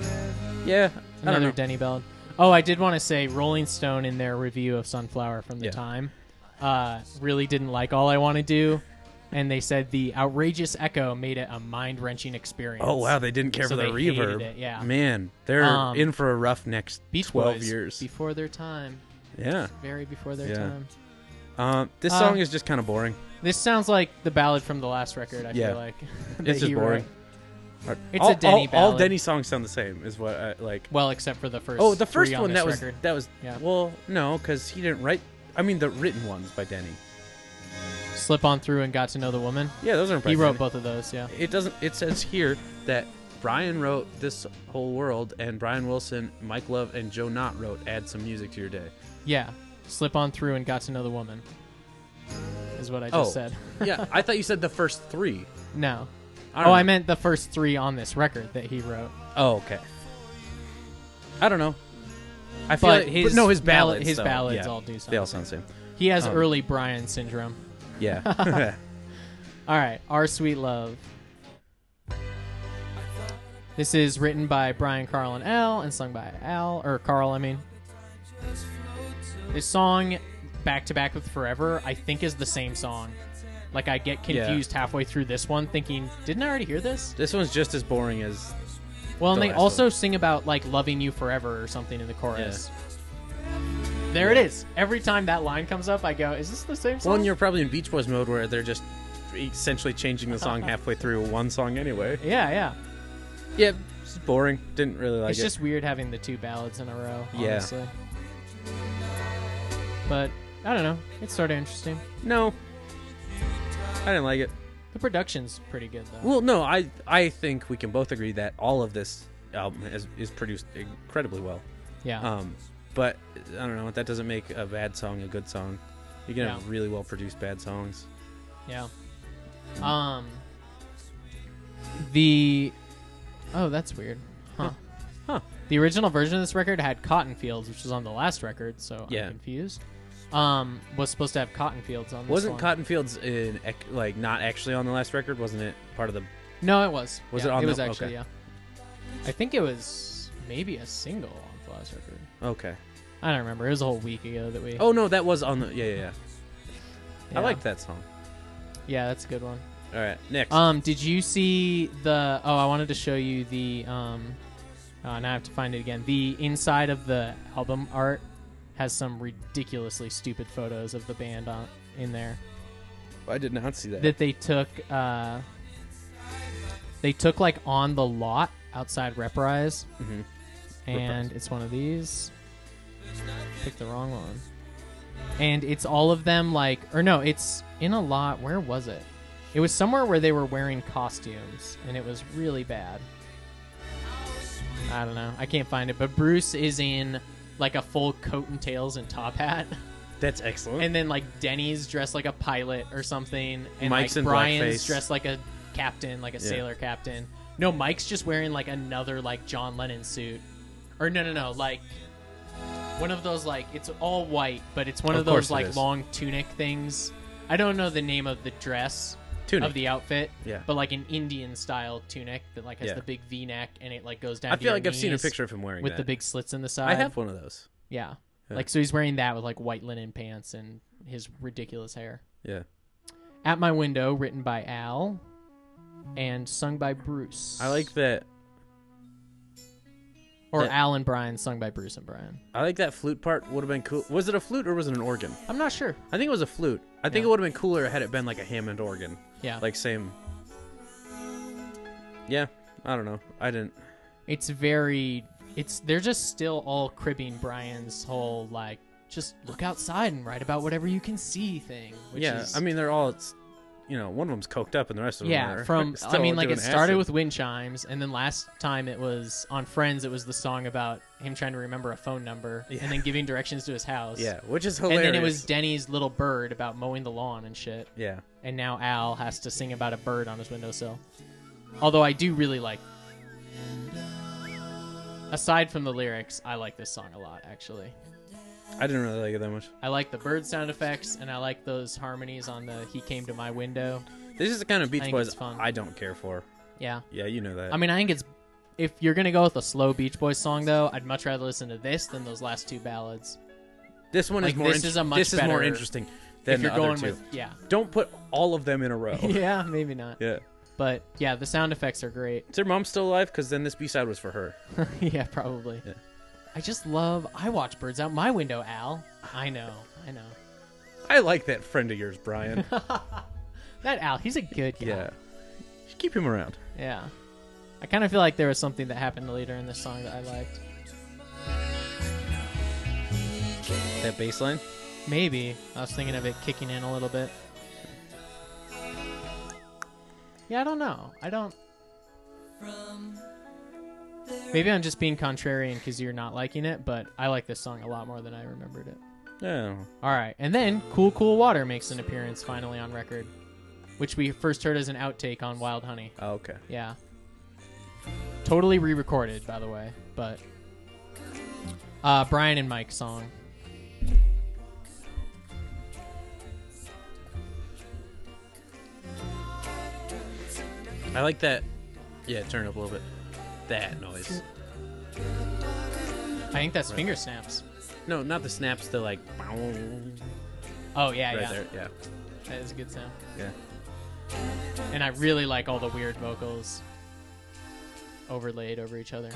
[SPEAKER 4] Yeah, I don't
[SPEAKER 3] Another
[SPEAKER 4] know.
[SPEAKER 3] Denny Bell. Oh, I did want to say Rolling Stone in their review of Sunflower from the
[SPEAKER 4] Yeah.
[SPEAKER 3] time uh, really didn't like All I Want to Do, and they said the outrageous echo made it a mind wrenching experience.
[SPEAKER 4] oh wow, they didn't care
[SPEAKER 3] So
[SPEAKER 4] for the
[SPEAKER 3] they hated
[SPEAKER 4] reverb.
[SPEAKER 3] it, yeah.
[SPEAKER 4] man, they're
[SPEAKER 3] Um,
[SPEAKER 4] in for a rough next
[SPEAKER 3] Beach
[SPEAKER 4] twelve
[SPEAKER 3] Boys,
[SPEAKER 4] years.
[SPEAKER 3] before their time,
[SPEAKER 4] yeah.
[SPEAKER 3] very before their
[SPEAKER 4] Yeah.
[SPEAKER 3] time.
[SPEAKER 4] Um, this
[SPEAKER 3] Uh,
[SPEAKER 4] song is just kind of boring.
[SPEAKER 3] This sounds like the ballad from the last record. I
[SPEAKER 4] Yeah.
[SPEAKER 3] feel like that
[SPEAKER 4] It's just
[SPEAKER 3] he
[SPEAKER 4] boring.
[SPEAKER 3] wrote.
[SPEAKER 4] It's
[SPEAKER 3] a Denny
[SPEAKER 4] all, all
[SPEAKER 3] ballad.
[SPEAKER 4] Denny songs sound the same. Is what I, like.
[SPEAKER 3] Well, except for the first.
[SPEAKER 4] Oh, the first
[SPEAKER 3] three on
[SPEAKER 4] one that
[SPEAKER 3] this
[SPEAKER 4] was
[SPEAKER 3] record.
[SPEAKER 4] that was
[SPEAKER 3] Yeah.
[SPEAKER 4] well no because he didn't write. I mean the written ones by Denny.
[SPEAKER 3] slip on through and got to know the woman.
[SPEAKER 4] Yeah, those aren't. By
[SPEAKER 3] He
[SPEAKER 4] Denny.
[SPEAKER 3] wrote both of those. Yeah.
[SPEAKER 4] It doesn't. It says here that Brian wrote this whole world, and Brian Wilson, Mike Love, and Joe Knott wrote "Add Some Music to Your Day."
[SPEAKER 3] Yeah. Slip on through and got to know the woman. Is what I just
[SPEAKER 4] Oh.
[SPEAKER 3] said.
[SPEAKER 4] yeah, I thought you said the first three.
[SPEAKER 3] No.
[SPEAKER 4] I
[SPEAKER 3] oh,
[SPEAKER 4] don't
[SPEAKER 3] I
[SPEAKER 4] know.
[SPEAKER 3] meant the first three on this record that he wrote.
[SPEAKER 4] Oh, okay. I don't know. I feel
[SPEAKER 3] But
[SPEAKER 4] like,
[SPEAKER 3] his
[SPEAKER 4] no, his
[SPEAKER 3] ballad-
[SPEAKER 4] ballads,
[SPEAKER 3] his
[SPEAKER 4] though,
[SPEAKER 3] ballads
[SPEAKER 4] yeah,
[SPEAKER 3] all do sound
[SPEAKER 4] They all
[SPEAKER 3] the
[SPEAKER 4] sound the same.
[SPEAKER 3] He has
[SPEAKER 4] Um.
[SPEAKER 3] early Brian syndrome.
[SPEAKER 4] Yeah.
[SPEAKER 3] All right, Our Sweet Love. This is written by Brian Carl and Al and sung by Al or Carl, I mean. This song back to back with Forever, I think is the same song. Like I get
[SPEAKER 4] Yeah.
[SPEAKER 3] confused halfway through this one thinking, didn't I already hear this?
[SPEAKER 4] this one's just as boring as
[SPEAKER 3] Well, and
[SPEAKER 4] The
[SPEAKER 3] they
[SPEAKER 4] last
[SPEAKER 3] also
[SPEAKER 4] one.
[SPEAKER 3] sing about like loving you forever or something in the chorus. There it is. Every time that line comes up, I go, is this the same song?
[SPEAKER 4] Well, and you're probably in Beach Boys mode where they're just essentially changing the song halfway through one song anyway.
[SPEAKER 3] yeah, yeah.
[SPEAKER 4] Yeah, it's boring. Didn't really like
[SPEAKER 3] it's
[SPEAKER 4] it.
[SPEAKER 3] just weird having the two ballads in a row.
[SPEAKER 4] Yeah.
[SPEAKER 3] Honestly. But I don't know. It's sort of interesting.
[SPEAKER 4] no. I didn't like it.
[SPEAKER 3] The production's pretty good though.
[SPEAKER 4] Well, no, I I think we can both agree that all of this album is, is produced incredibly well.
[SPEAKER 3] yeah.
[SPEAKER 4] Um, but I don't know. That doesn't make a bad song a good song. You can have
[SPEAKER 3] Yeah.
[SPEAKER 4] really well produced bad songs.
[SPEAKER 3] yeah. Um. The. Oh, that's weird. Huh.
[SPEAKER 4] Huh.
[SPEAKER 3] The original version of this record had Cotton Fields, which was on the last record, so
[SPEAKER 4] Yeah.
[SPEAKER 3] I'm confused. Um, was supposed to have Cotton Fields on. This
[SPEAKER 4] Wasn't
[SPEAKER 3] one.
[SPEAKER 4] Cotton Fields in ec- like not actually on the last record? Wasn't it part of the?
[SPEAKER 3] No, it was.
[SPEAKER 4] Was
[SPEAKER 3] Yeah,
[SPEAKER 4] it on
[SPEAKER 3] It
[SPEAKER 4] the-
[SPEAKER 3] was actually
[SPEAKER 4] okay.
[SPEAKER 3] yeah. I think it was maybe a single on the last record.
[SPEAKER 4] Okay.
[SPEAKER 3] I don't remember. It was a whole week ago that we.
[SPEAKER 4] Oh no, that was on the. Yeah, yeah, yeah.
[SPEAKER 3] Yeah.
[SPEAKER 4] I like that song.
[SPEAKER 3] Yeah, that's a good one.
[SPEAKER 4] All right, next.
[SPEAKER 3] Um, did you see the? Oh, I wanted to show you the. Um, uh, now I have to find it again. The inside of the album art has some ridiculously stupid photos of the band on in there
[SPEAKER 4] I did not see that.
[SPEAKER 3] that they took. Uh, they took like on the lot outside Reprise,
[SPEAKER 4] Mhm.
[SPEAKER 3] and it's one of these. Pick the wrong one. And it's all of them like, or no, it's in a lot. Where was it? It was somewhere where they were wearing costumes, and it was really bad. I don't know. I can't find it, but Bruce is in like a full coat and tails and top hat.
[SPEAKER 4] That's excellent.
[SPEAKER 3] and then like Denny's dressed like a pilot or something, and
[SPEAKER 4] Mike's
[SPEAKER 3] like
[SPEAKER 4] in
[SPEAKER 3] Brian's
[SPEAKER 4] blackface.
[SPEAKER 3] dressed like a captain, like a sailor captain. No, Mike's just wearing like another like John Lennon suit, or no, no, no, like one of those like it's all white, but it's one of,
[SPEAKER 4] Of course
[SPEAKER 3] those
[SPEAKER 4] it
[SPEAKER 3] like
[SPEAKER 4] is.
[SPEAKER 3] long tunic things. I don't know the name of the dress
[SPEAKER 4] Tunic.
[SPEAKER 3] of the outfit,
[SPEAKER 4] Yeah.
[SPEAKER 3] but like an Indian style tunic that like has
[SPEAKER 4] Yeah.
[SPEAKER 3] the big V neck and it like goes down.
[SPEAKER 4] I
[SPEAKER 3] to
[SPEAKER 4] feel
[SPEAKER 3] your
[SPEAKER 4] like I've seen a
[SPEAKER 3] knees
[SPEAKER 4] picture of him wearing
[SPEAKER 3] with
[SPEAKER 4] that.
[SPEAKER 3] the big slits in the side.
[SPEAKER 4] I have one of those.
[SPEAKER 3] Yeah. Like so he's wearing that with like white linen pants and his ridiculous hair.
[SPEAKER 4] Yeah.
[SPEAKER 3] At My Window, written by Al and sung by Bruce.
[SPEAKER 4] I like that.
[SPEAKER 3] or
[SPEAKER 4] that-
[SPEAKER 3] Al and Brian sung by Bruce and Brian.
[SPEAKER 4] I like that flute part. Would have been cool. Was it a flute or was it an organ?
[SPEAKER 3] I'm not sure.
[SPEAKER 4] I think it was a flute. I think
[SPEAKER 3] Yeah.
[SPEAKER 4] it would have been cooler had it been like a Hammond organ.
[SPEAKER 3] Yeah.
[SPEAKER 4] Like same. Yeah, I don't know. I didn't.
[SPEAKER 3] it's very it's they're just still all cribbing Brian's whole like just look outside and write about whatever you can see thing. Which
[SPEAKER 4] yeah,
[SPEAKER 3] is,
[SPEAKER 4] I mean they're all. It's, you know, one of them's coked up and the rest of them.
[SPEAKER 3] Yeah,
[SPEAKER 4] are
[SPEAKER 3] from I
[SPEAKER 4] still
[SPEAKER 3] mean, like
[SPEAKER 4] doing
[SPEAKER 3] it started
[SPEAKER 4] acid.
[SPEAKER 3] with wind chimes, and then last time it was on Friends. It was the song about him trying to remember a phone number and then giving directions to his house.
[SPEAKER 4] Yeah, which is
[SPEAKER 3] and
[SPEAKER 4] hilarious.
[SPEAKER 3] then it was Denny's little bird about mowing the lawn and shit.
[SPEAKER 4] Yeah.
[SPEAKER 3] And now Al has to sing about a bird on his windowsill. Although I do really like. Aside from the lyrics, I like this song a lot. Actually,
[SPEAKER 4] I didn't really like it that much.
[SPEAKER 3] I like the bird sound effects, and I like those harmonies on the "He Came to My Window."
[SPEAKER 4] This is the kind of Beach
[SPEAKER 3] think
[SPEAKER 4] Boys
[SPEAKER 3] it's fun.
[SPEAKER 4] I don't care for.
[SPEAKER 3] Yeah.
[SPEAKER 4] Yeah, you know that.
[SPEAKER 3] I mean, I think it's if you're gonna go with a slow Beach Boys song, though, I'd much rather listen to this than those last two ballads.
[SPEAKER 4] this one
[SPEAKER 3] like,
[SPEAKER 4] is more.
[SPEAKER 3] this
[SPEAKER 4] int-
[SPEAKER 3] is a much
[SPEAKER 4] this is more
[SPEAKER 3] better-
[SPEAKER 4] interesting than
[SPEAKER 3] if you're
[SPEAKER 4] the
[SPEAKER 3] going
[SPEAKER 4] other two.
[SPEAKER 3] with, yeah,
[SPEAKER 4] Don't put all of them in a row.
[SPEAKER 3] yeah, maybe not.
[SPEAKER 4] yeah.
[SPEAKER 3] But yeah, the sound effects are great.
[SPEAKER 4] Is her mom still alive? Because then this B side was for her.
[SPEAKER 3] yeah, probably. I just love. I watch birds out my window, Al. I know. I know.
[SPEAKER 4] I like that friend of yours, Brian.
[SPEAKER 3] That Al, he's a good guy.
[SPEAKER 4] yeah. Keep him around.
[SPEAKER 3] Yeah. I kind of feel like there was something that happened later in this song that I liked.
[SPEAKER 4] That bass line?
[SPEAKER 3] Maybe. I was thinking of it kicking in a little bit. Yeah, I don't know. I don't. Maybe I'm just being contrarian because you're not liking it, but I like this song a lot more than I remembered it.
[SPEAKER 4] Yeah.
[SPEAKER 3] All right. And then Cool Cool Water makes an appearance finally on record, which we first heard as an outtake on Wild Honey.
[SPEAKER 4] Oh, okay.
[SPEAKER 3] Yeah. Totally re recorded, by the way, but. Uh, Brian and Mike song.
[SPEAKER 4] I like that. Yeah, turn it up a little bit. That noise.
[SPEAKER 3] I think that's finger snaps.
[SPEAKER 4] No, not the snaps. The like. Right
[SPEAKER 3] Oh, yeah, yeah.
[SPEAKER 4] there. Yeah.
[SPEAKER 3] That is a good sound.
[SPEAKER 4] Yeah.
[SPEAKER 3] And I really like all the weird vocals overlaid over each other.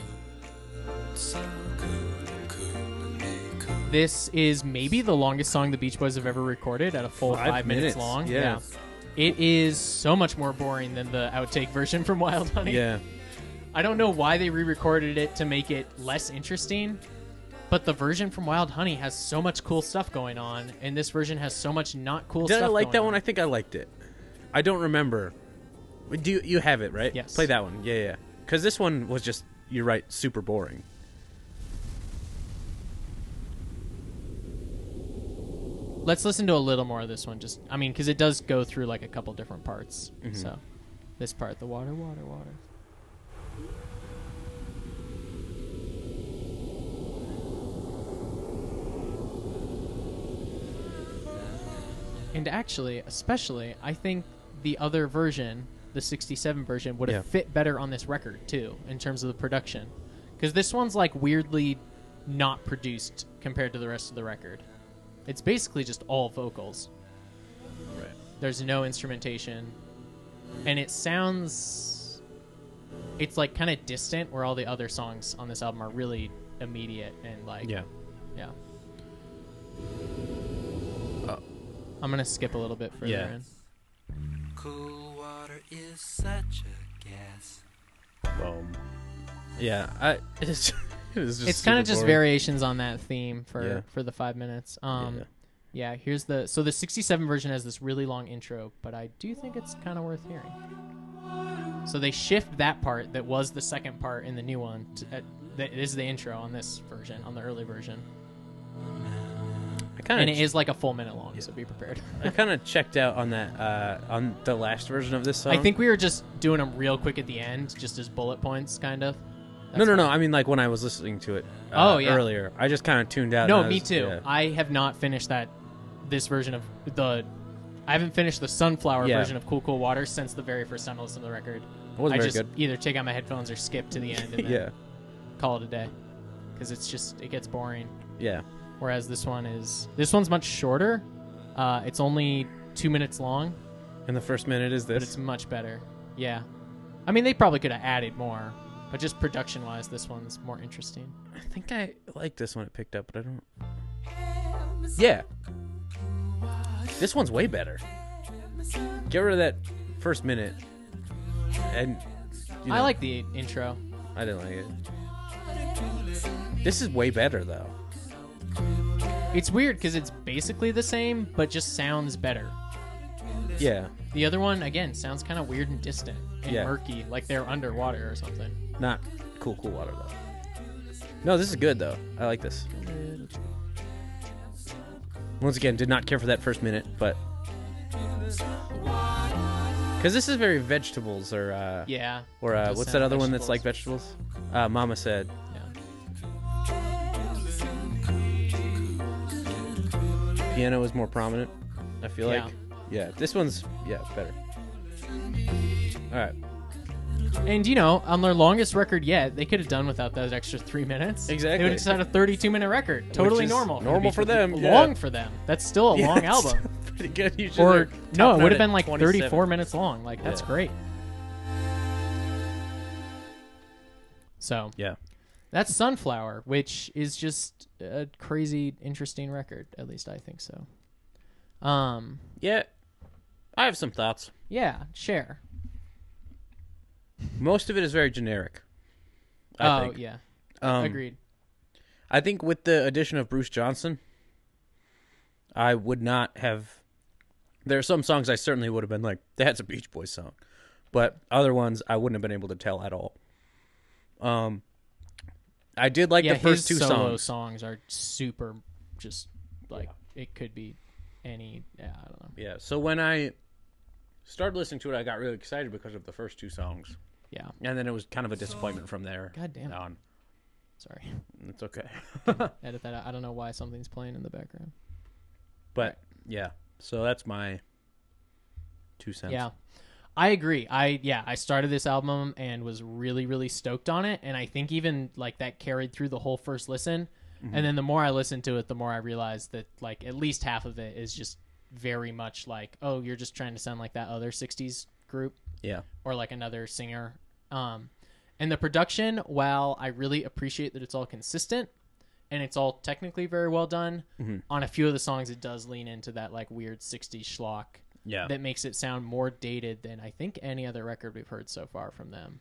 [SPEAKER 3] This is maybe the longest song the Beach Boys have ever recorded at a full five,
[SPEAKER 4] Five
[SPEAKER 3] minutes,
[SPEAKER 4] minutes,
[SPEAKER 3] long.
[SPEAKER 4] yeah.
[SPEAKER 3] It is so much more boring than the outtake version from Wild Honey.
[SPEAKER 4] Yeah.
[SPEAKER 3] I don't know why they re-recorded it to make it less interesting, but the version from Wild Honey has so much cool stuff going on, and this version has so much not cool
[SPEAKER 4] Did
[SPEAKER 3] stuff.
[SPEAKER 4] I like
[SPEAKER 3] going
[SPEAKER 4] that one?
[SPEAKER 3] on.
[SPEAKER 4] I think I liked it. I don't remember. Do you, you have it right?
[SPEAKER 3] Yes.
[SPEAKER 4] Play that one. Yeah, yeah. Because this one was just you're right, super boring.
[SPEAKER 3] Let's listen to a little more of this one. Just, I mean, because it does go through like a couple different parts.
[SPEAKER 4] Mm-hmm.
[SPEAKER 3] So, this part, the water, water, water. And actually, especially, I think the other version, the 67 version, would have
[SPEAKER 4] Yeah.
[SPEAKER 3] fit better on this record, too, in terms of the production. Because this one's, like, weirdly not produced compared to the rest of the record. It's basically just all vocals.
[SPEAKER 4] Right.
[SPEAKER 3] There's no instrumentation. And it sounds. It's, like, kind of distant, where all the other songs on this album are really immediate and, like.
[SPEAKER 4] Yeah.
[SPEAKER 3] Yeah.
[SPEAKER 4] Uh,
[SPEAKER 3] I'm gonna skip a little bit further
[SPEAKER 4] Yeah.
[SPEAKER 3] in.
[SPEAKER 2] Cool water is such a gas.
[SPEAKER 4] Well. Yeah. I. It's. It was just
[SPEAKER 3] Um, It's kind of
[SPEAKER 4] super
[SPEAKER 3] just
[SPEAKER 4] boring.
[SPEAKER 3] variations on that theme for
[SPEAKER 4] Yeah.
[SPEAKER 3] for the five minutes. Um,
[SPEAKER 4] Yeah.
[SPEAKER 3] yeah. Here's the so the '67 version has this really long intro, but I do think it's kind of worth hearing. So they shift that part that was the second part in the new one. To, uh, that is the intro on this version, on the early version,
[SPEAKER 4] I kind
[SPEAKER 3] and
[SPEAKER 4] of.
[SPEAKER 3] it is like a full minute long. So be prepared.
[SPEAKER 4] I kind of checked out on that uh, on the last version of this song.
[SPEAKER 3] I think we were just doing them real quick at the end, just as bullet points, kind of.
[SPEAKER 4] no, no, no. I mean, like when I was listening to it. Uh,
[SPEAKER 3] Oh, yeah.
[SPEAKER 4] Earlier, I just kind of tuned out.
[SPEAKER 3] No,
[SPEAKER 4] and I
[SPEAKER 3] me
[SPEAKER 4] was-
[SPEAKER 3] too.
[SPEAKER 4] yeah.
[SPEAKER 3] I have not finished that this version of the I haven't finished the sunflower
[SPEAKER 4] Yeah.
[SPEAKER 3] version of Cool Cool Water since the very first time I listened to the record.
[SPEAKER 4] It wasn't
[SPEAKER 3] I
[SPEAKER 4] very
[SPEAKER 3] just
[SPEAKER 4] good.
[SPEAKER 3] either take out my headphones or skip to the end and then
[SPEAKER 4] yeah.
[SPEAKER 3] call it a day because it's just it gets boring.
[SPEAKER 4] Yeah.
[SPEAKER 3] Whereas this one is this one's much shorter. Uh, it's only two minutes long,
[SPEAKER 4] And the first minute is
[SPEAKER 3] but
[SPEAKER 4] this.
[SPEAKER 3] it's much better. Yeah, I mean they probably could have added more, but just production wise, this one's more interesting.
[SPEAKER 4] I think I like this one it picked up, but I don't. Yeah. This one's way better. Get rid of that first minute. And you
[SPEAKER 3] I
[SPEAKER 4] know,
[SPEAKER 3] like the intro.
[SPEAKER 4] I didn't like it. This is way better though.
[SPEAKER 3] It's weird because it's basically the same, but just sounds better.
[SPEAKER 4] Yeah.
[SPEAKER 3] The other one, again, sounds kind of weird and distant and
[SPEAKER 4] Yeah.
[SPEAKER 3] murky, like they're underwater or something.
[SPEAKER 4] Not cool cool water though. No, this is good though. I like this. Once again, did not care for that first minute, but because this is very vegetables or uh,
[SPEAKER 3] Yeah.
[SPEAKER 4] Or uh,
[SPEAKER 3] Does
[SPEAKER 4] what's that
[SPEAKER 3] sound
[SPEAKER 4] other one that's like vegetables? Uh, Mama said.
[SPEAKER 3] Yeah.
[SPEAKER 4] Piano is more prominent. I feel
[SPEAKER 3] Yeah.
[SPEAKER 4] like. Yeah. This one's yeah better. All right.
[SPEAKER 3] And you know, on their longest record yet, they could have done without those extra three minutes. They
[SPEAKER 4] Exactly.
[SPEAKER 3] would have just had a 32 minute record. Totally
[SPEAKER 4] is
[SPEAKER 3] normal. the
[SPEAKER 4] normal
[SPEAKER 3] Beach
[SPEAKER 4] for
[SPEAKER 3] Boys.
[SPEAKER 4] them, yeah.
[SPEAKER 3] Long for them. That's still a
[SPEAKER 4] Yeah,
[SPEAKER 3] long
[SPEAKER 4] it's
[SPEAKER 3] album.
[SPEAKER 4] Pretty good. Usually
[SPEAKER 3] Or
[SPEAKER 4] they're
[SPEAKER 3] no,
[SPEAKER 4] topping
[SPEAKER 3] it would
[SPEAKER 4] out
[SPEAKER 3] have
[SPEAKER 4] at
[SPEAKER 3] been like
[SPEAKER 4] 27.
[SPEAKER 3] 34 minutes long. Like that's
[SPEAKER 4] Yeah.
[SPEAKER 3] great. So
[SPEAKER 4] Yeah.
[SPEAKER 3] That's Sunflower, which is just a crazy, interesting record. At least I think so. Um,
[SPEAKER 4] Yeah, I have some thoughts.
[SPEAKER 3] yeah, share.
[SPEAKER 4] Most of it is very generic.
[SPEAKER 3] oh
[SPEAKER 4] I think.
[SPEAKER 3] yeah,
[SPEAKER 4] Um,
[SPEAKER 3] agreed.
[SPEAKER 4] I think with the addition of Bruce Johnson, I would not have. There are some songs I certainly would have been like, "That's a Beach Boys song," but other ones I wouldn't have been able to tell at all. Um, I did like
[SPEAKER 3] yeah,
[SPEAKER 4] the first two
[SPEAKER 3] his solo
[SPEAKER 4] songs.
[SPEAKER 3] are super, just like it could be any. Yeah, I don't know.
[SPEAKER 4] Yeah, so when I started listening to it, I got really excited because of the first two songs,
[SPEAKER 3] Yeah,
[SPEAKER 4] and then it was kind of a disappointment from there.
[SPEAKER 3] God damn it.
[SPEAKER 4] on.
[SPEAKER 3] sorry.
[SPEAKER 4] It's okay,
[SPEAKER 3] Edit that out. I don't know why something's playing in the background.
[SPEAKER 4] but yeah, so that's my two cents.
[SPEAKER 3] Yeah. I agree. I yeah, I started this album and was really really stoked on it and I think even like that carried through the whole first listen. And then the more I listened to it, the more I realized that like at least half of it is just very much like, oh, you're just trying to sound like that other 60s group
[SPEAKER 4] yeah,
[SPEAKER 3] or like another singer. Um, and the production, while I really appreciate that it's all consistent and it's all technically very well done, on a few of the songs it does lean into that like weird 60s schlock
[SPEAKER 4] yeah.
[SPEAKER 3] that makes it sound more dated than I think any other record we've heard so far from them.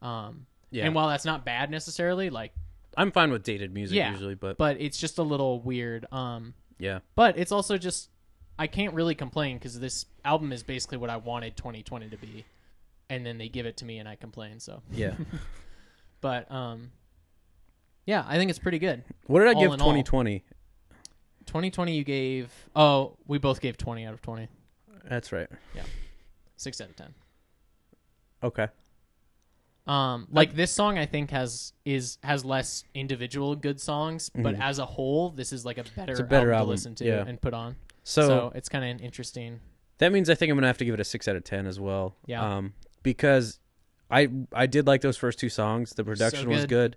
[SPEAKER 3] Um,
[SPEAKER 4] Yeah.
[SPEAKER 3] And while that's not bad necessarily, like,
[SPEAKER 4] I'm fine with dated music
[SPEAKER 3] yeah,
[SPEAKER 4] usually, but,
[SPEAKER 3] but it's just a little weird. Um,
[SPEAKER 4] yeah,
[SPEAKER 3] but it's also just I can't really complain because this album is basically what I wanted 2020 to be, and then they give it to me and I complain. So,
[SPEAKER 4] yeah.
[SPEAKER 3] but um, yeah, I think it's pretty good.
[SPEAKER 4] What did I
[SPEAKER 3] All
[SPEAKER 4] give
[SPEAKER 3] in all.
[SPEAKER 4] 2020?
[SPEAKER 3] 2020, you gave oh, we both gave 20 out of 20,
[SPEAKER 4] That's right.
[SPEAKER 3] six out of 10.
[SPEAKER 4] Okay.
[SPEAKER 3] Um, like this song, I think has is has less individual good songs, but as a whole, this is like a better,
[SPEAKER 4] Mhm. a better
[SPEAKER 3] album,
[SPEAKER 4] album,
[SPEAKER 3] to listen to
[SPEAKER 4] yeah.
[SPEAKER 3] and put on.
[SPEAKER 4] So,
[SPEAKER 3] so it's kind of interesting.
[SPEAKER 4] that means I think I'm gonna have to give it a six out of ten as well.
[SPEAKER 3] Yeah.
[SPEAKER 4] Um, because I I did like those first two songs. The production was
[SPEAKER 3] good.
[SPEAKER 4] good.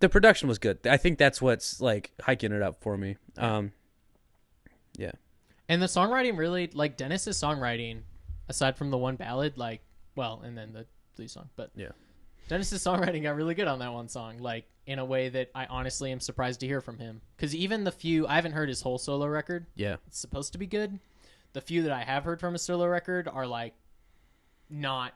[SPEAKER 4] The production was good. I think that's what's like hiking it up for me. Um, yeah.
[SPEAKER 3] And the songwriting really like Dennis's songwriting, aside from the one ballad, like well, and then the lead song, but
[SPEAKER 4] Yeah.
[SPEAKER 3] Dennis's songwriting got really good on that one song, like in a way that I honestly am surprised to hear from him. Because even the few I haven't heard his whole solo record,
[SPEAKER 4] Yeah.
[SPEAKER 3] it's supposed to be good. The few that I have heard from a solo record are like not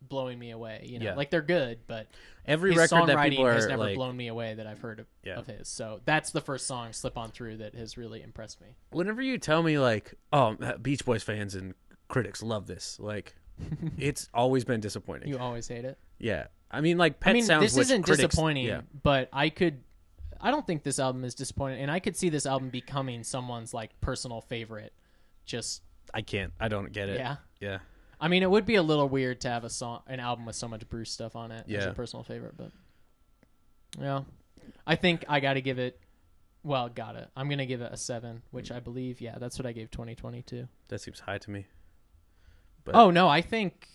[SPEAKER 3] blowing me away. You know,
[SPEAKER 4] Yeah.
[SPEAKER 3] like they're good, but
[SPEAKER 4] Every
[SPEAKER 3] his
[SPEAKER 4] record that people
[SPEAKER 3] songwriting
[SPEAKER 4] are
[SPEAKER 3] has never
[SPEAKER 4] like,
[SPEAKER 3] blown me away that I've heard of,
[SPEAKER 4] Yeah.
[SPEAKER 3] of his. So that's the first song, "Slip On Through," that has really impressed me.
[SPEAKER 4] whenever you tell me like, oh, Beach Boys fans and critics love this, like, it's always been disappointing.
[SPEAKER 3] You always hate it.
[SPEAKER 4] Yeah, I mean, like Pet
[SPEAKER 3] I mean,
[SPEAKER 4] Sounds.
[SPEAKER 3] this
[SPEAKER 4] which
[SPEAKER 3] isn't
[SPEAKER 4] critics-
[SPEAKER 3] disappointing,
[SPEAKER 4] Yeah,
[SPEAKER 3] but I could. I don't think this album is disappointing, and I could see this album becoming someone's like personal favorite. Just
[SPEAKER 4] I can't. I don't get it.
[SPEAKER 3] yeah.
[SPEAKER 4] yeah.
[SPEAKER 3] I mean, it would be a little weird to have a song, an album with so much Bruce stuff on it as
[SPEAKER 4] Yeah.
[SPEAKER 3] a personal favorite, but yeah, I think I got to give it. Well, got to I'm gonna give it a seven, which I believe, yeah, that's what I gave 2022.
[SPEAKER 4] That seems high to me. But
[SPEAKER 3] Oh no, I think.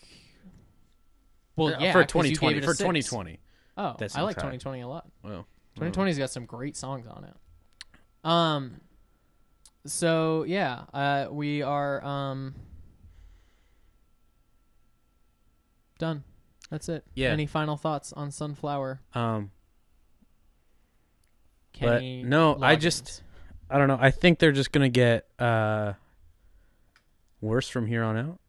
[SPEAKER 3] Well,
[SPEAKER 4] Uh,
[SPEAKER 3] yeah,
[SPEAKER 4] for
[SPEAKER 3] 'cause you
[SPEAKER 4] 2020,
[SPEAKER 3] gave it a
[SPEAKER 4] for
[SPEAKER 3] six.
[SPEAKER 4] 2020.
[SPEAKER 3] Oh,
[SPEAKER 4] that
[SPEAKER 3] I
[SPEAKER 4] seems
[SPEAKER 3] like
[SPEAKER 4] high.
[SPEAKER 3] 2020 a lot.
[SPEAKER 4] Well,
[SPEAKER 3] 2020's got some great songs on it. Um, so yeah, uh, we are um done. That's it.
[SPEAKER 4] Yeah.
[SPEAKER 3] Any final thoughts on Sunflower?
[SPEAKER 4] um, But,
[SPEAKER 3] Kenny
[SPEAKER 4] no, I
[SPEAKER 3] Loggins?
[SPEAKER 4] just- I don't know. I think they're just gonna get uh worse from here on out.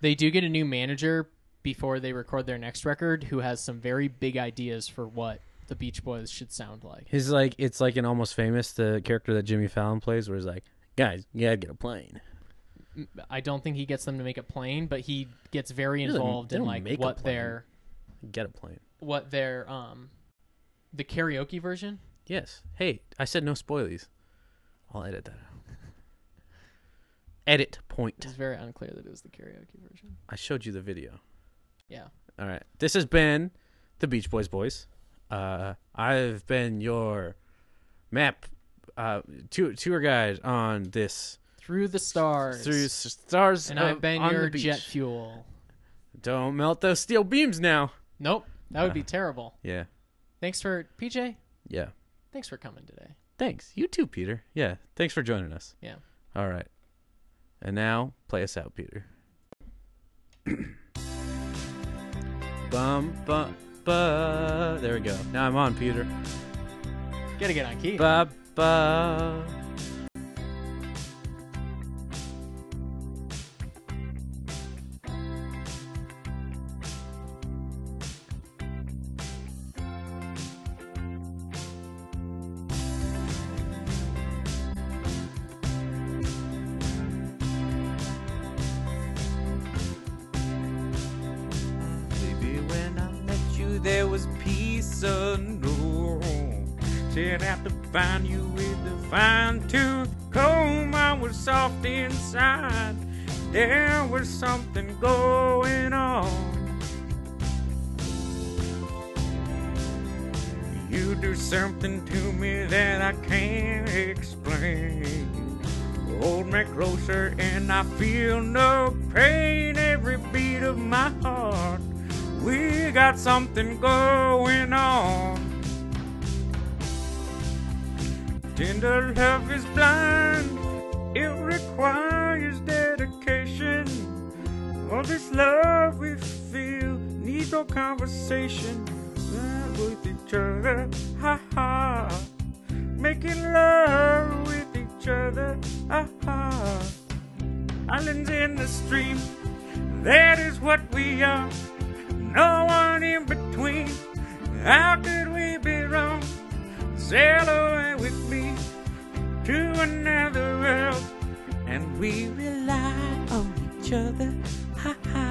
[SPEAKER 3] they do get a new manager before they record their next record, who has some very big ideas for what the Beach Boys should sound like.
[SPEAKER 4] His like, it's like an almost famous the character that Jimmy Fallon plays, where he's like, "Guys, you gotta get a plane."
[SPEAKER 3] I don't think he gets them to make it plain, but he gets very
[SPEAKER 4] doesn't-
[SPEAKER 3] involved
[SPEAKER 4] they
[SPEAKER 3] in
[SPEAKER 4] don't
[SPEAKER 3] like
[SPEAKER 4] make it
[SPEAKER 3] what
[SPEAKER 4] plain.
[SPEAKER 3] their
[SPEAKER 4] Get a plane.
[SPEAKER 3] what their um the karaoke version
[SPEAKER 4] Yes. Hey, I said no spoilies. I'll edit that out. Edit point.
[SPEAKER 3] It's very unclear that it was the karaoke version.
[SPEAKER 4] I showed you the video.
[SPEAKER 3] Yeah.
[SPEAKER 4] All right. This has been the Beach Boys Boys. Uh, I've been your map uh, tour, tour guide on this
[SPEAKER 3] Through the stars.
[SPEAKER 4] through s- stars.
[SPEAKER 3] and
[SPEAKER 4] of-
[SPEAKER 3] I've been
[SPEAKER 4] on the
[SPEAKER 3] your
[SPEAKER 4] beach.
[SPEAKER 3] jet fuel.
[SPEAKER 4] Don't melt those steel beams now.
[SPEAKER 3] Nope. That would be terrible.
[SPEAKER 4] Yeah.
[SPEAKER 3] Thanks for PJ.
[SPEAKER 4] Yeah.
[SPEAKER 3] Thanks for coming today.
[SPEAKER 4] Thanks. You too, Peter. Yeah. Thanks for joining us.
[SPEAKER 3] Yeah.
[SPEAKER 4] All right. And now play us out, Peter. bum bum ba. There we go. Now I'm on, Peter.
[SPEAKER 3] Gotta get on key.
[SPEAKER 4] Ba ba. it's a no. She'd have to find you with a fine tooth comb. I was soft inside. There was something going on. You do something to me that I can't explain. Hold me closer and I feel no pain. Every beat of my heart, we got something going on. Tender love is blind, it requires dedication. All this love we feel needs no conversation We're with each other. Ha ha. Making love with each other. Ha ha. Islands in the stream, that is what we are. No one in between. How could we be wrong? Sail away with me to another world, and we rely on each other. Ha ha.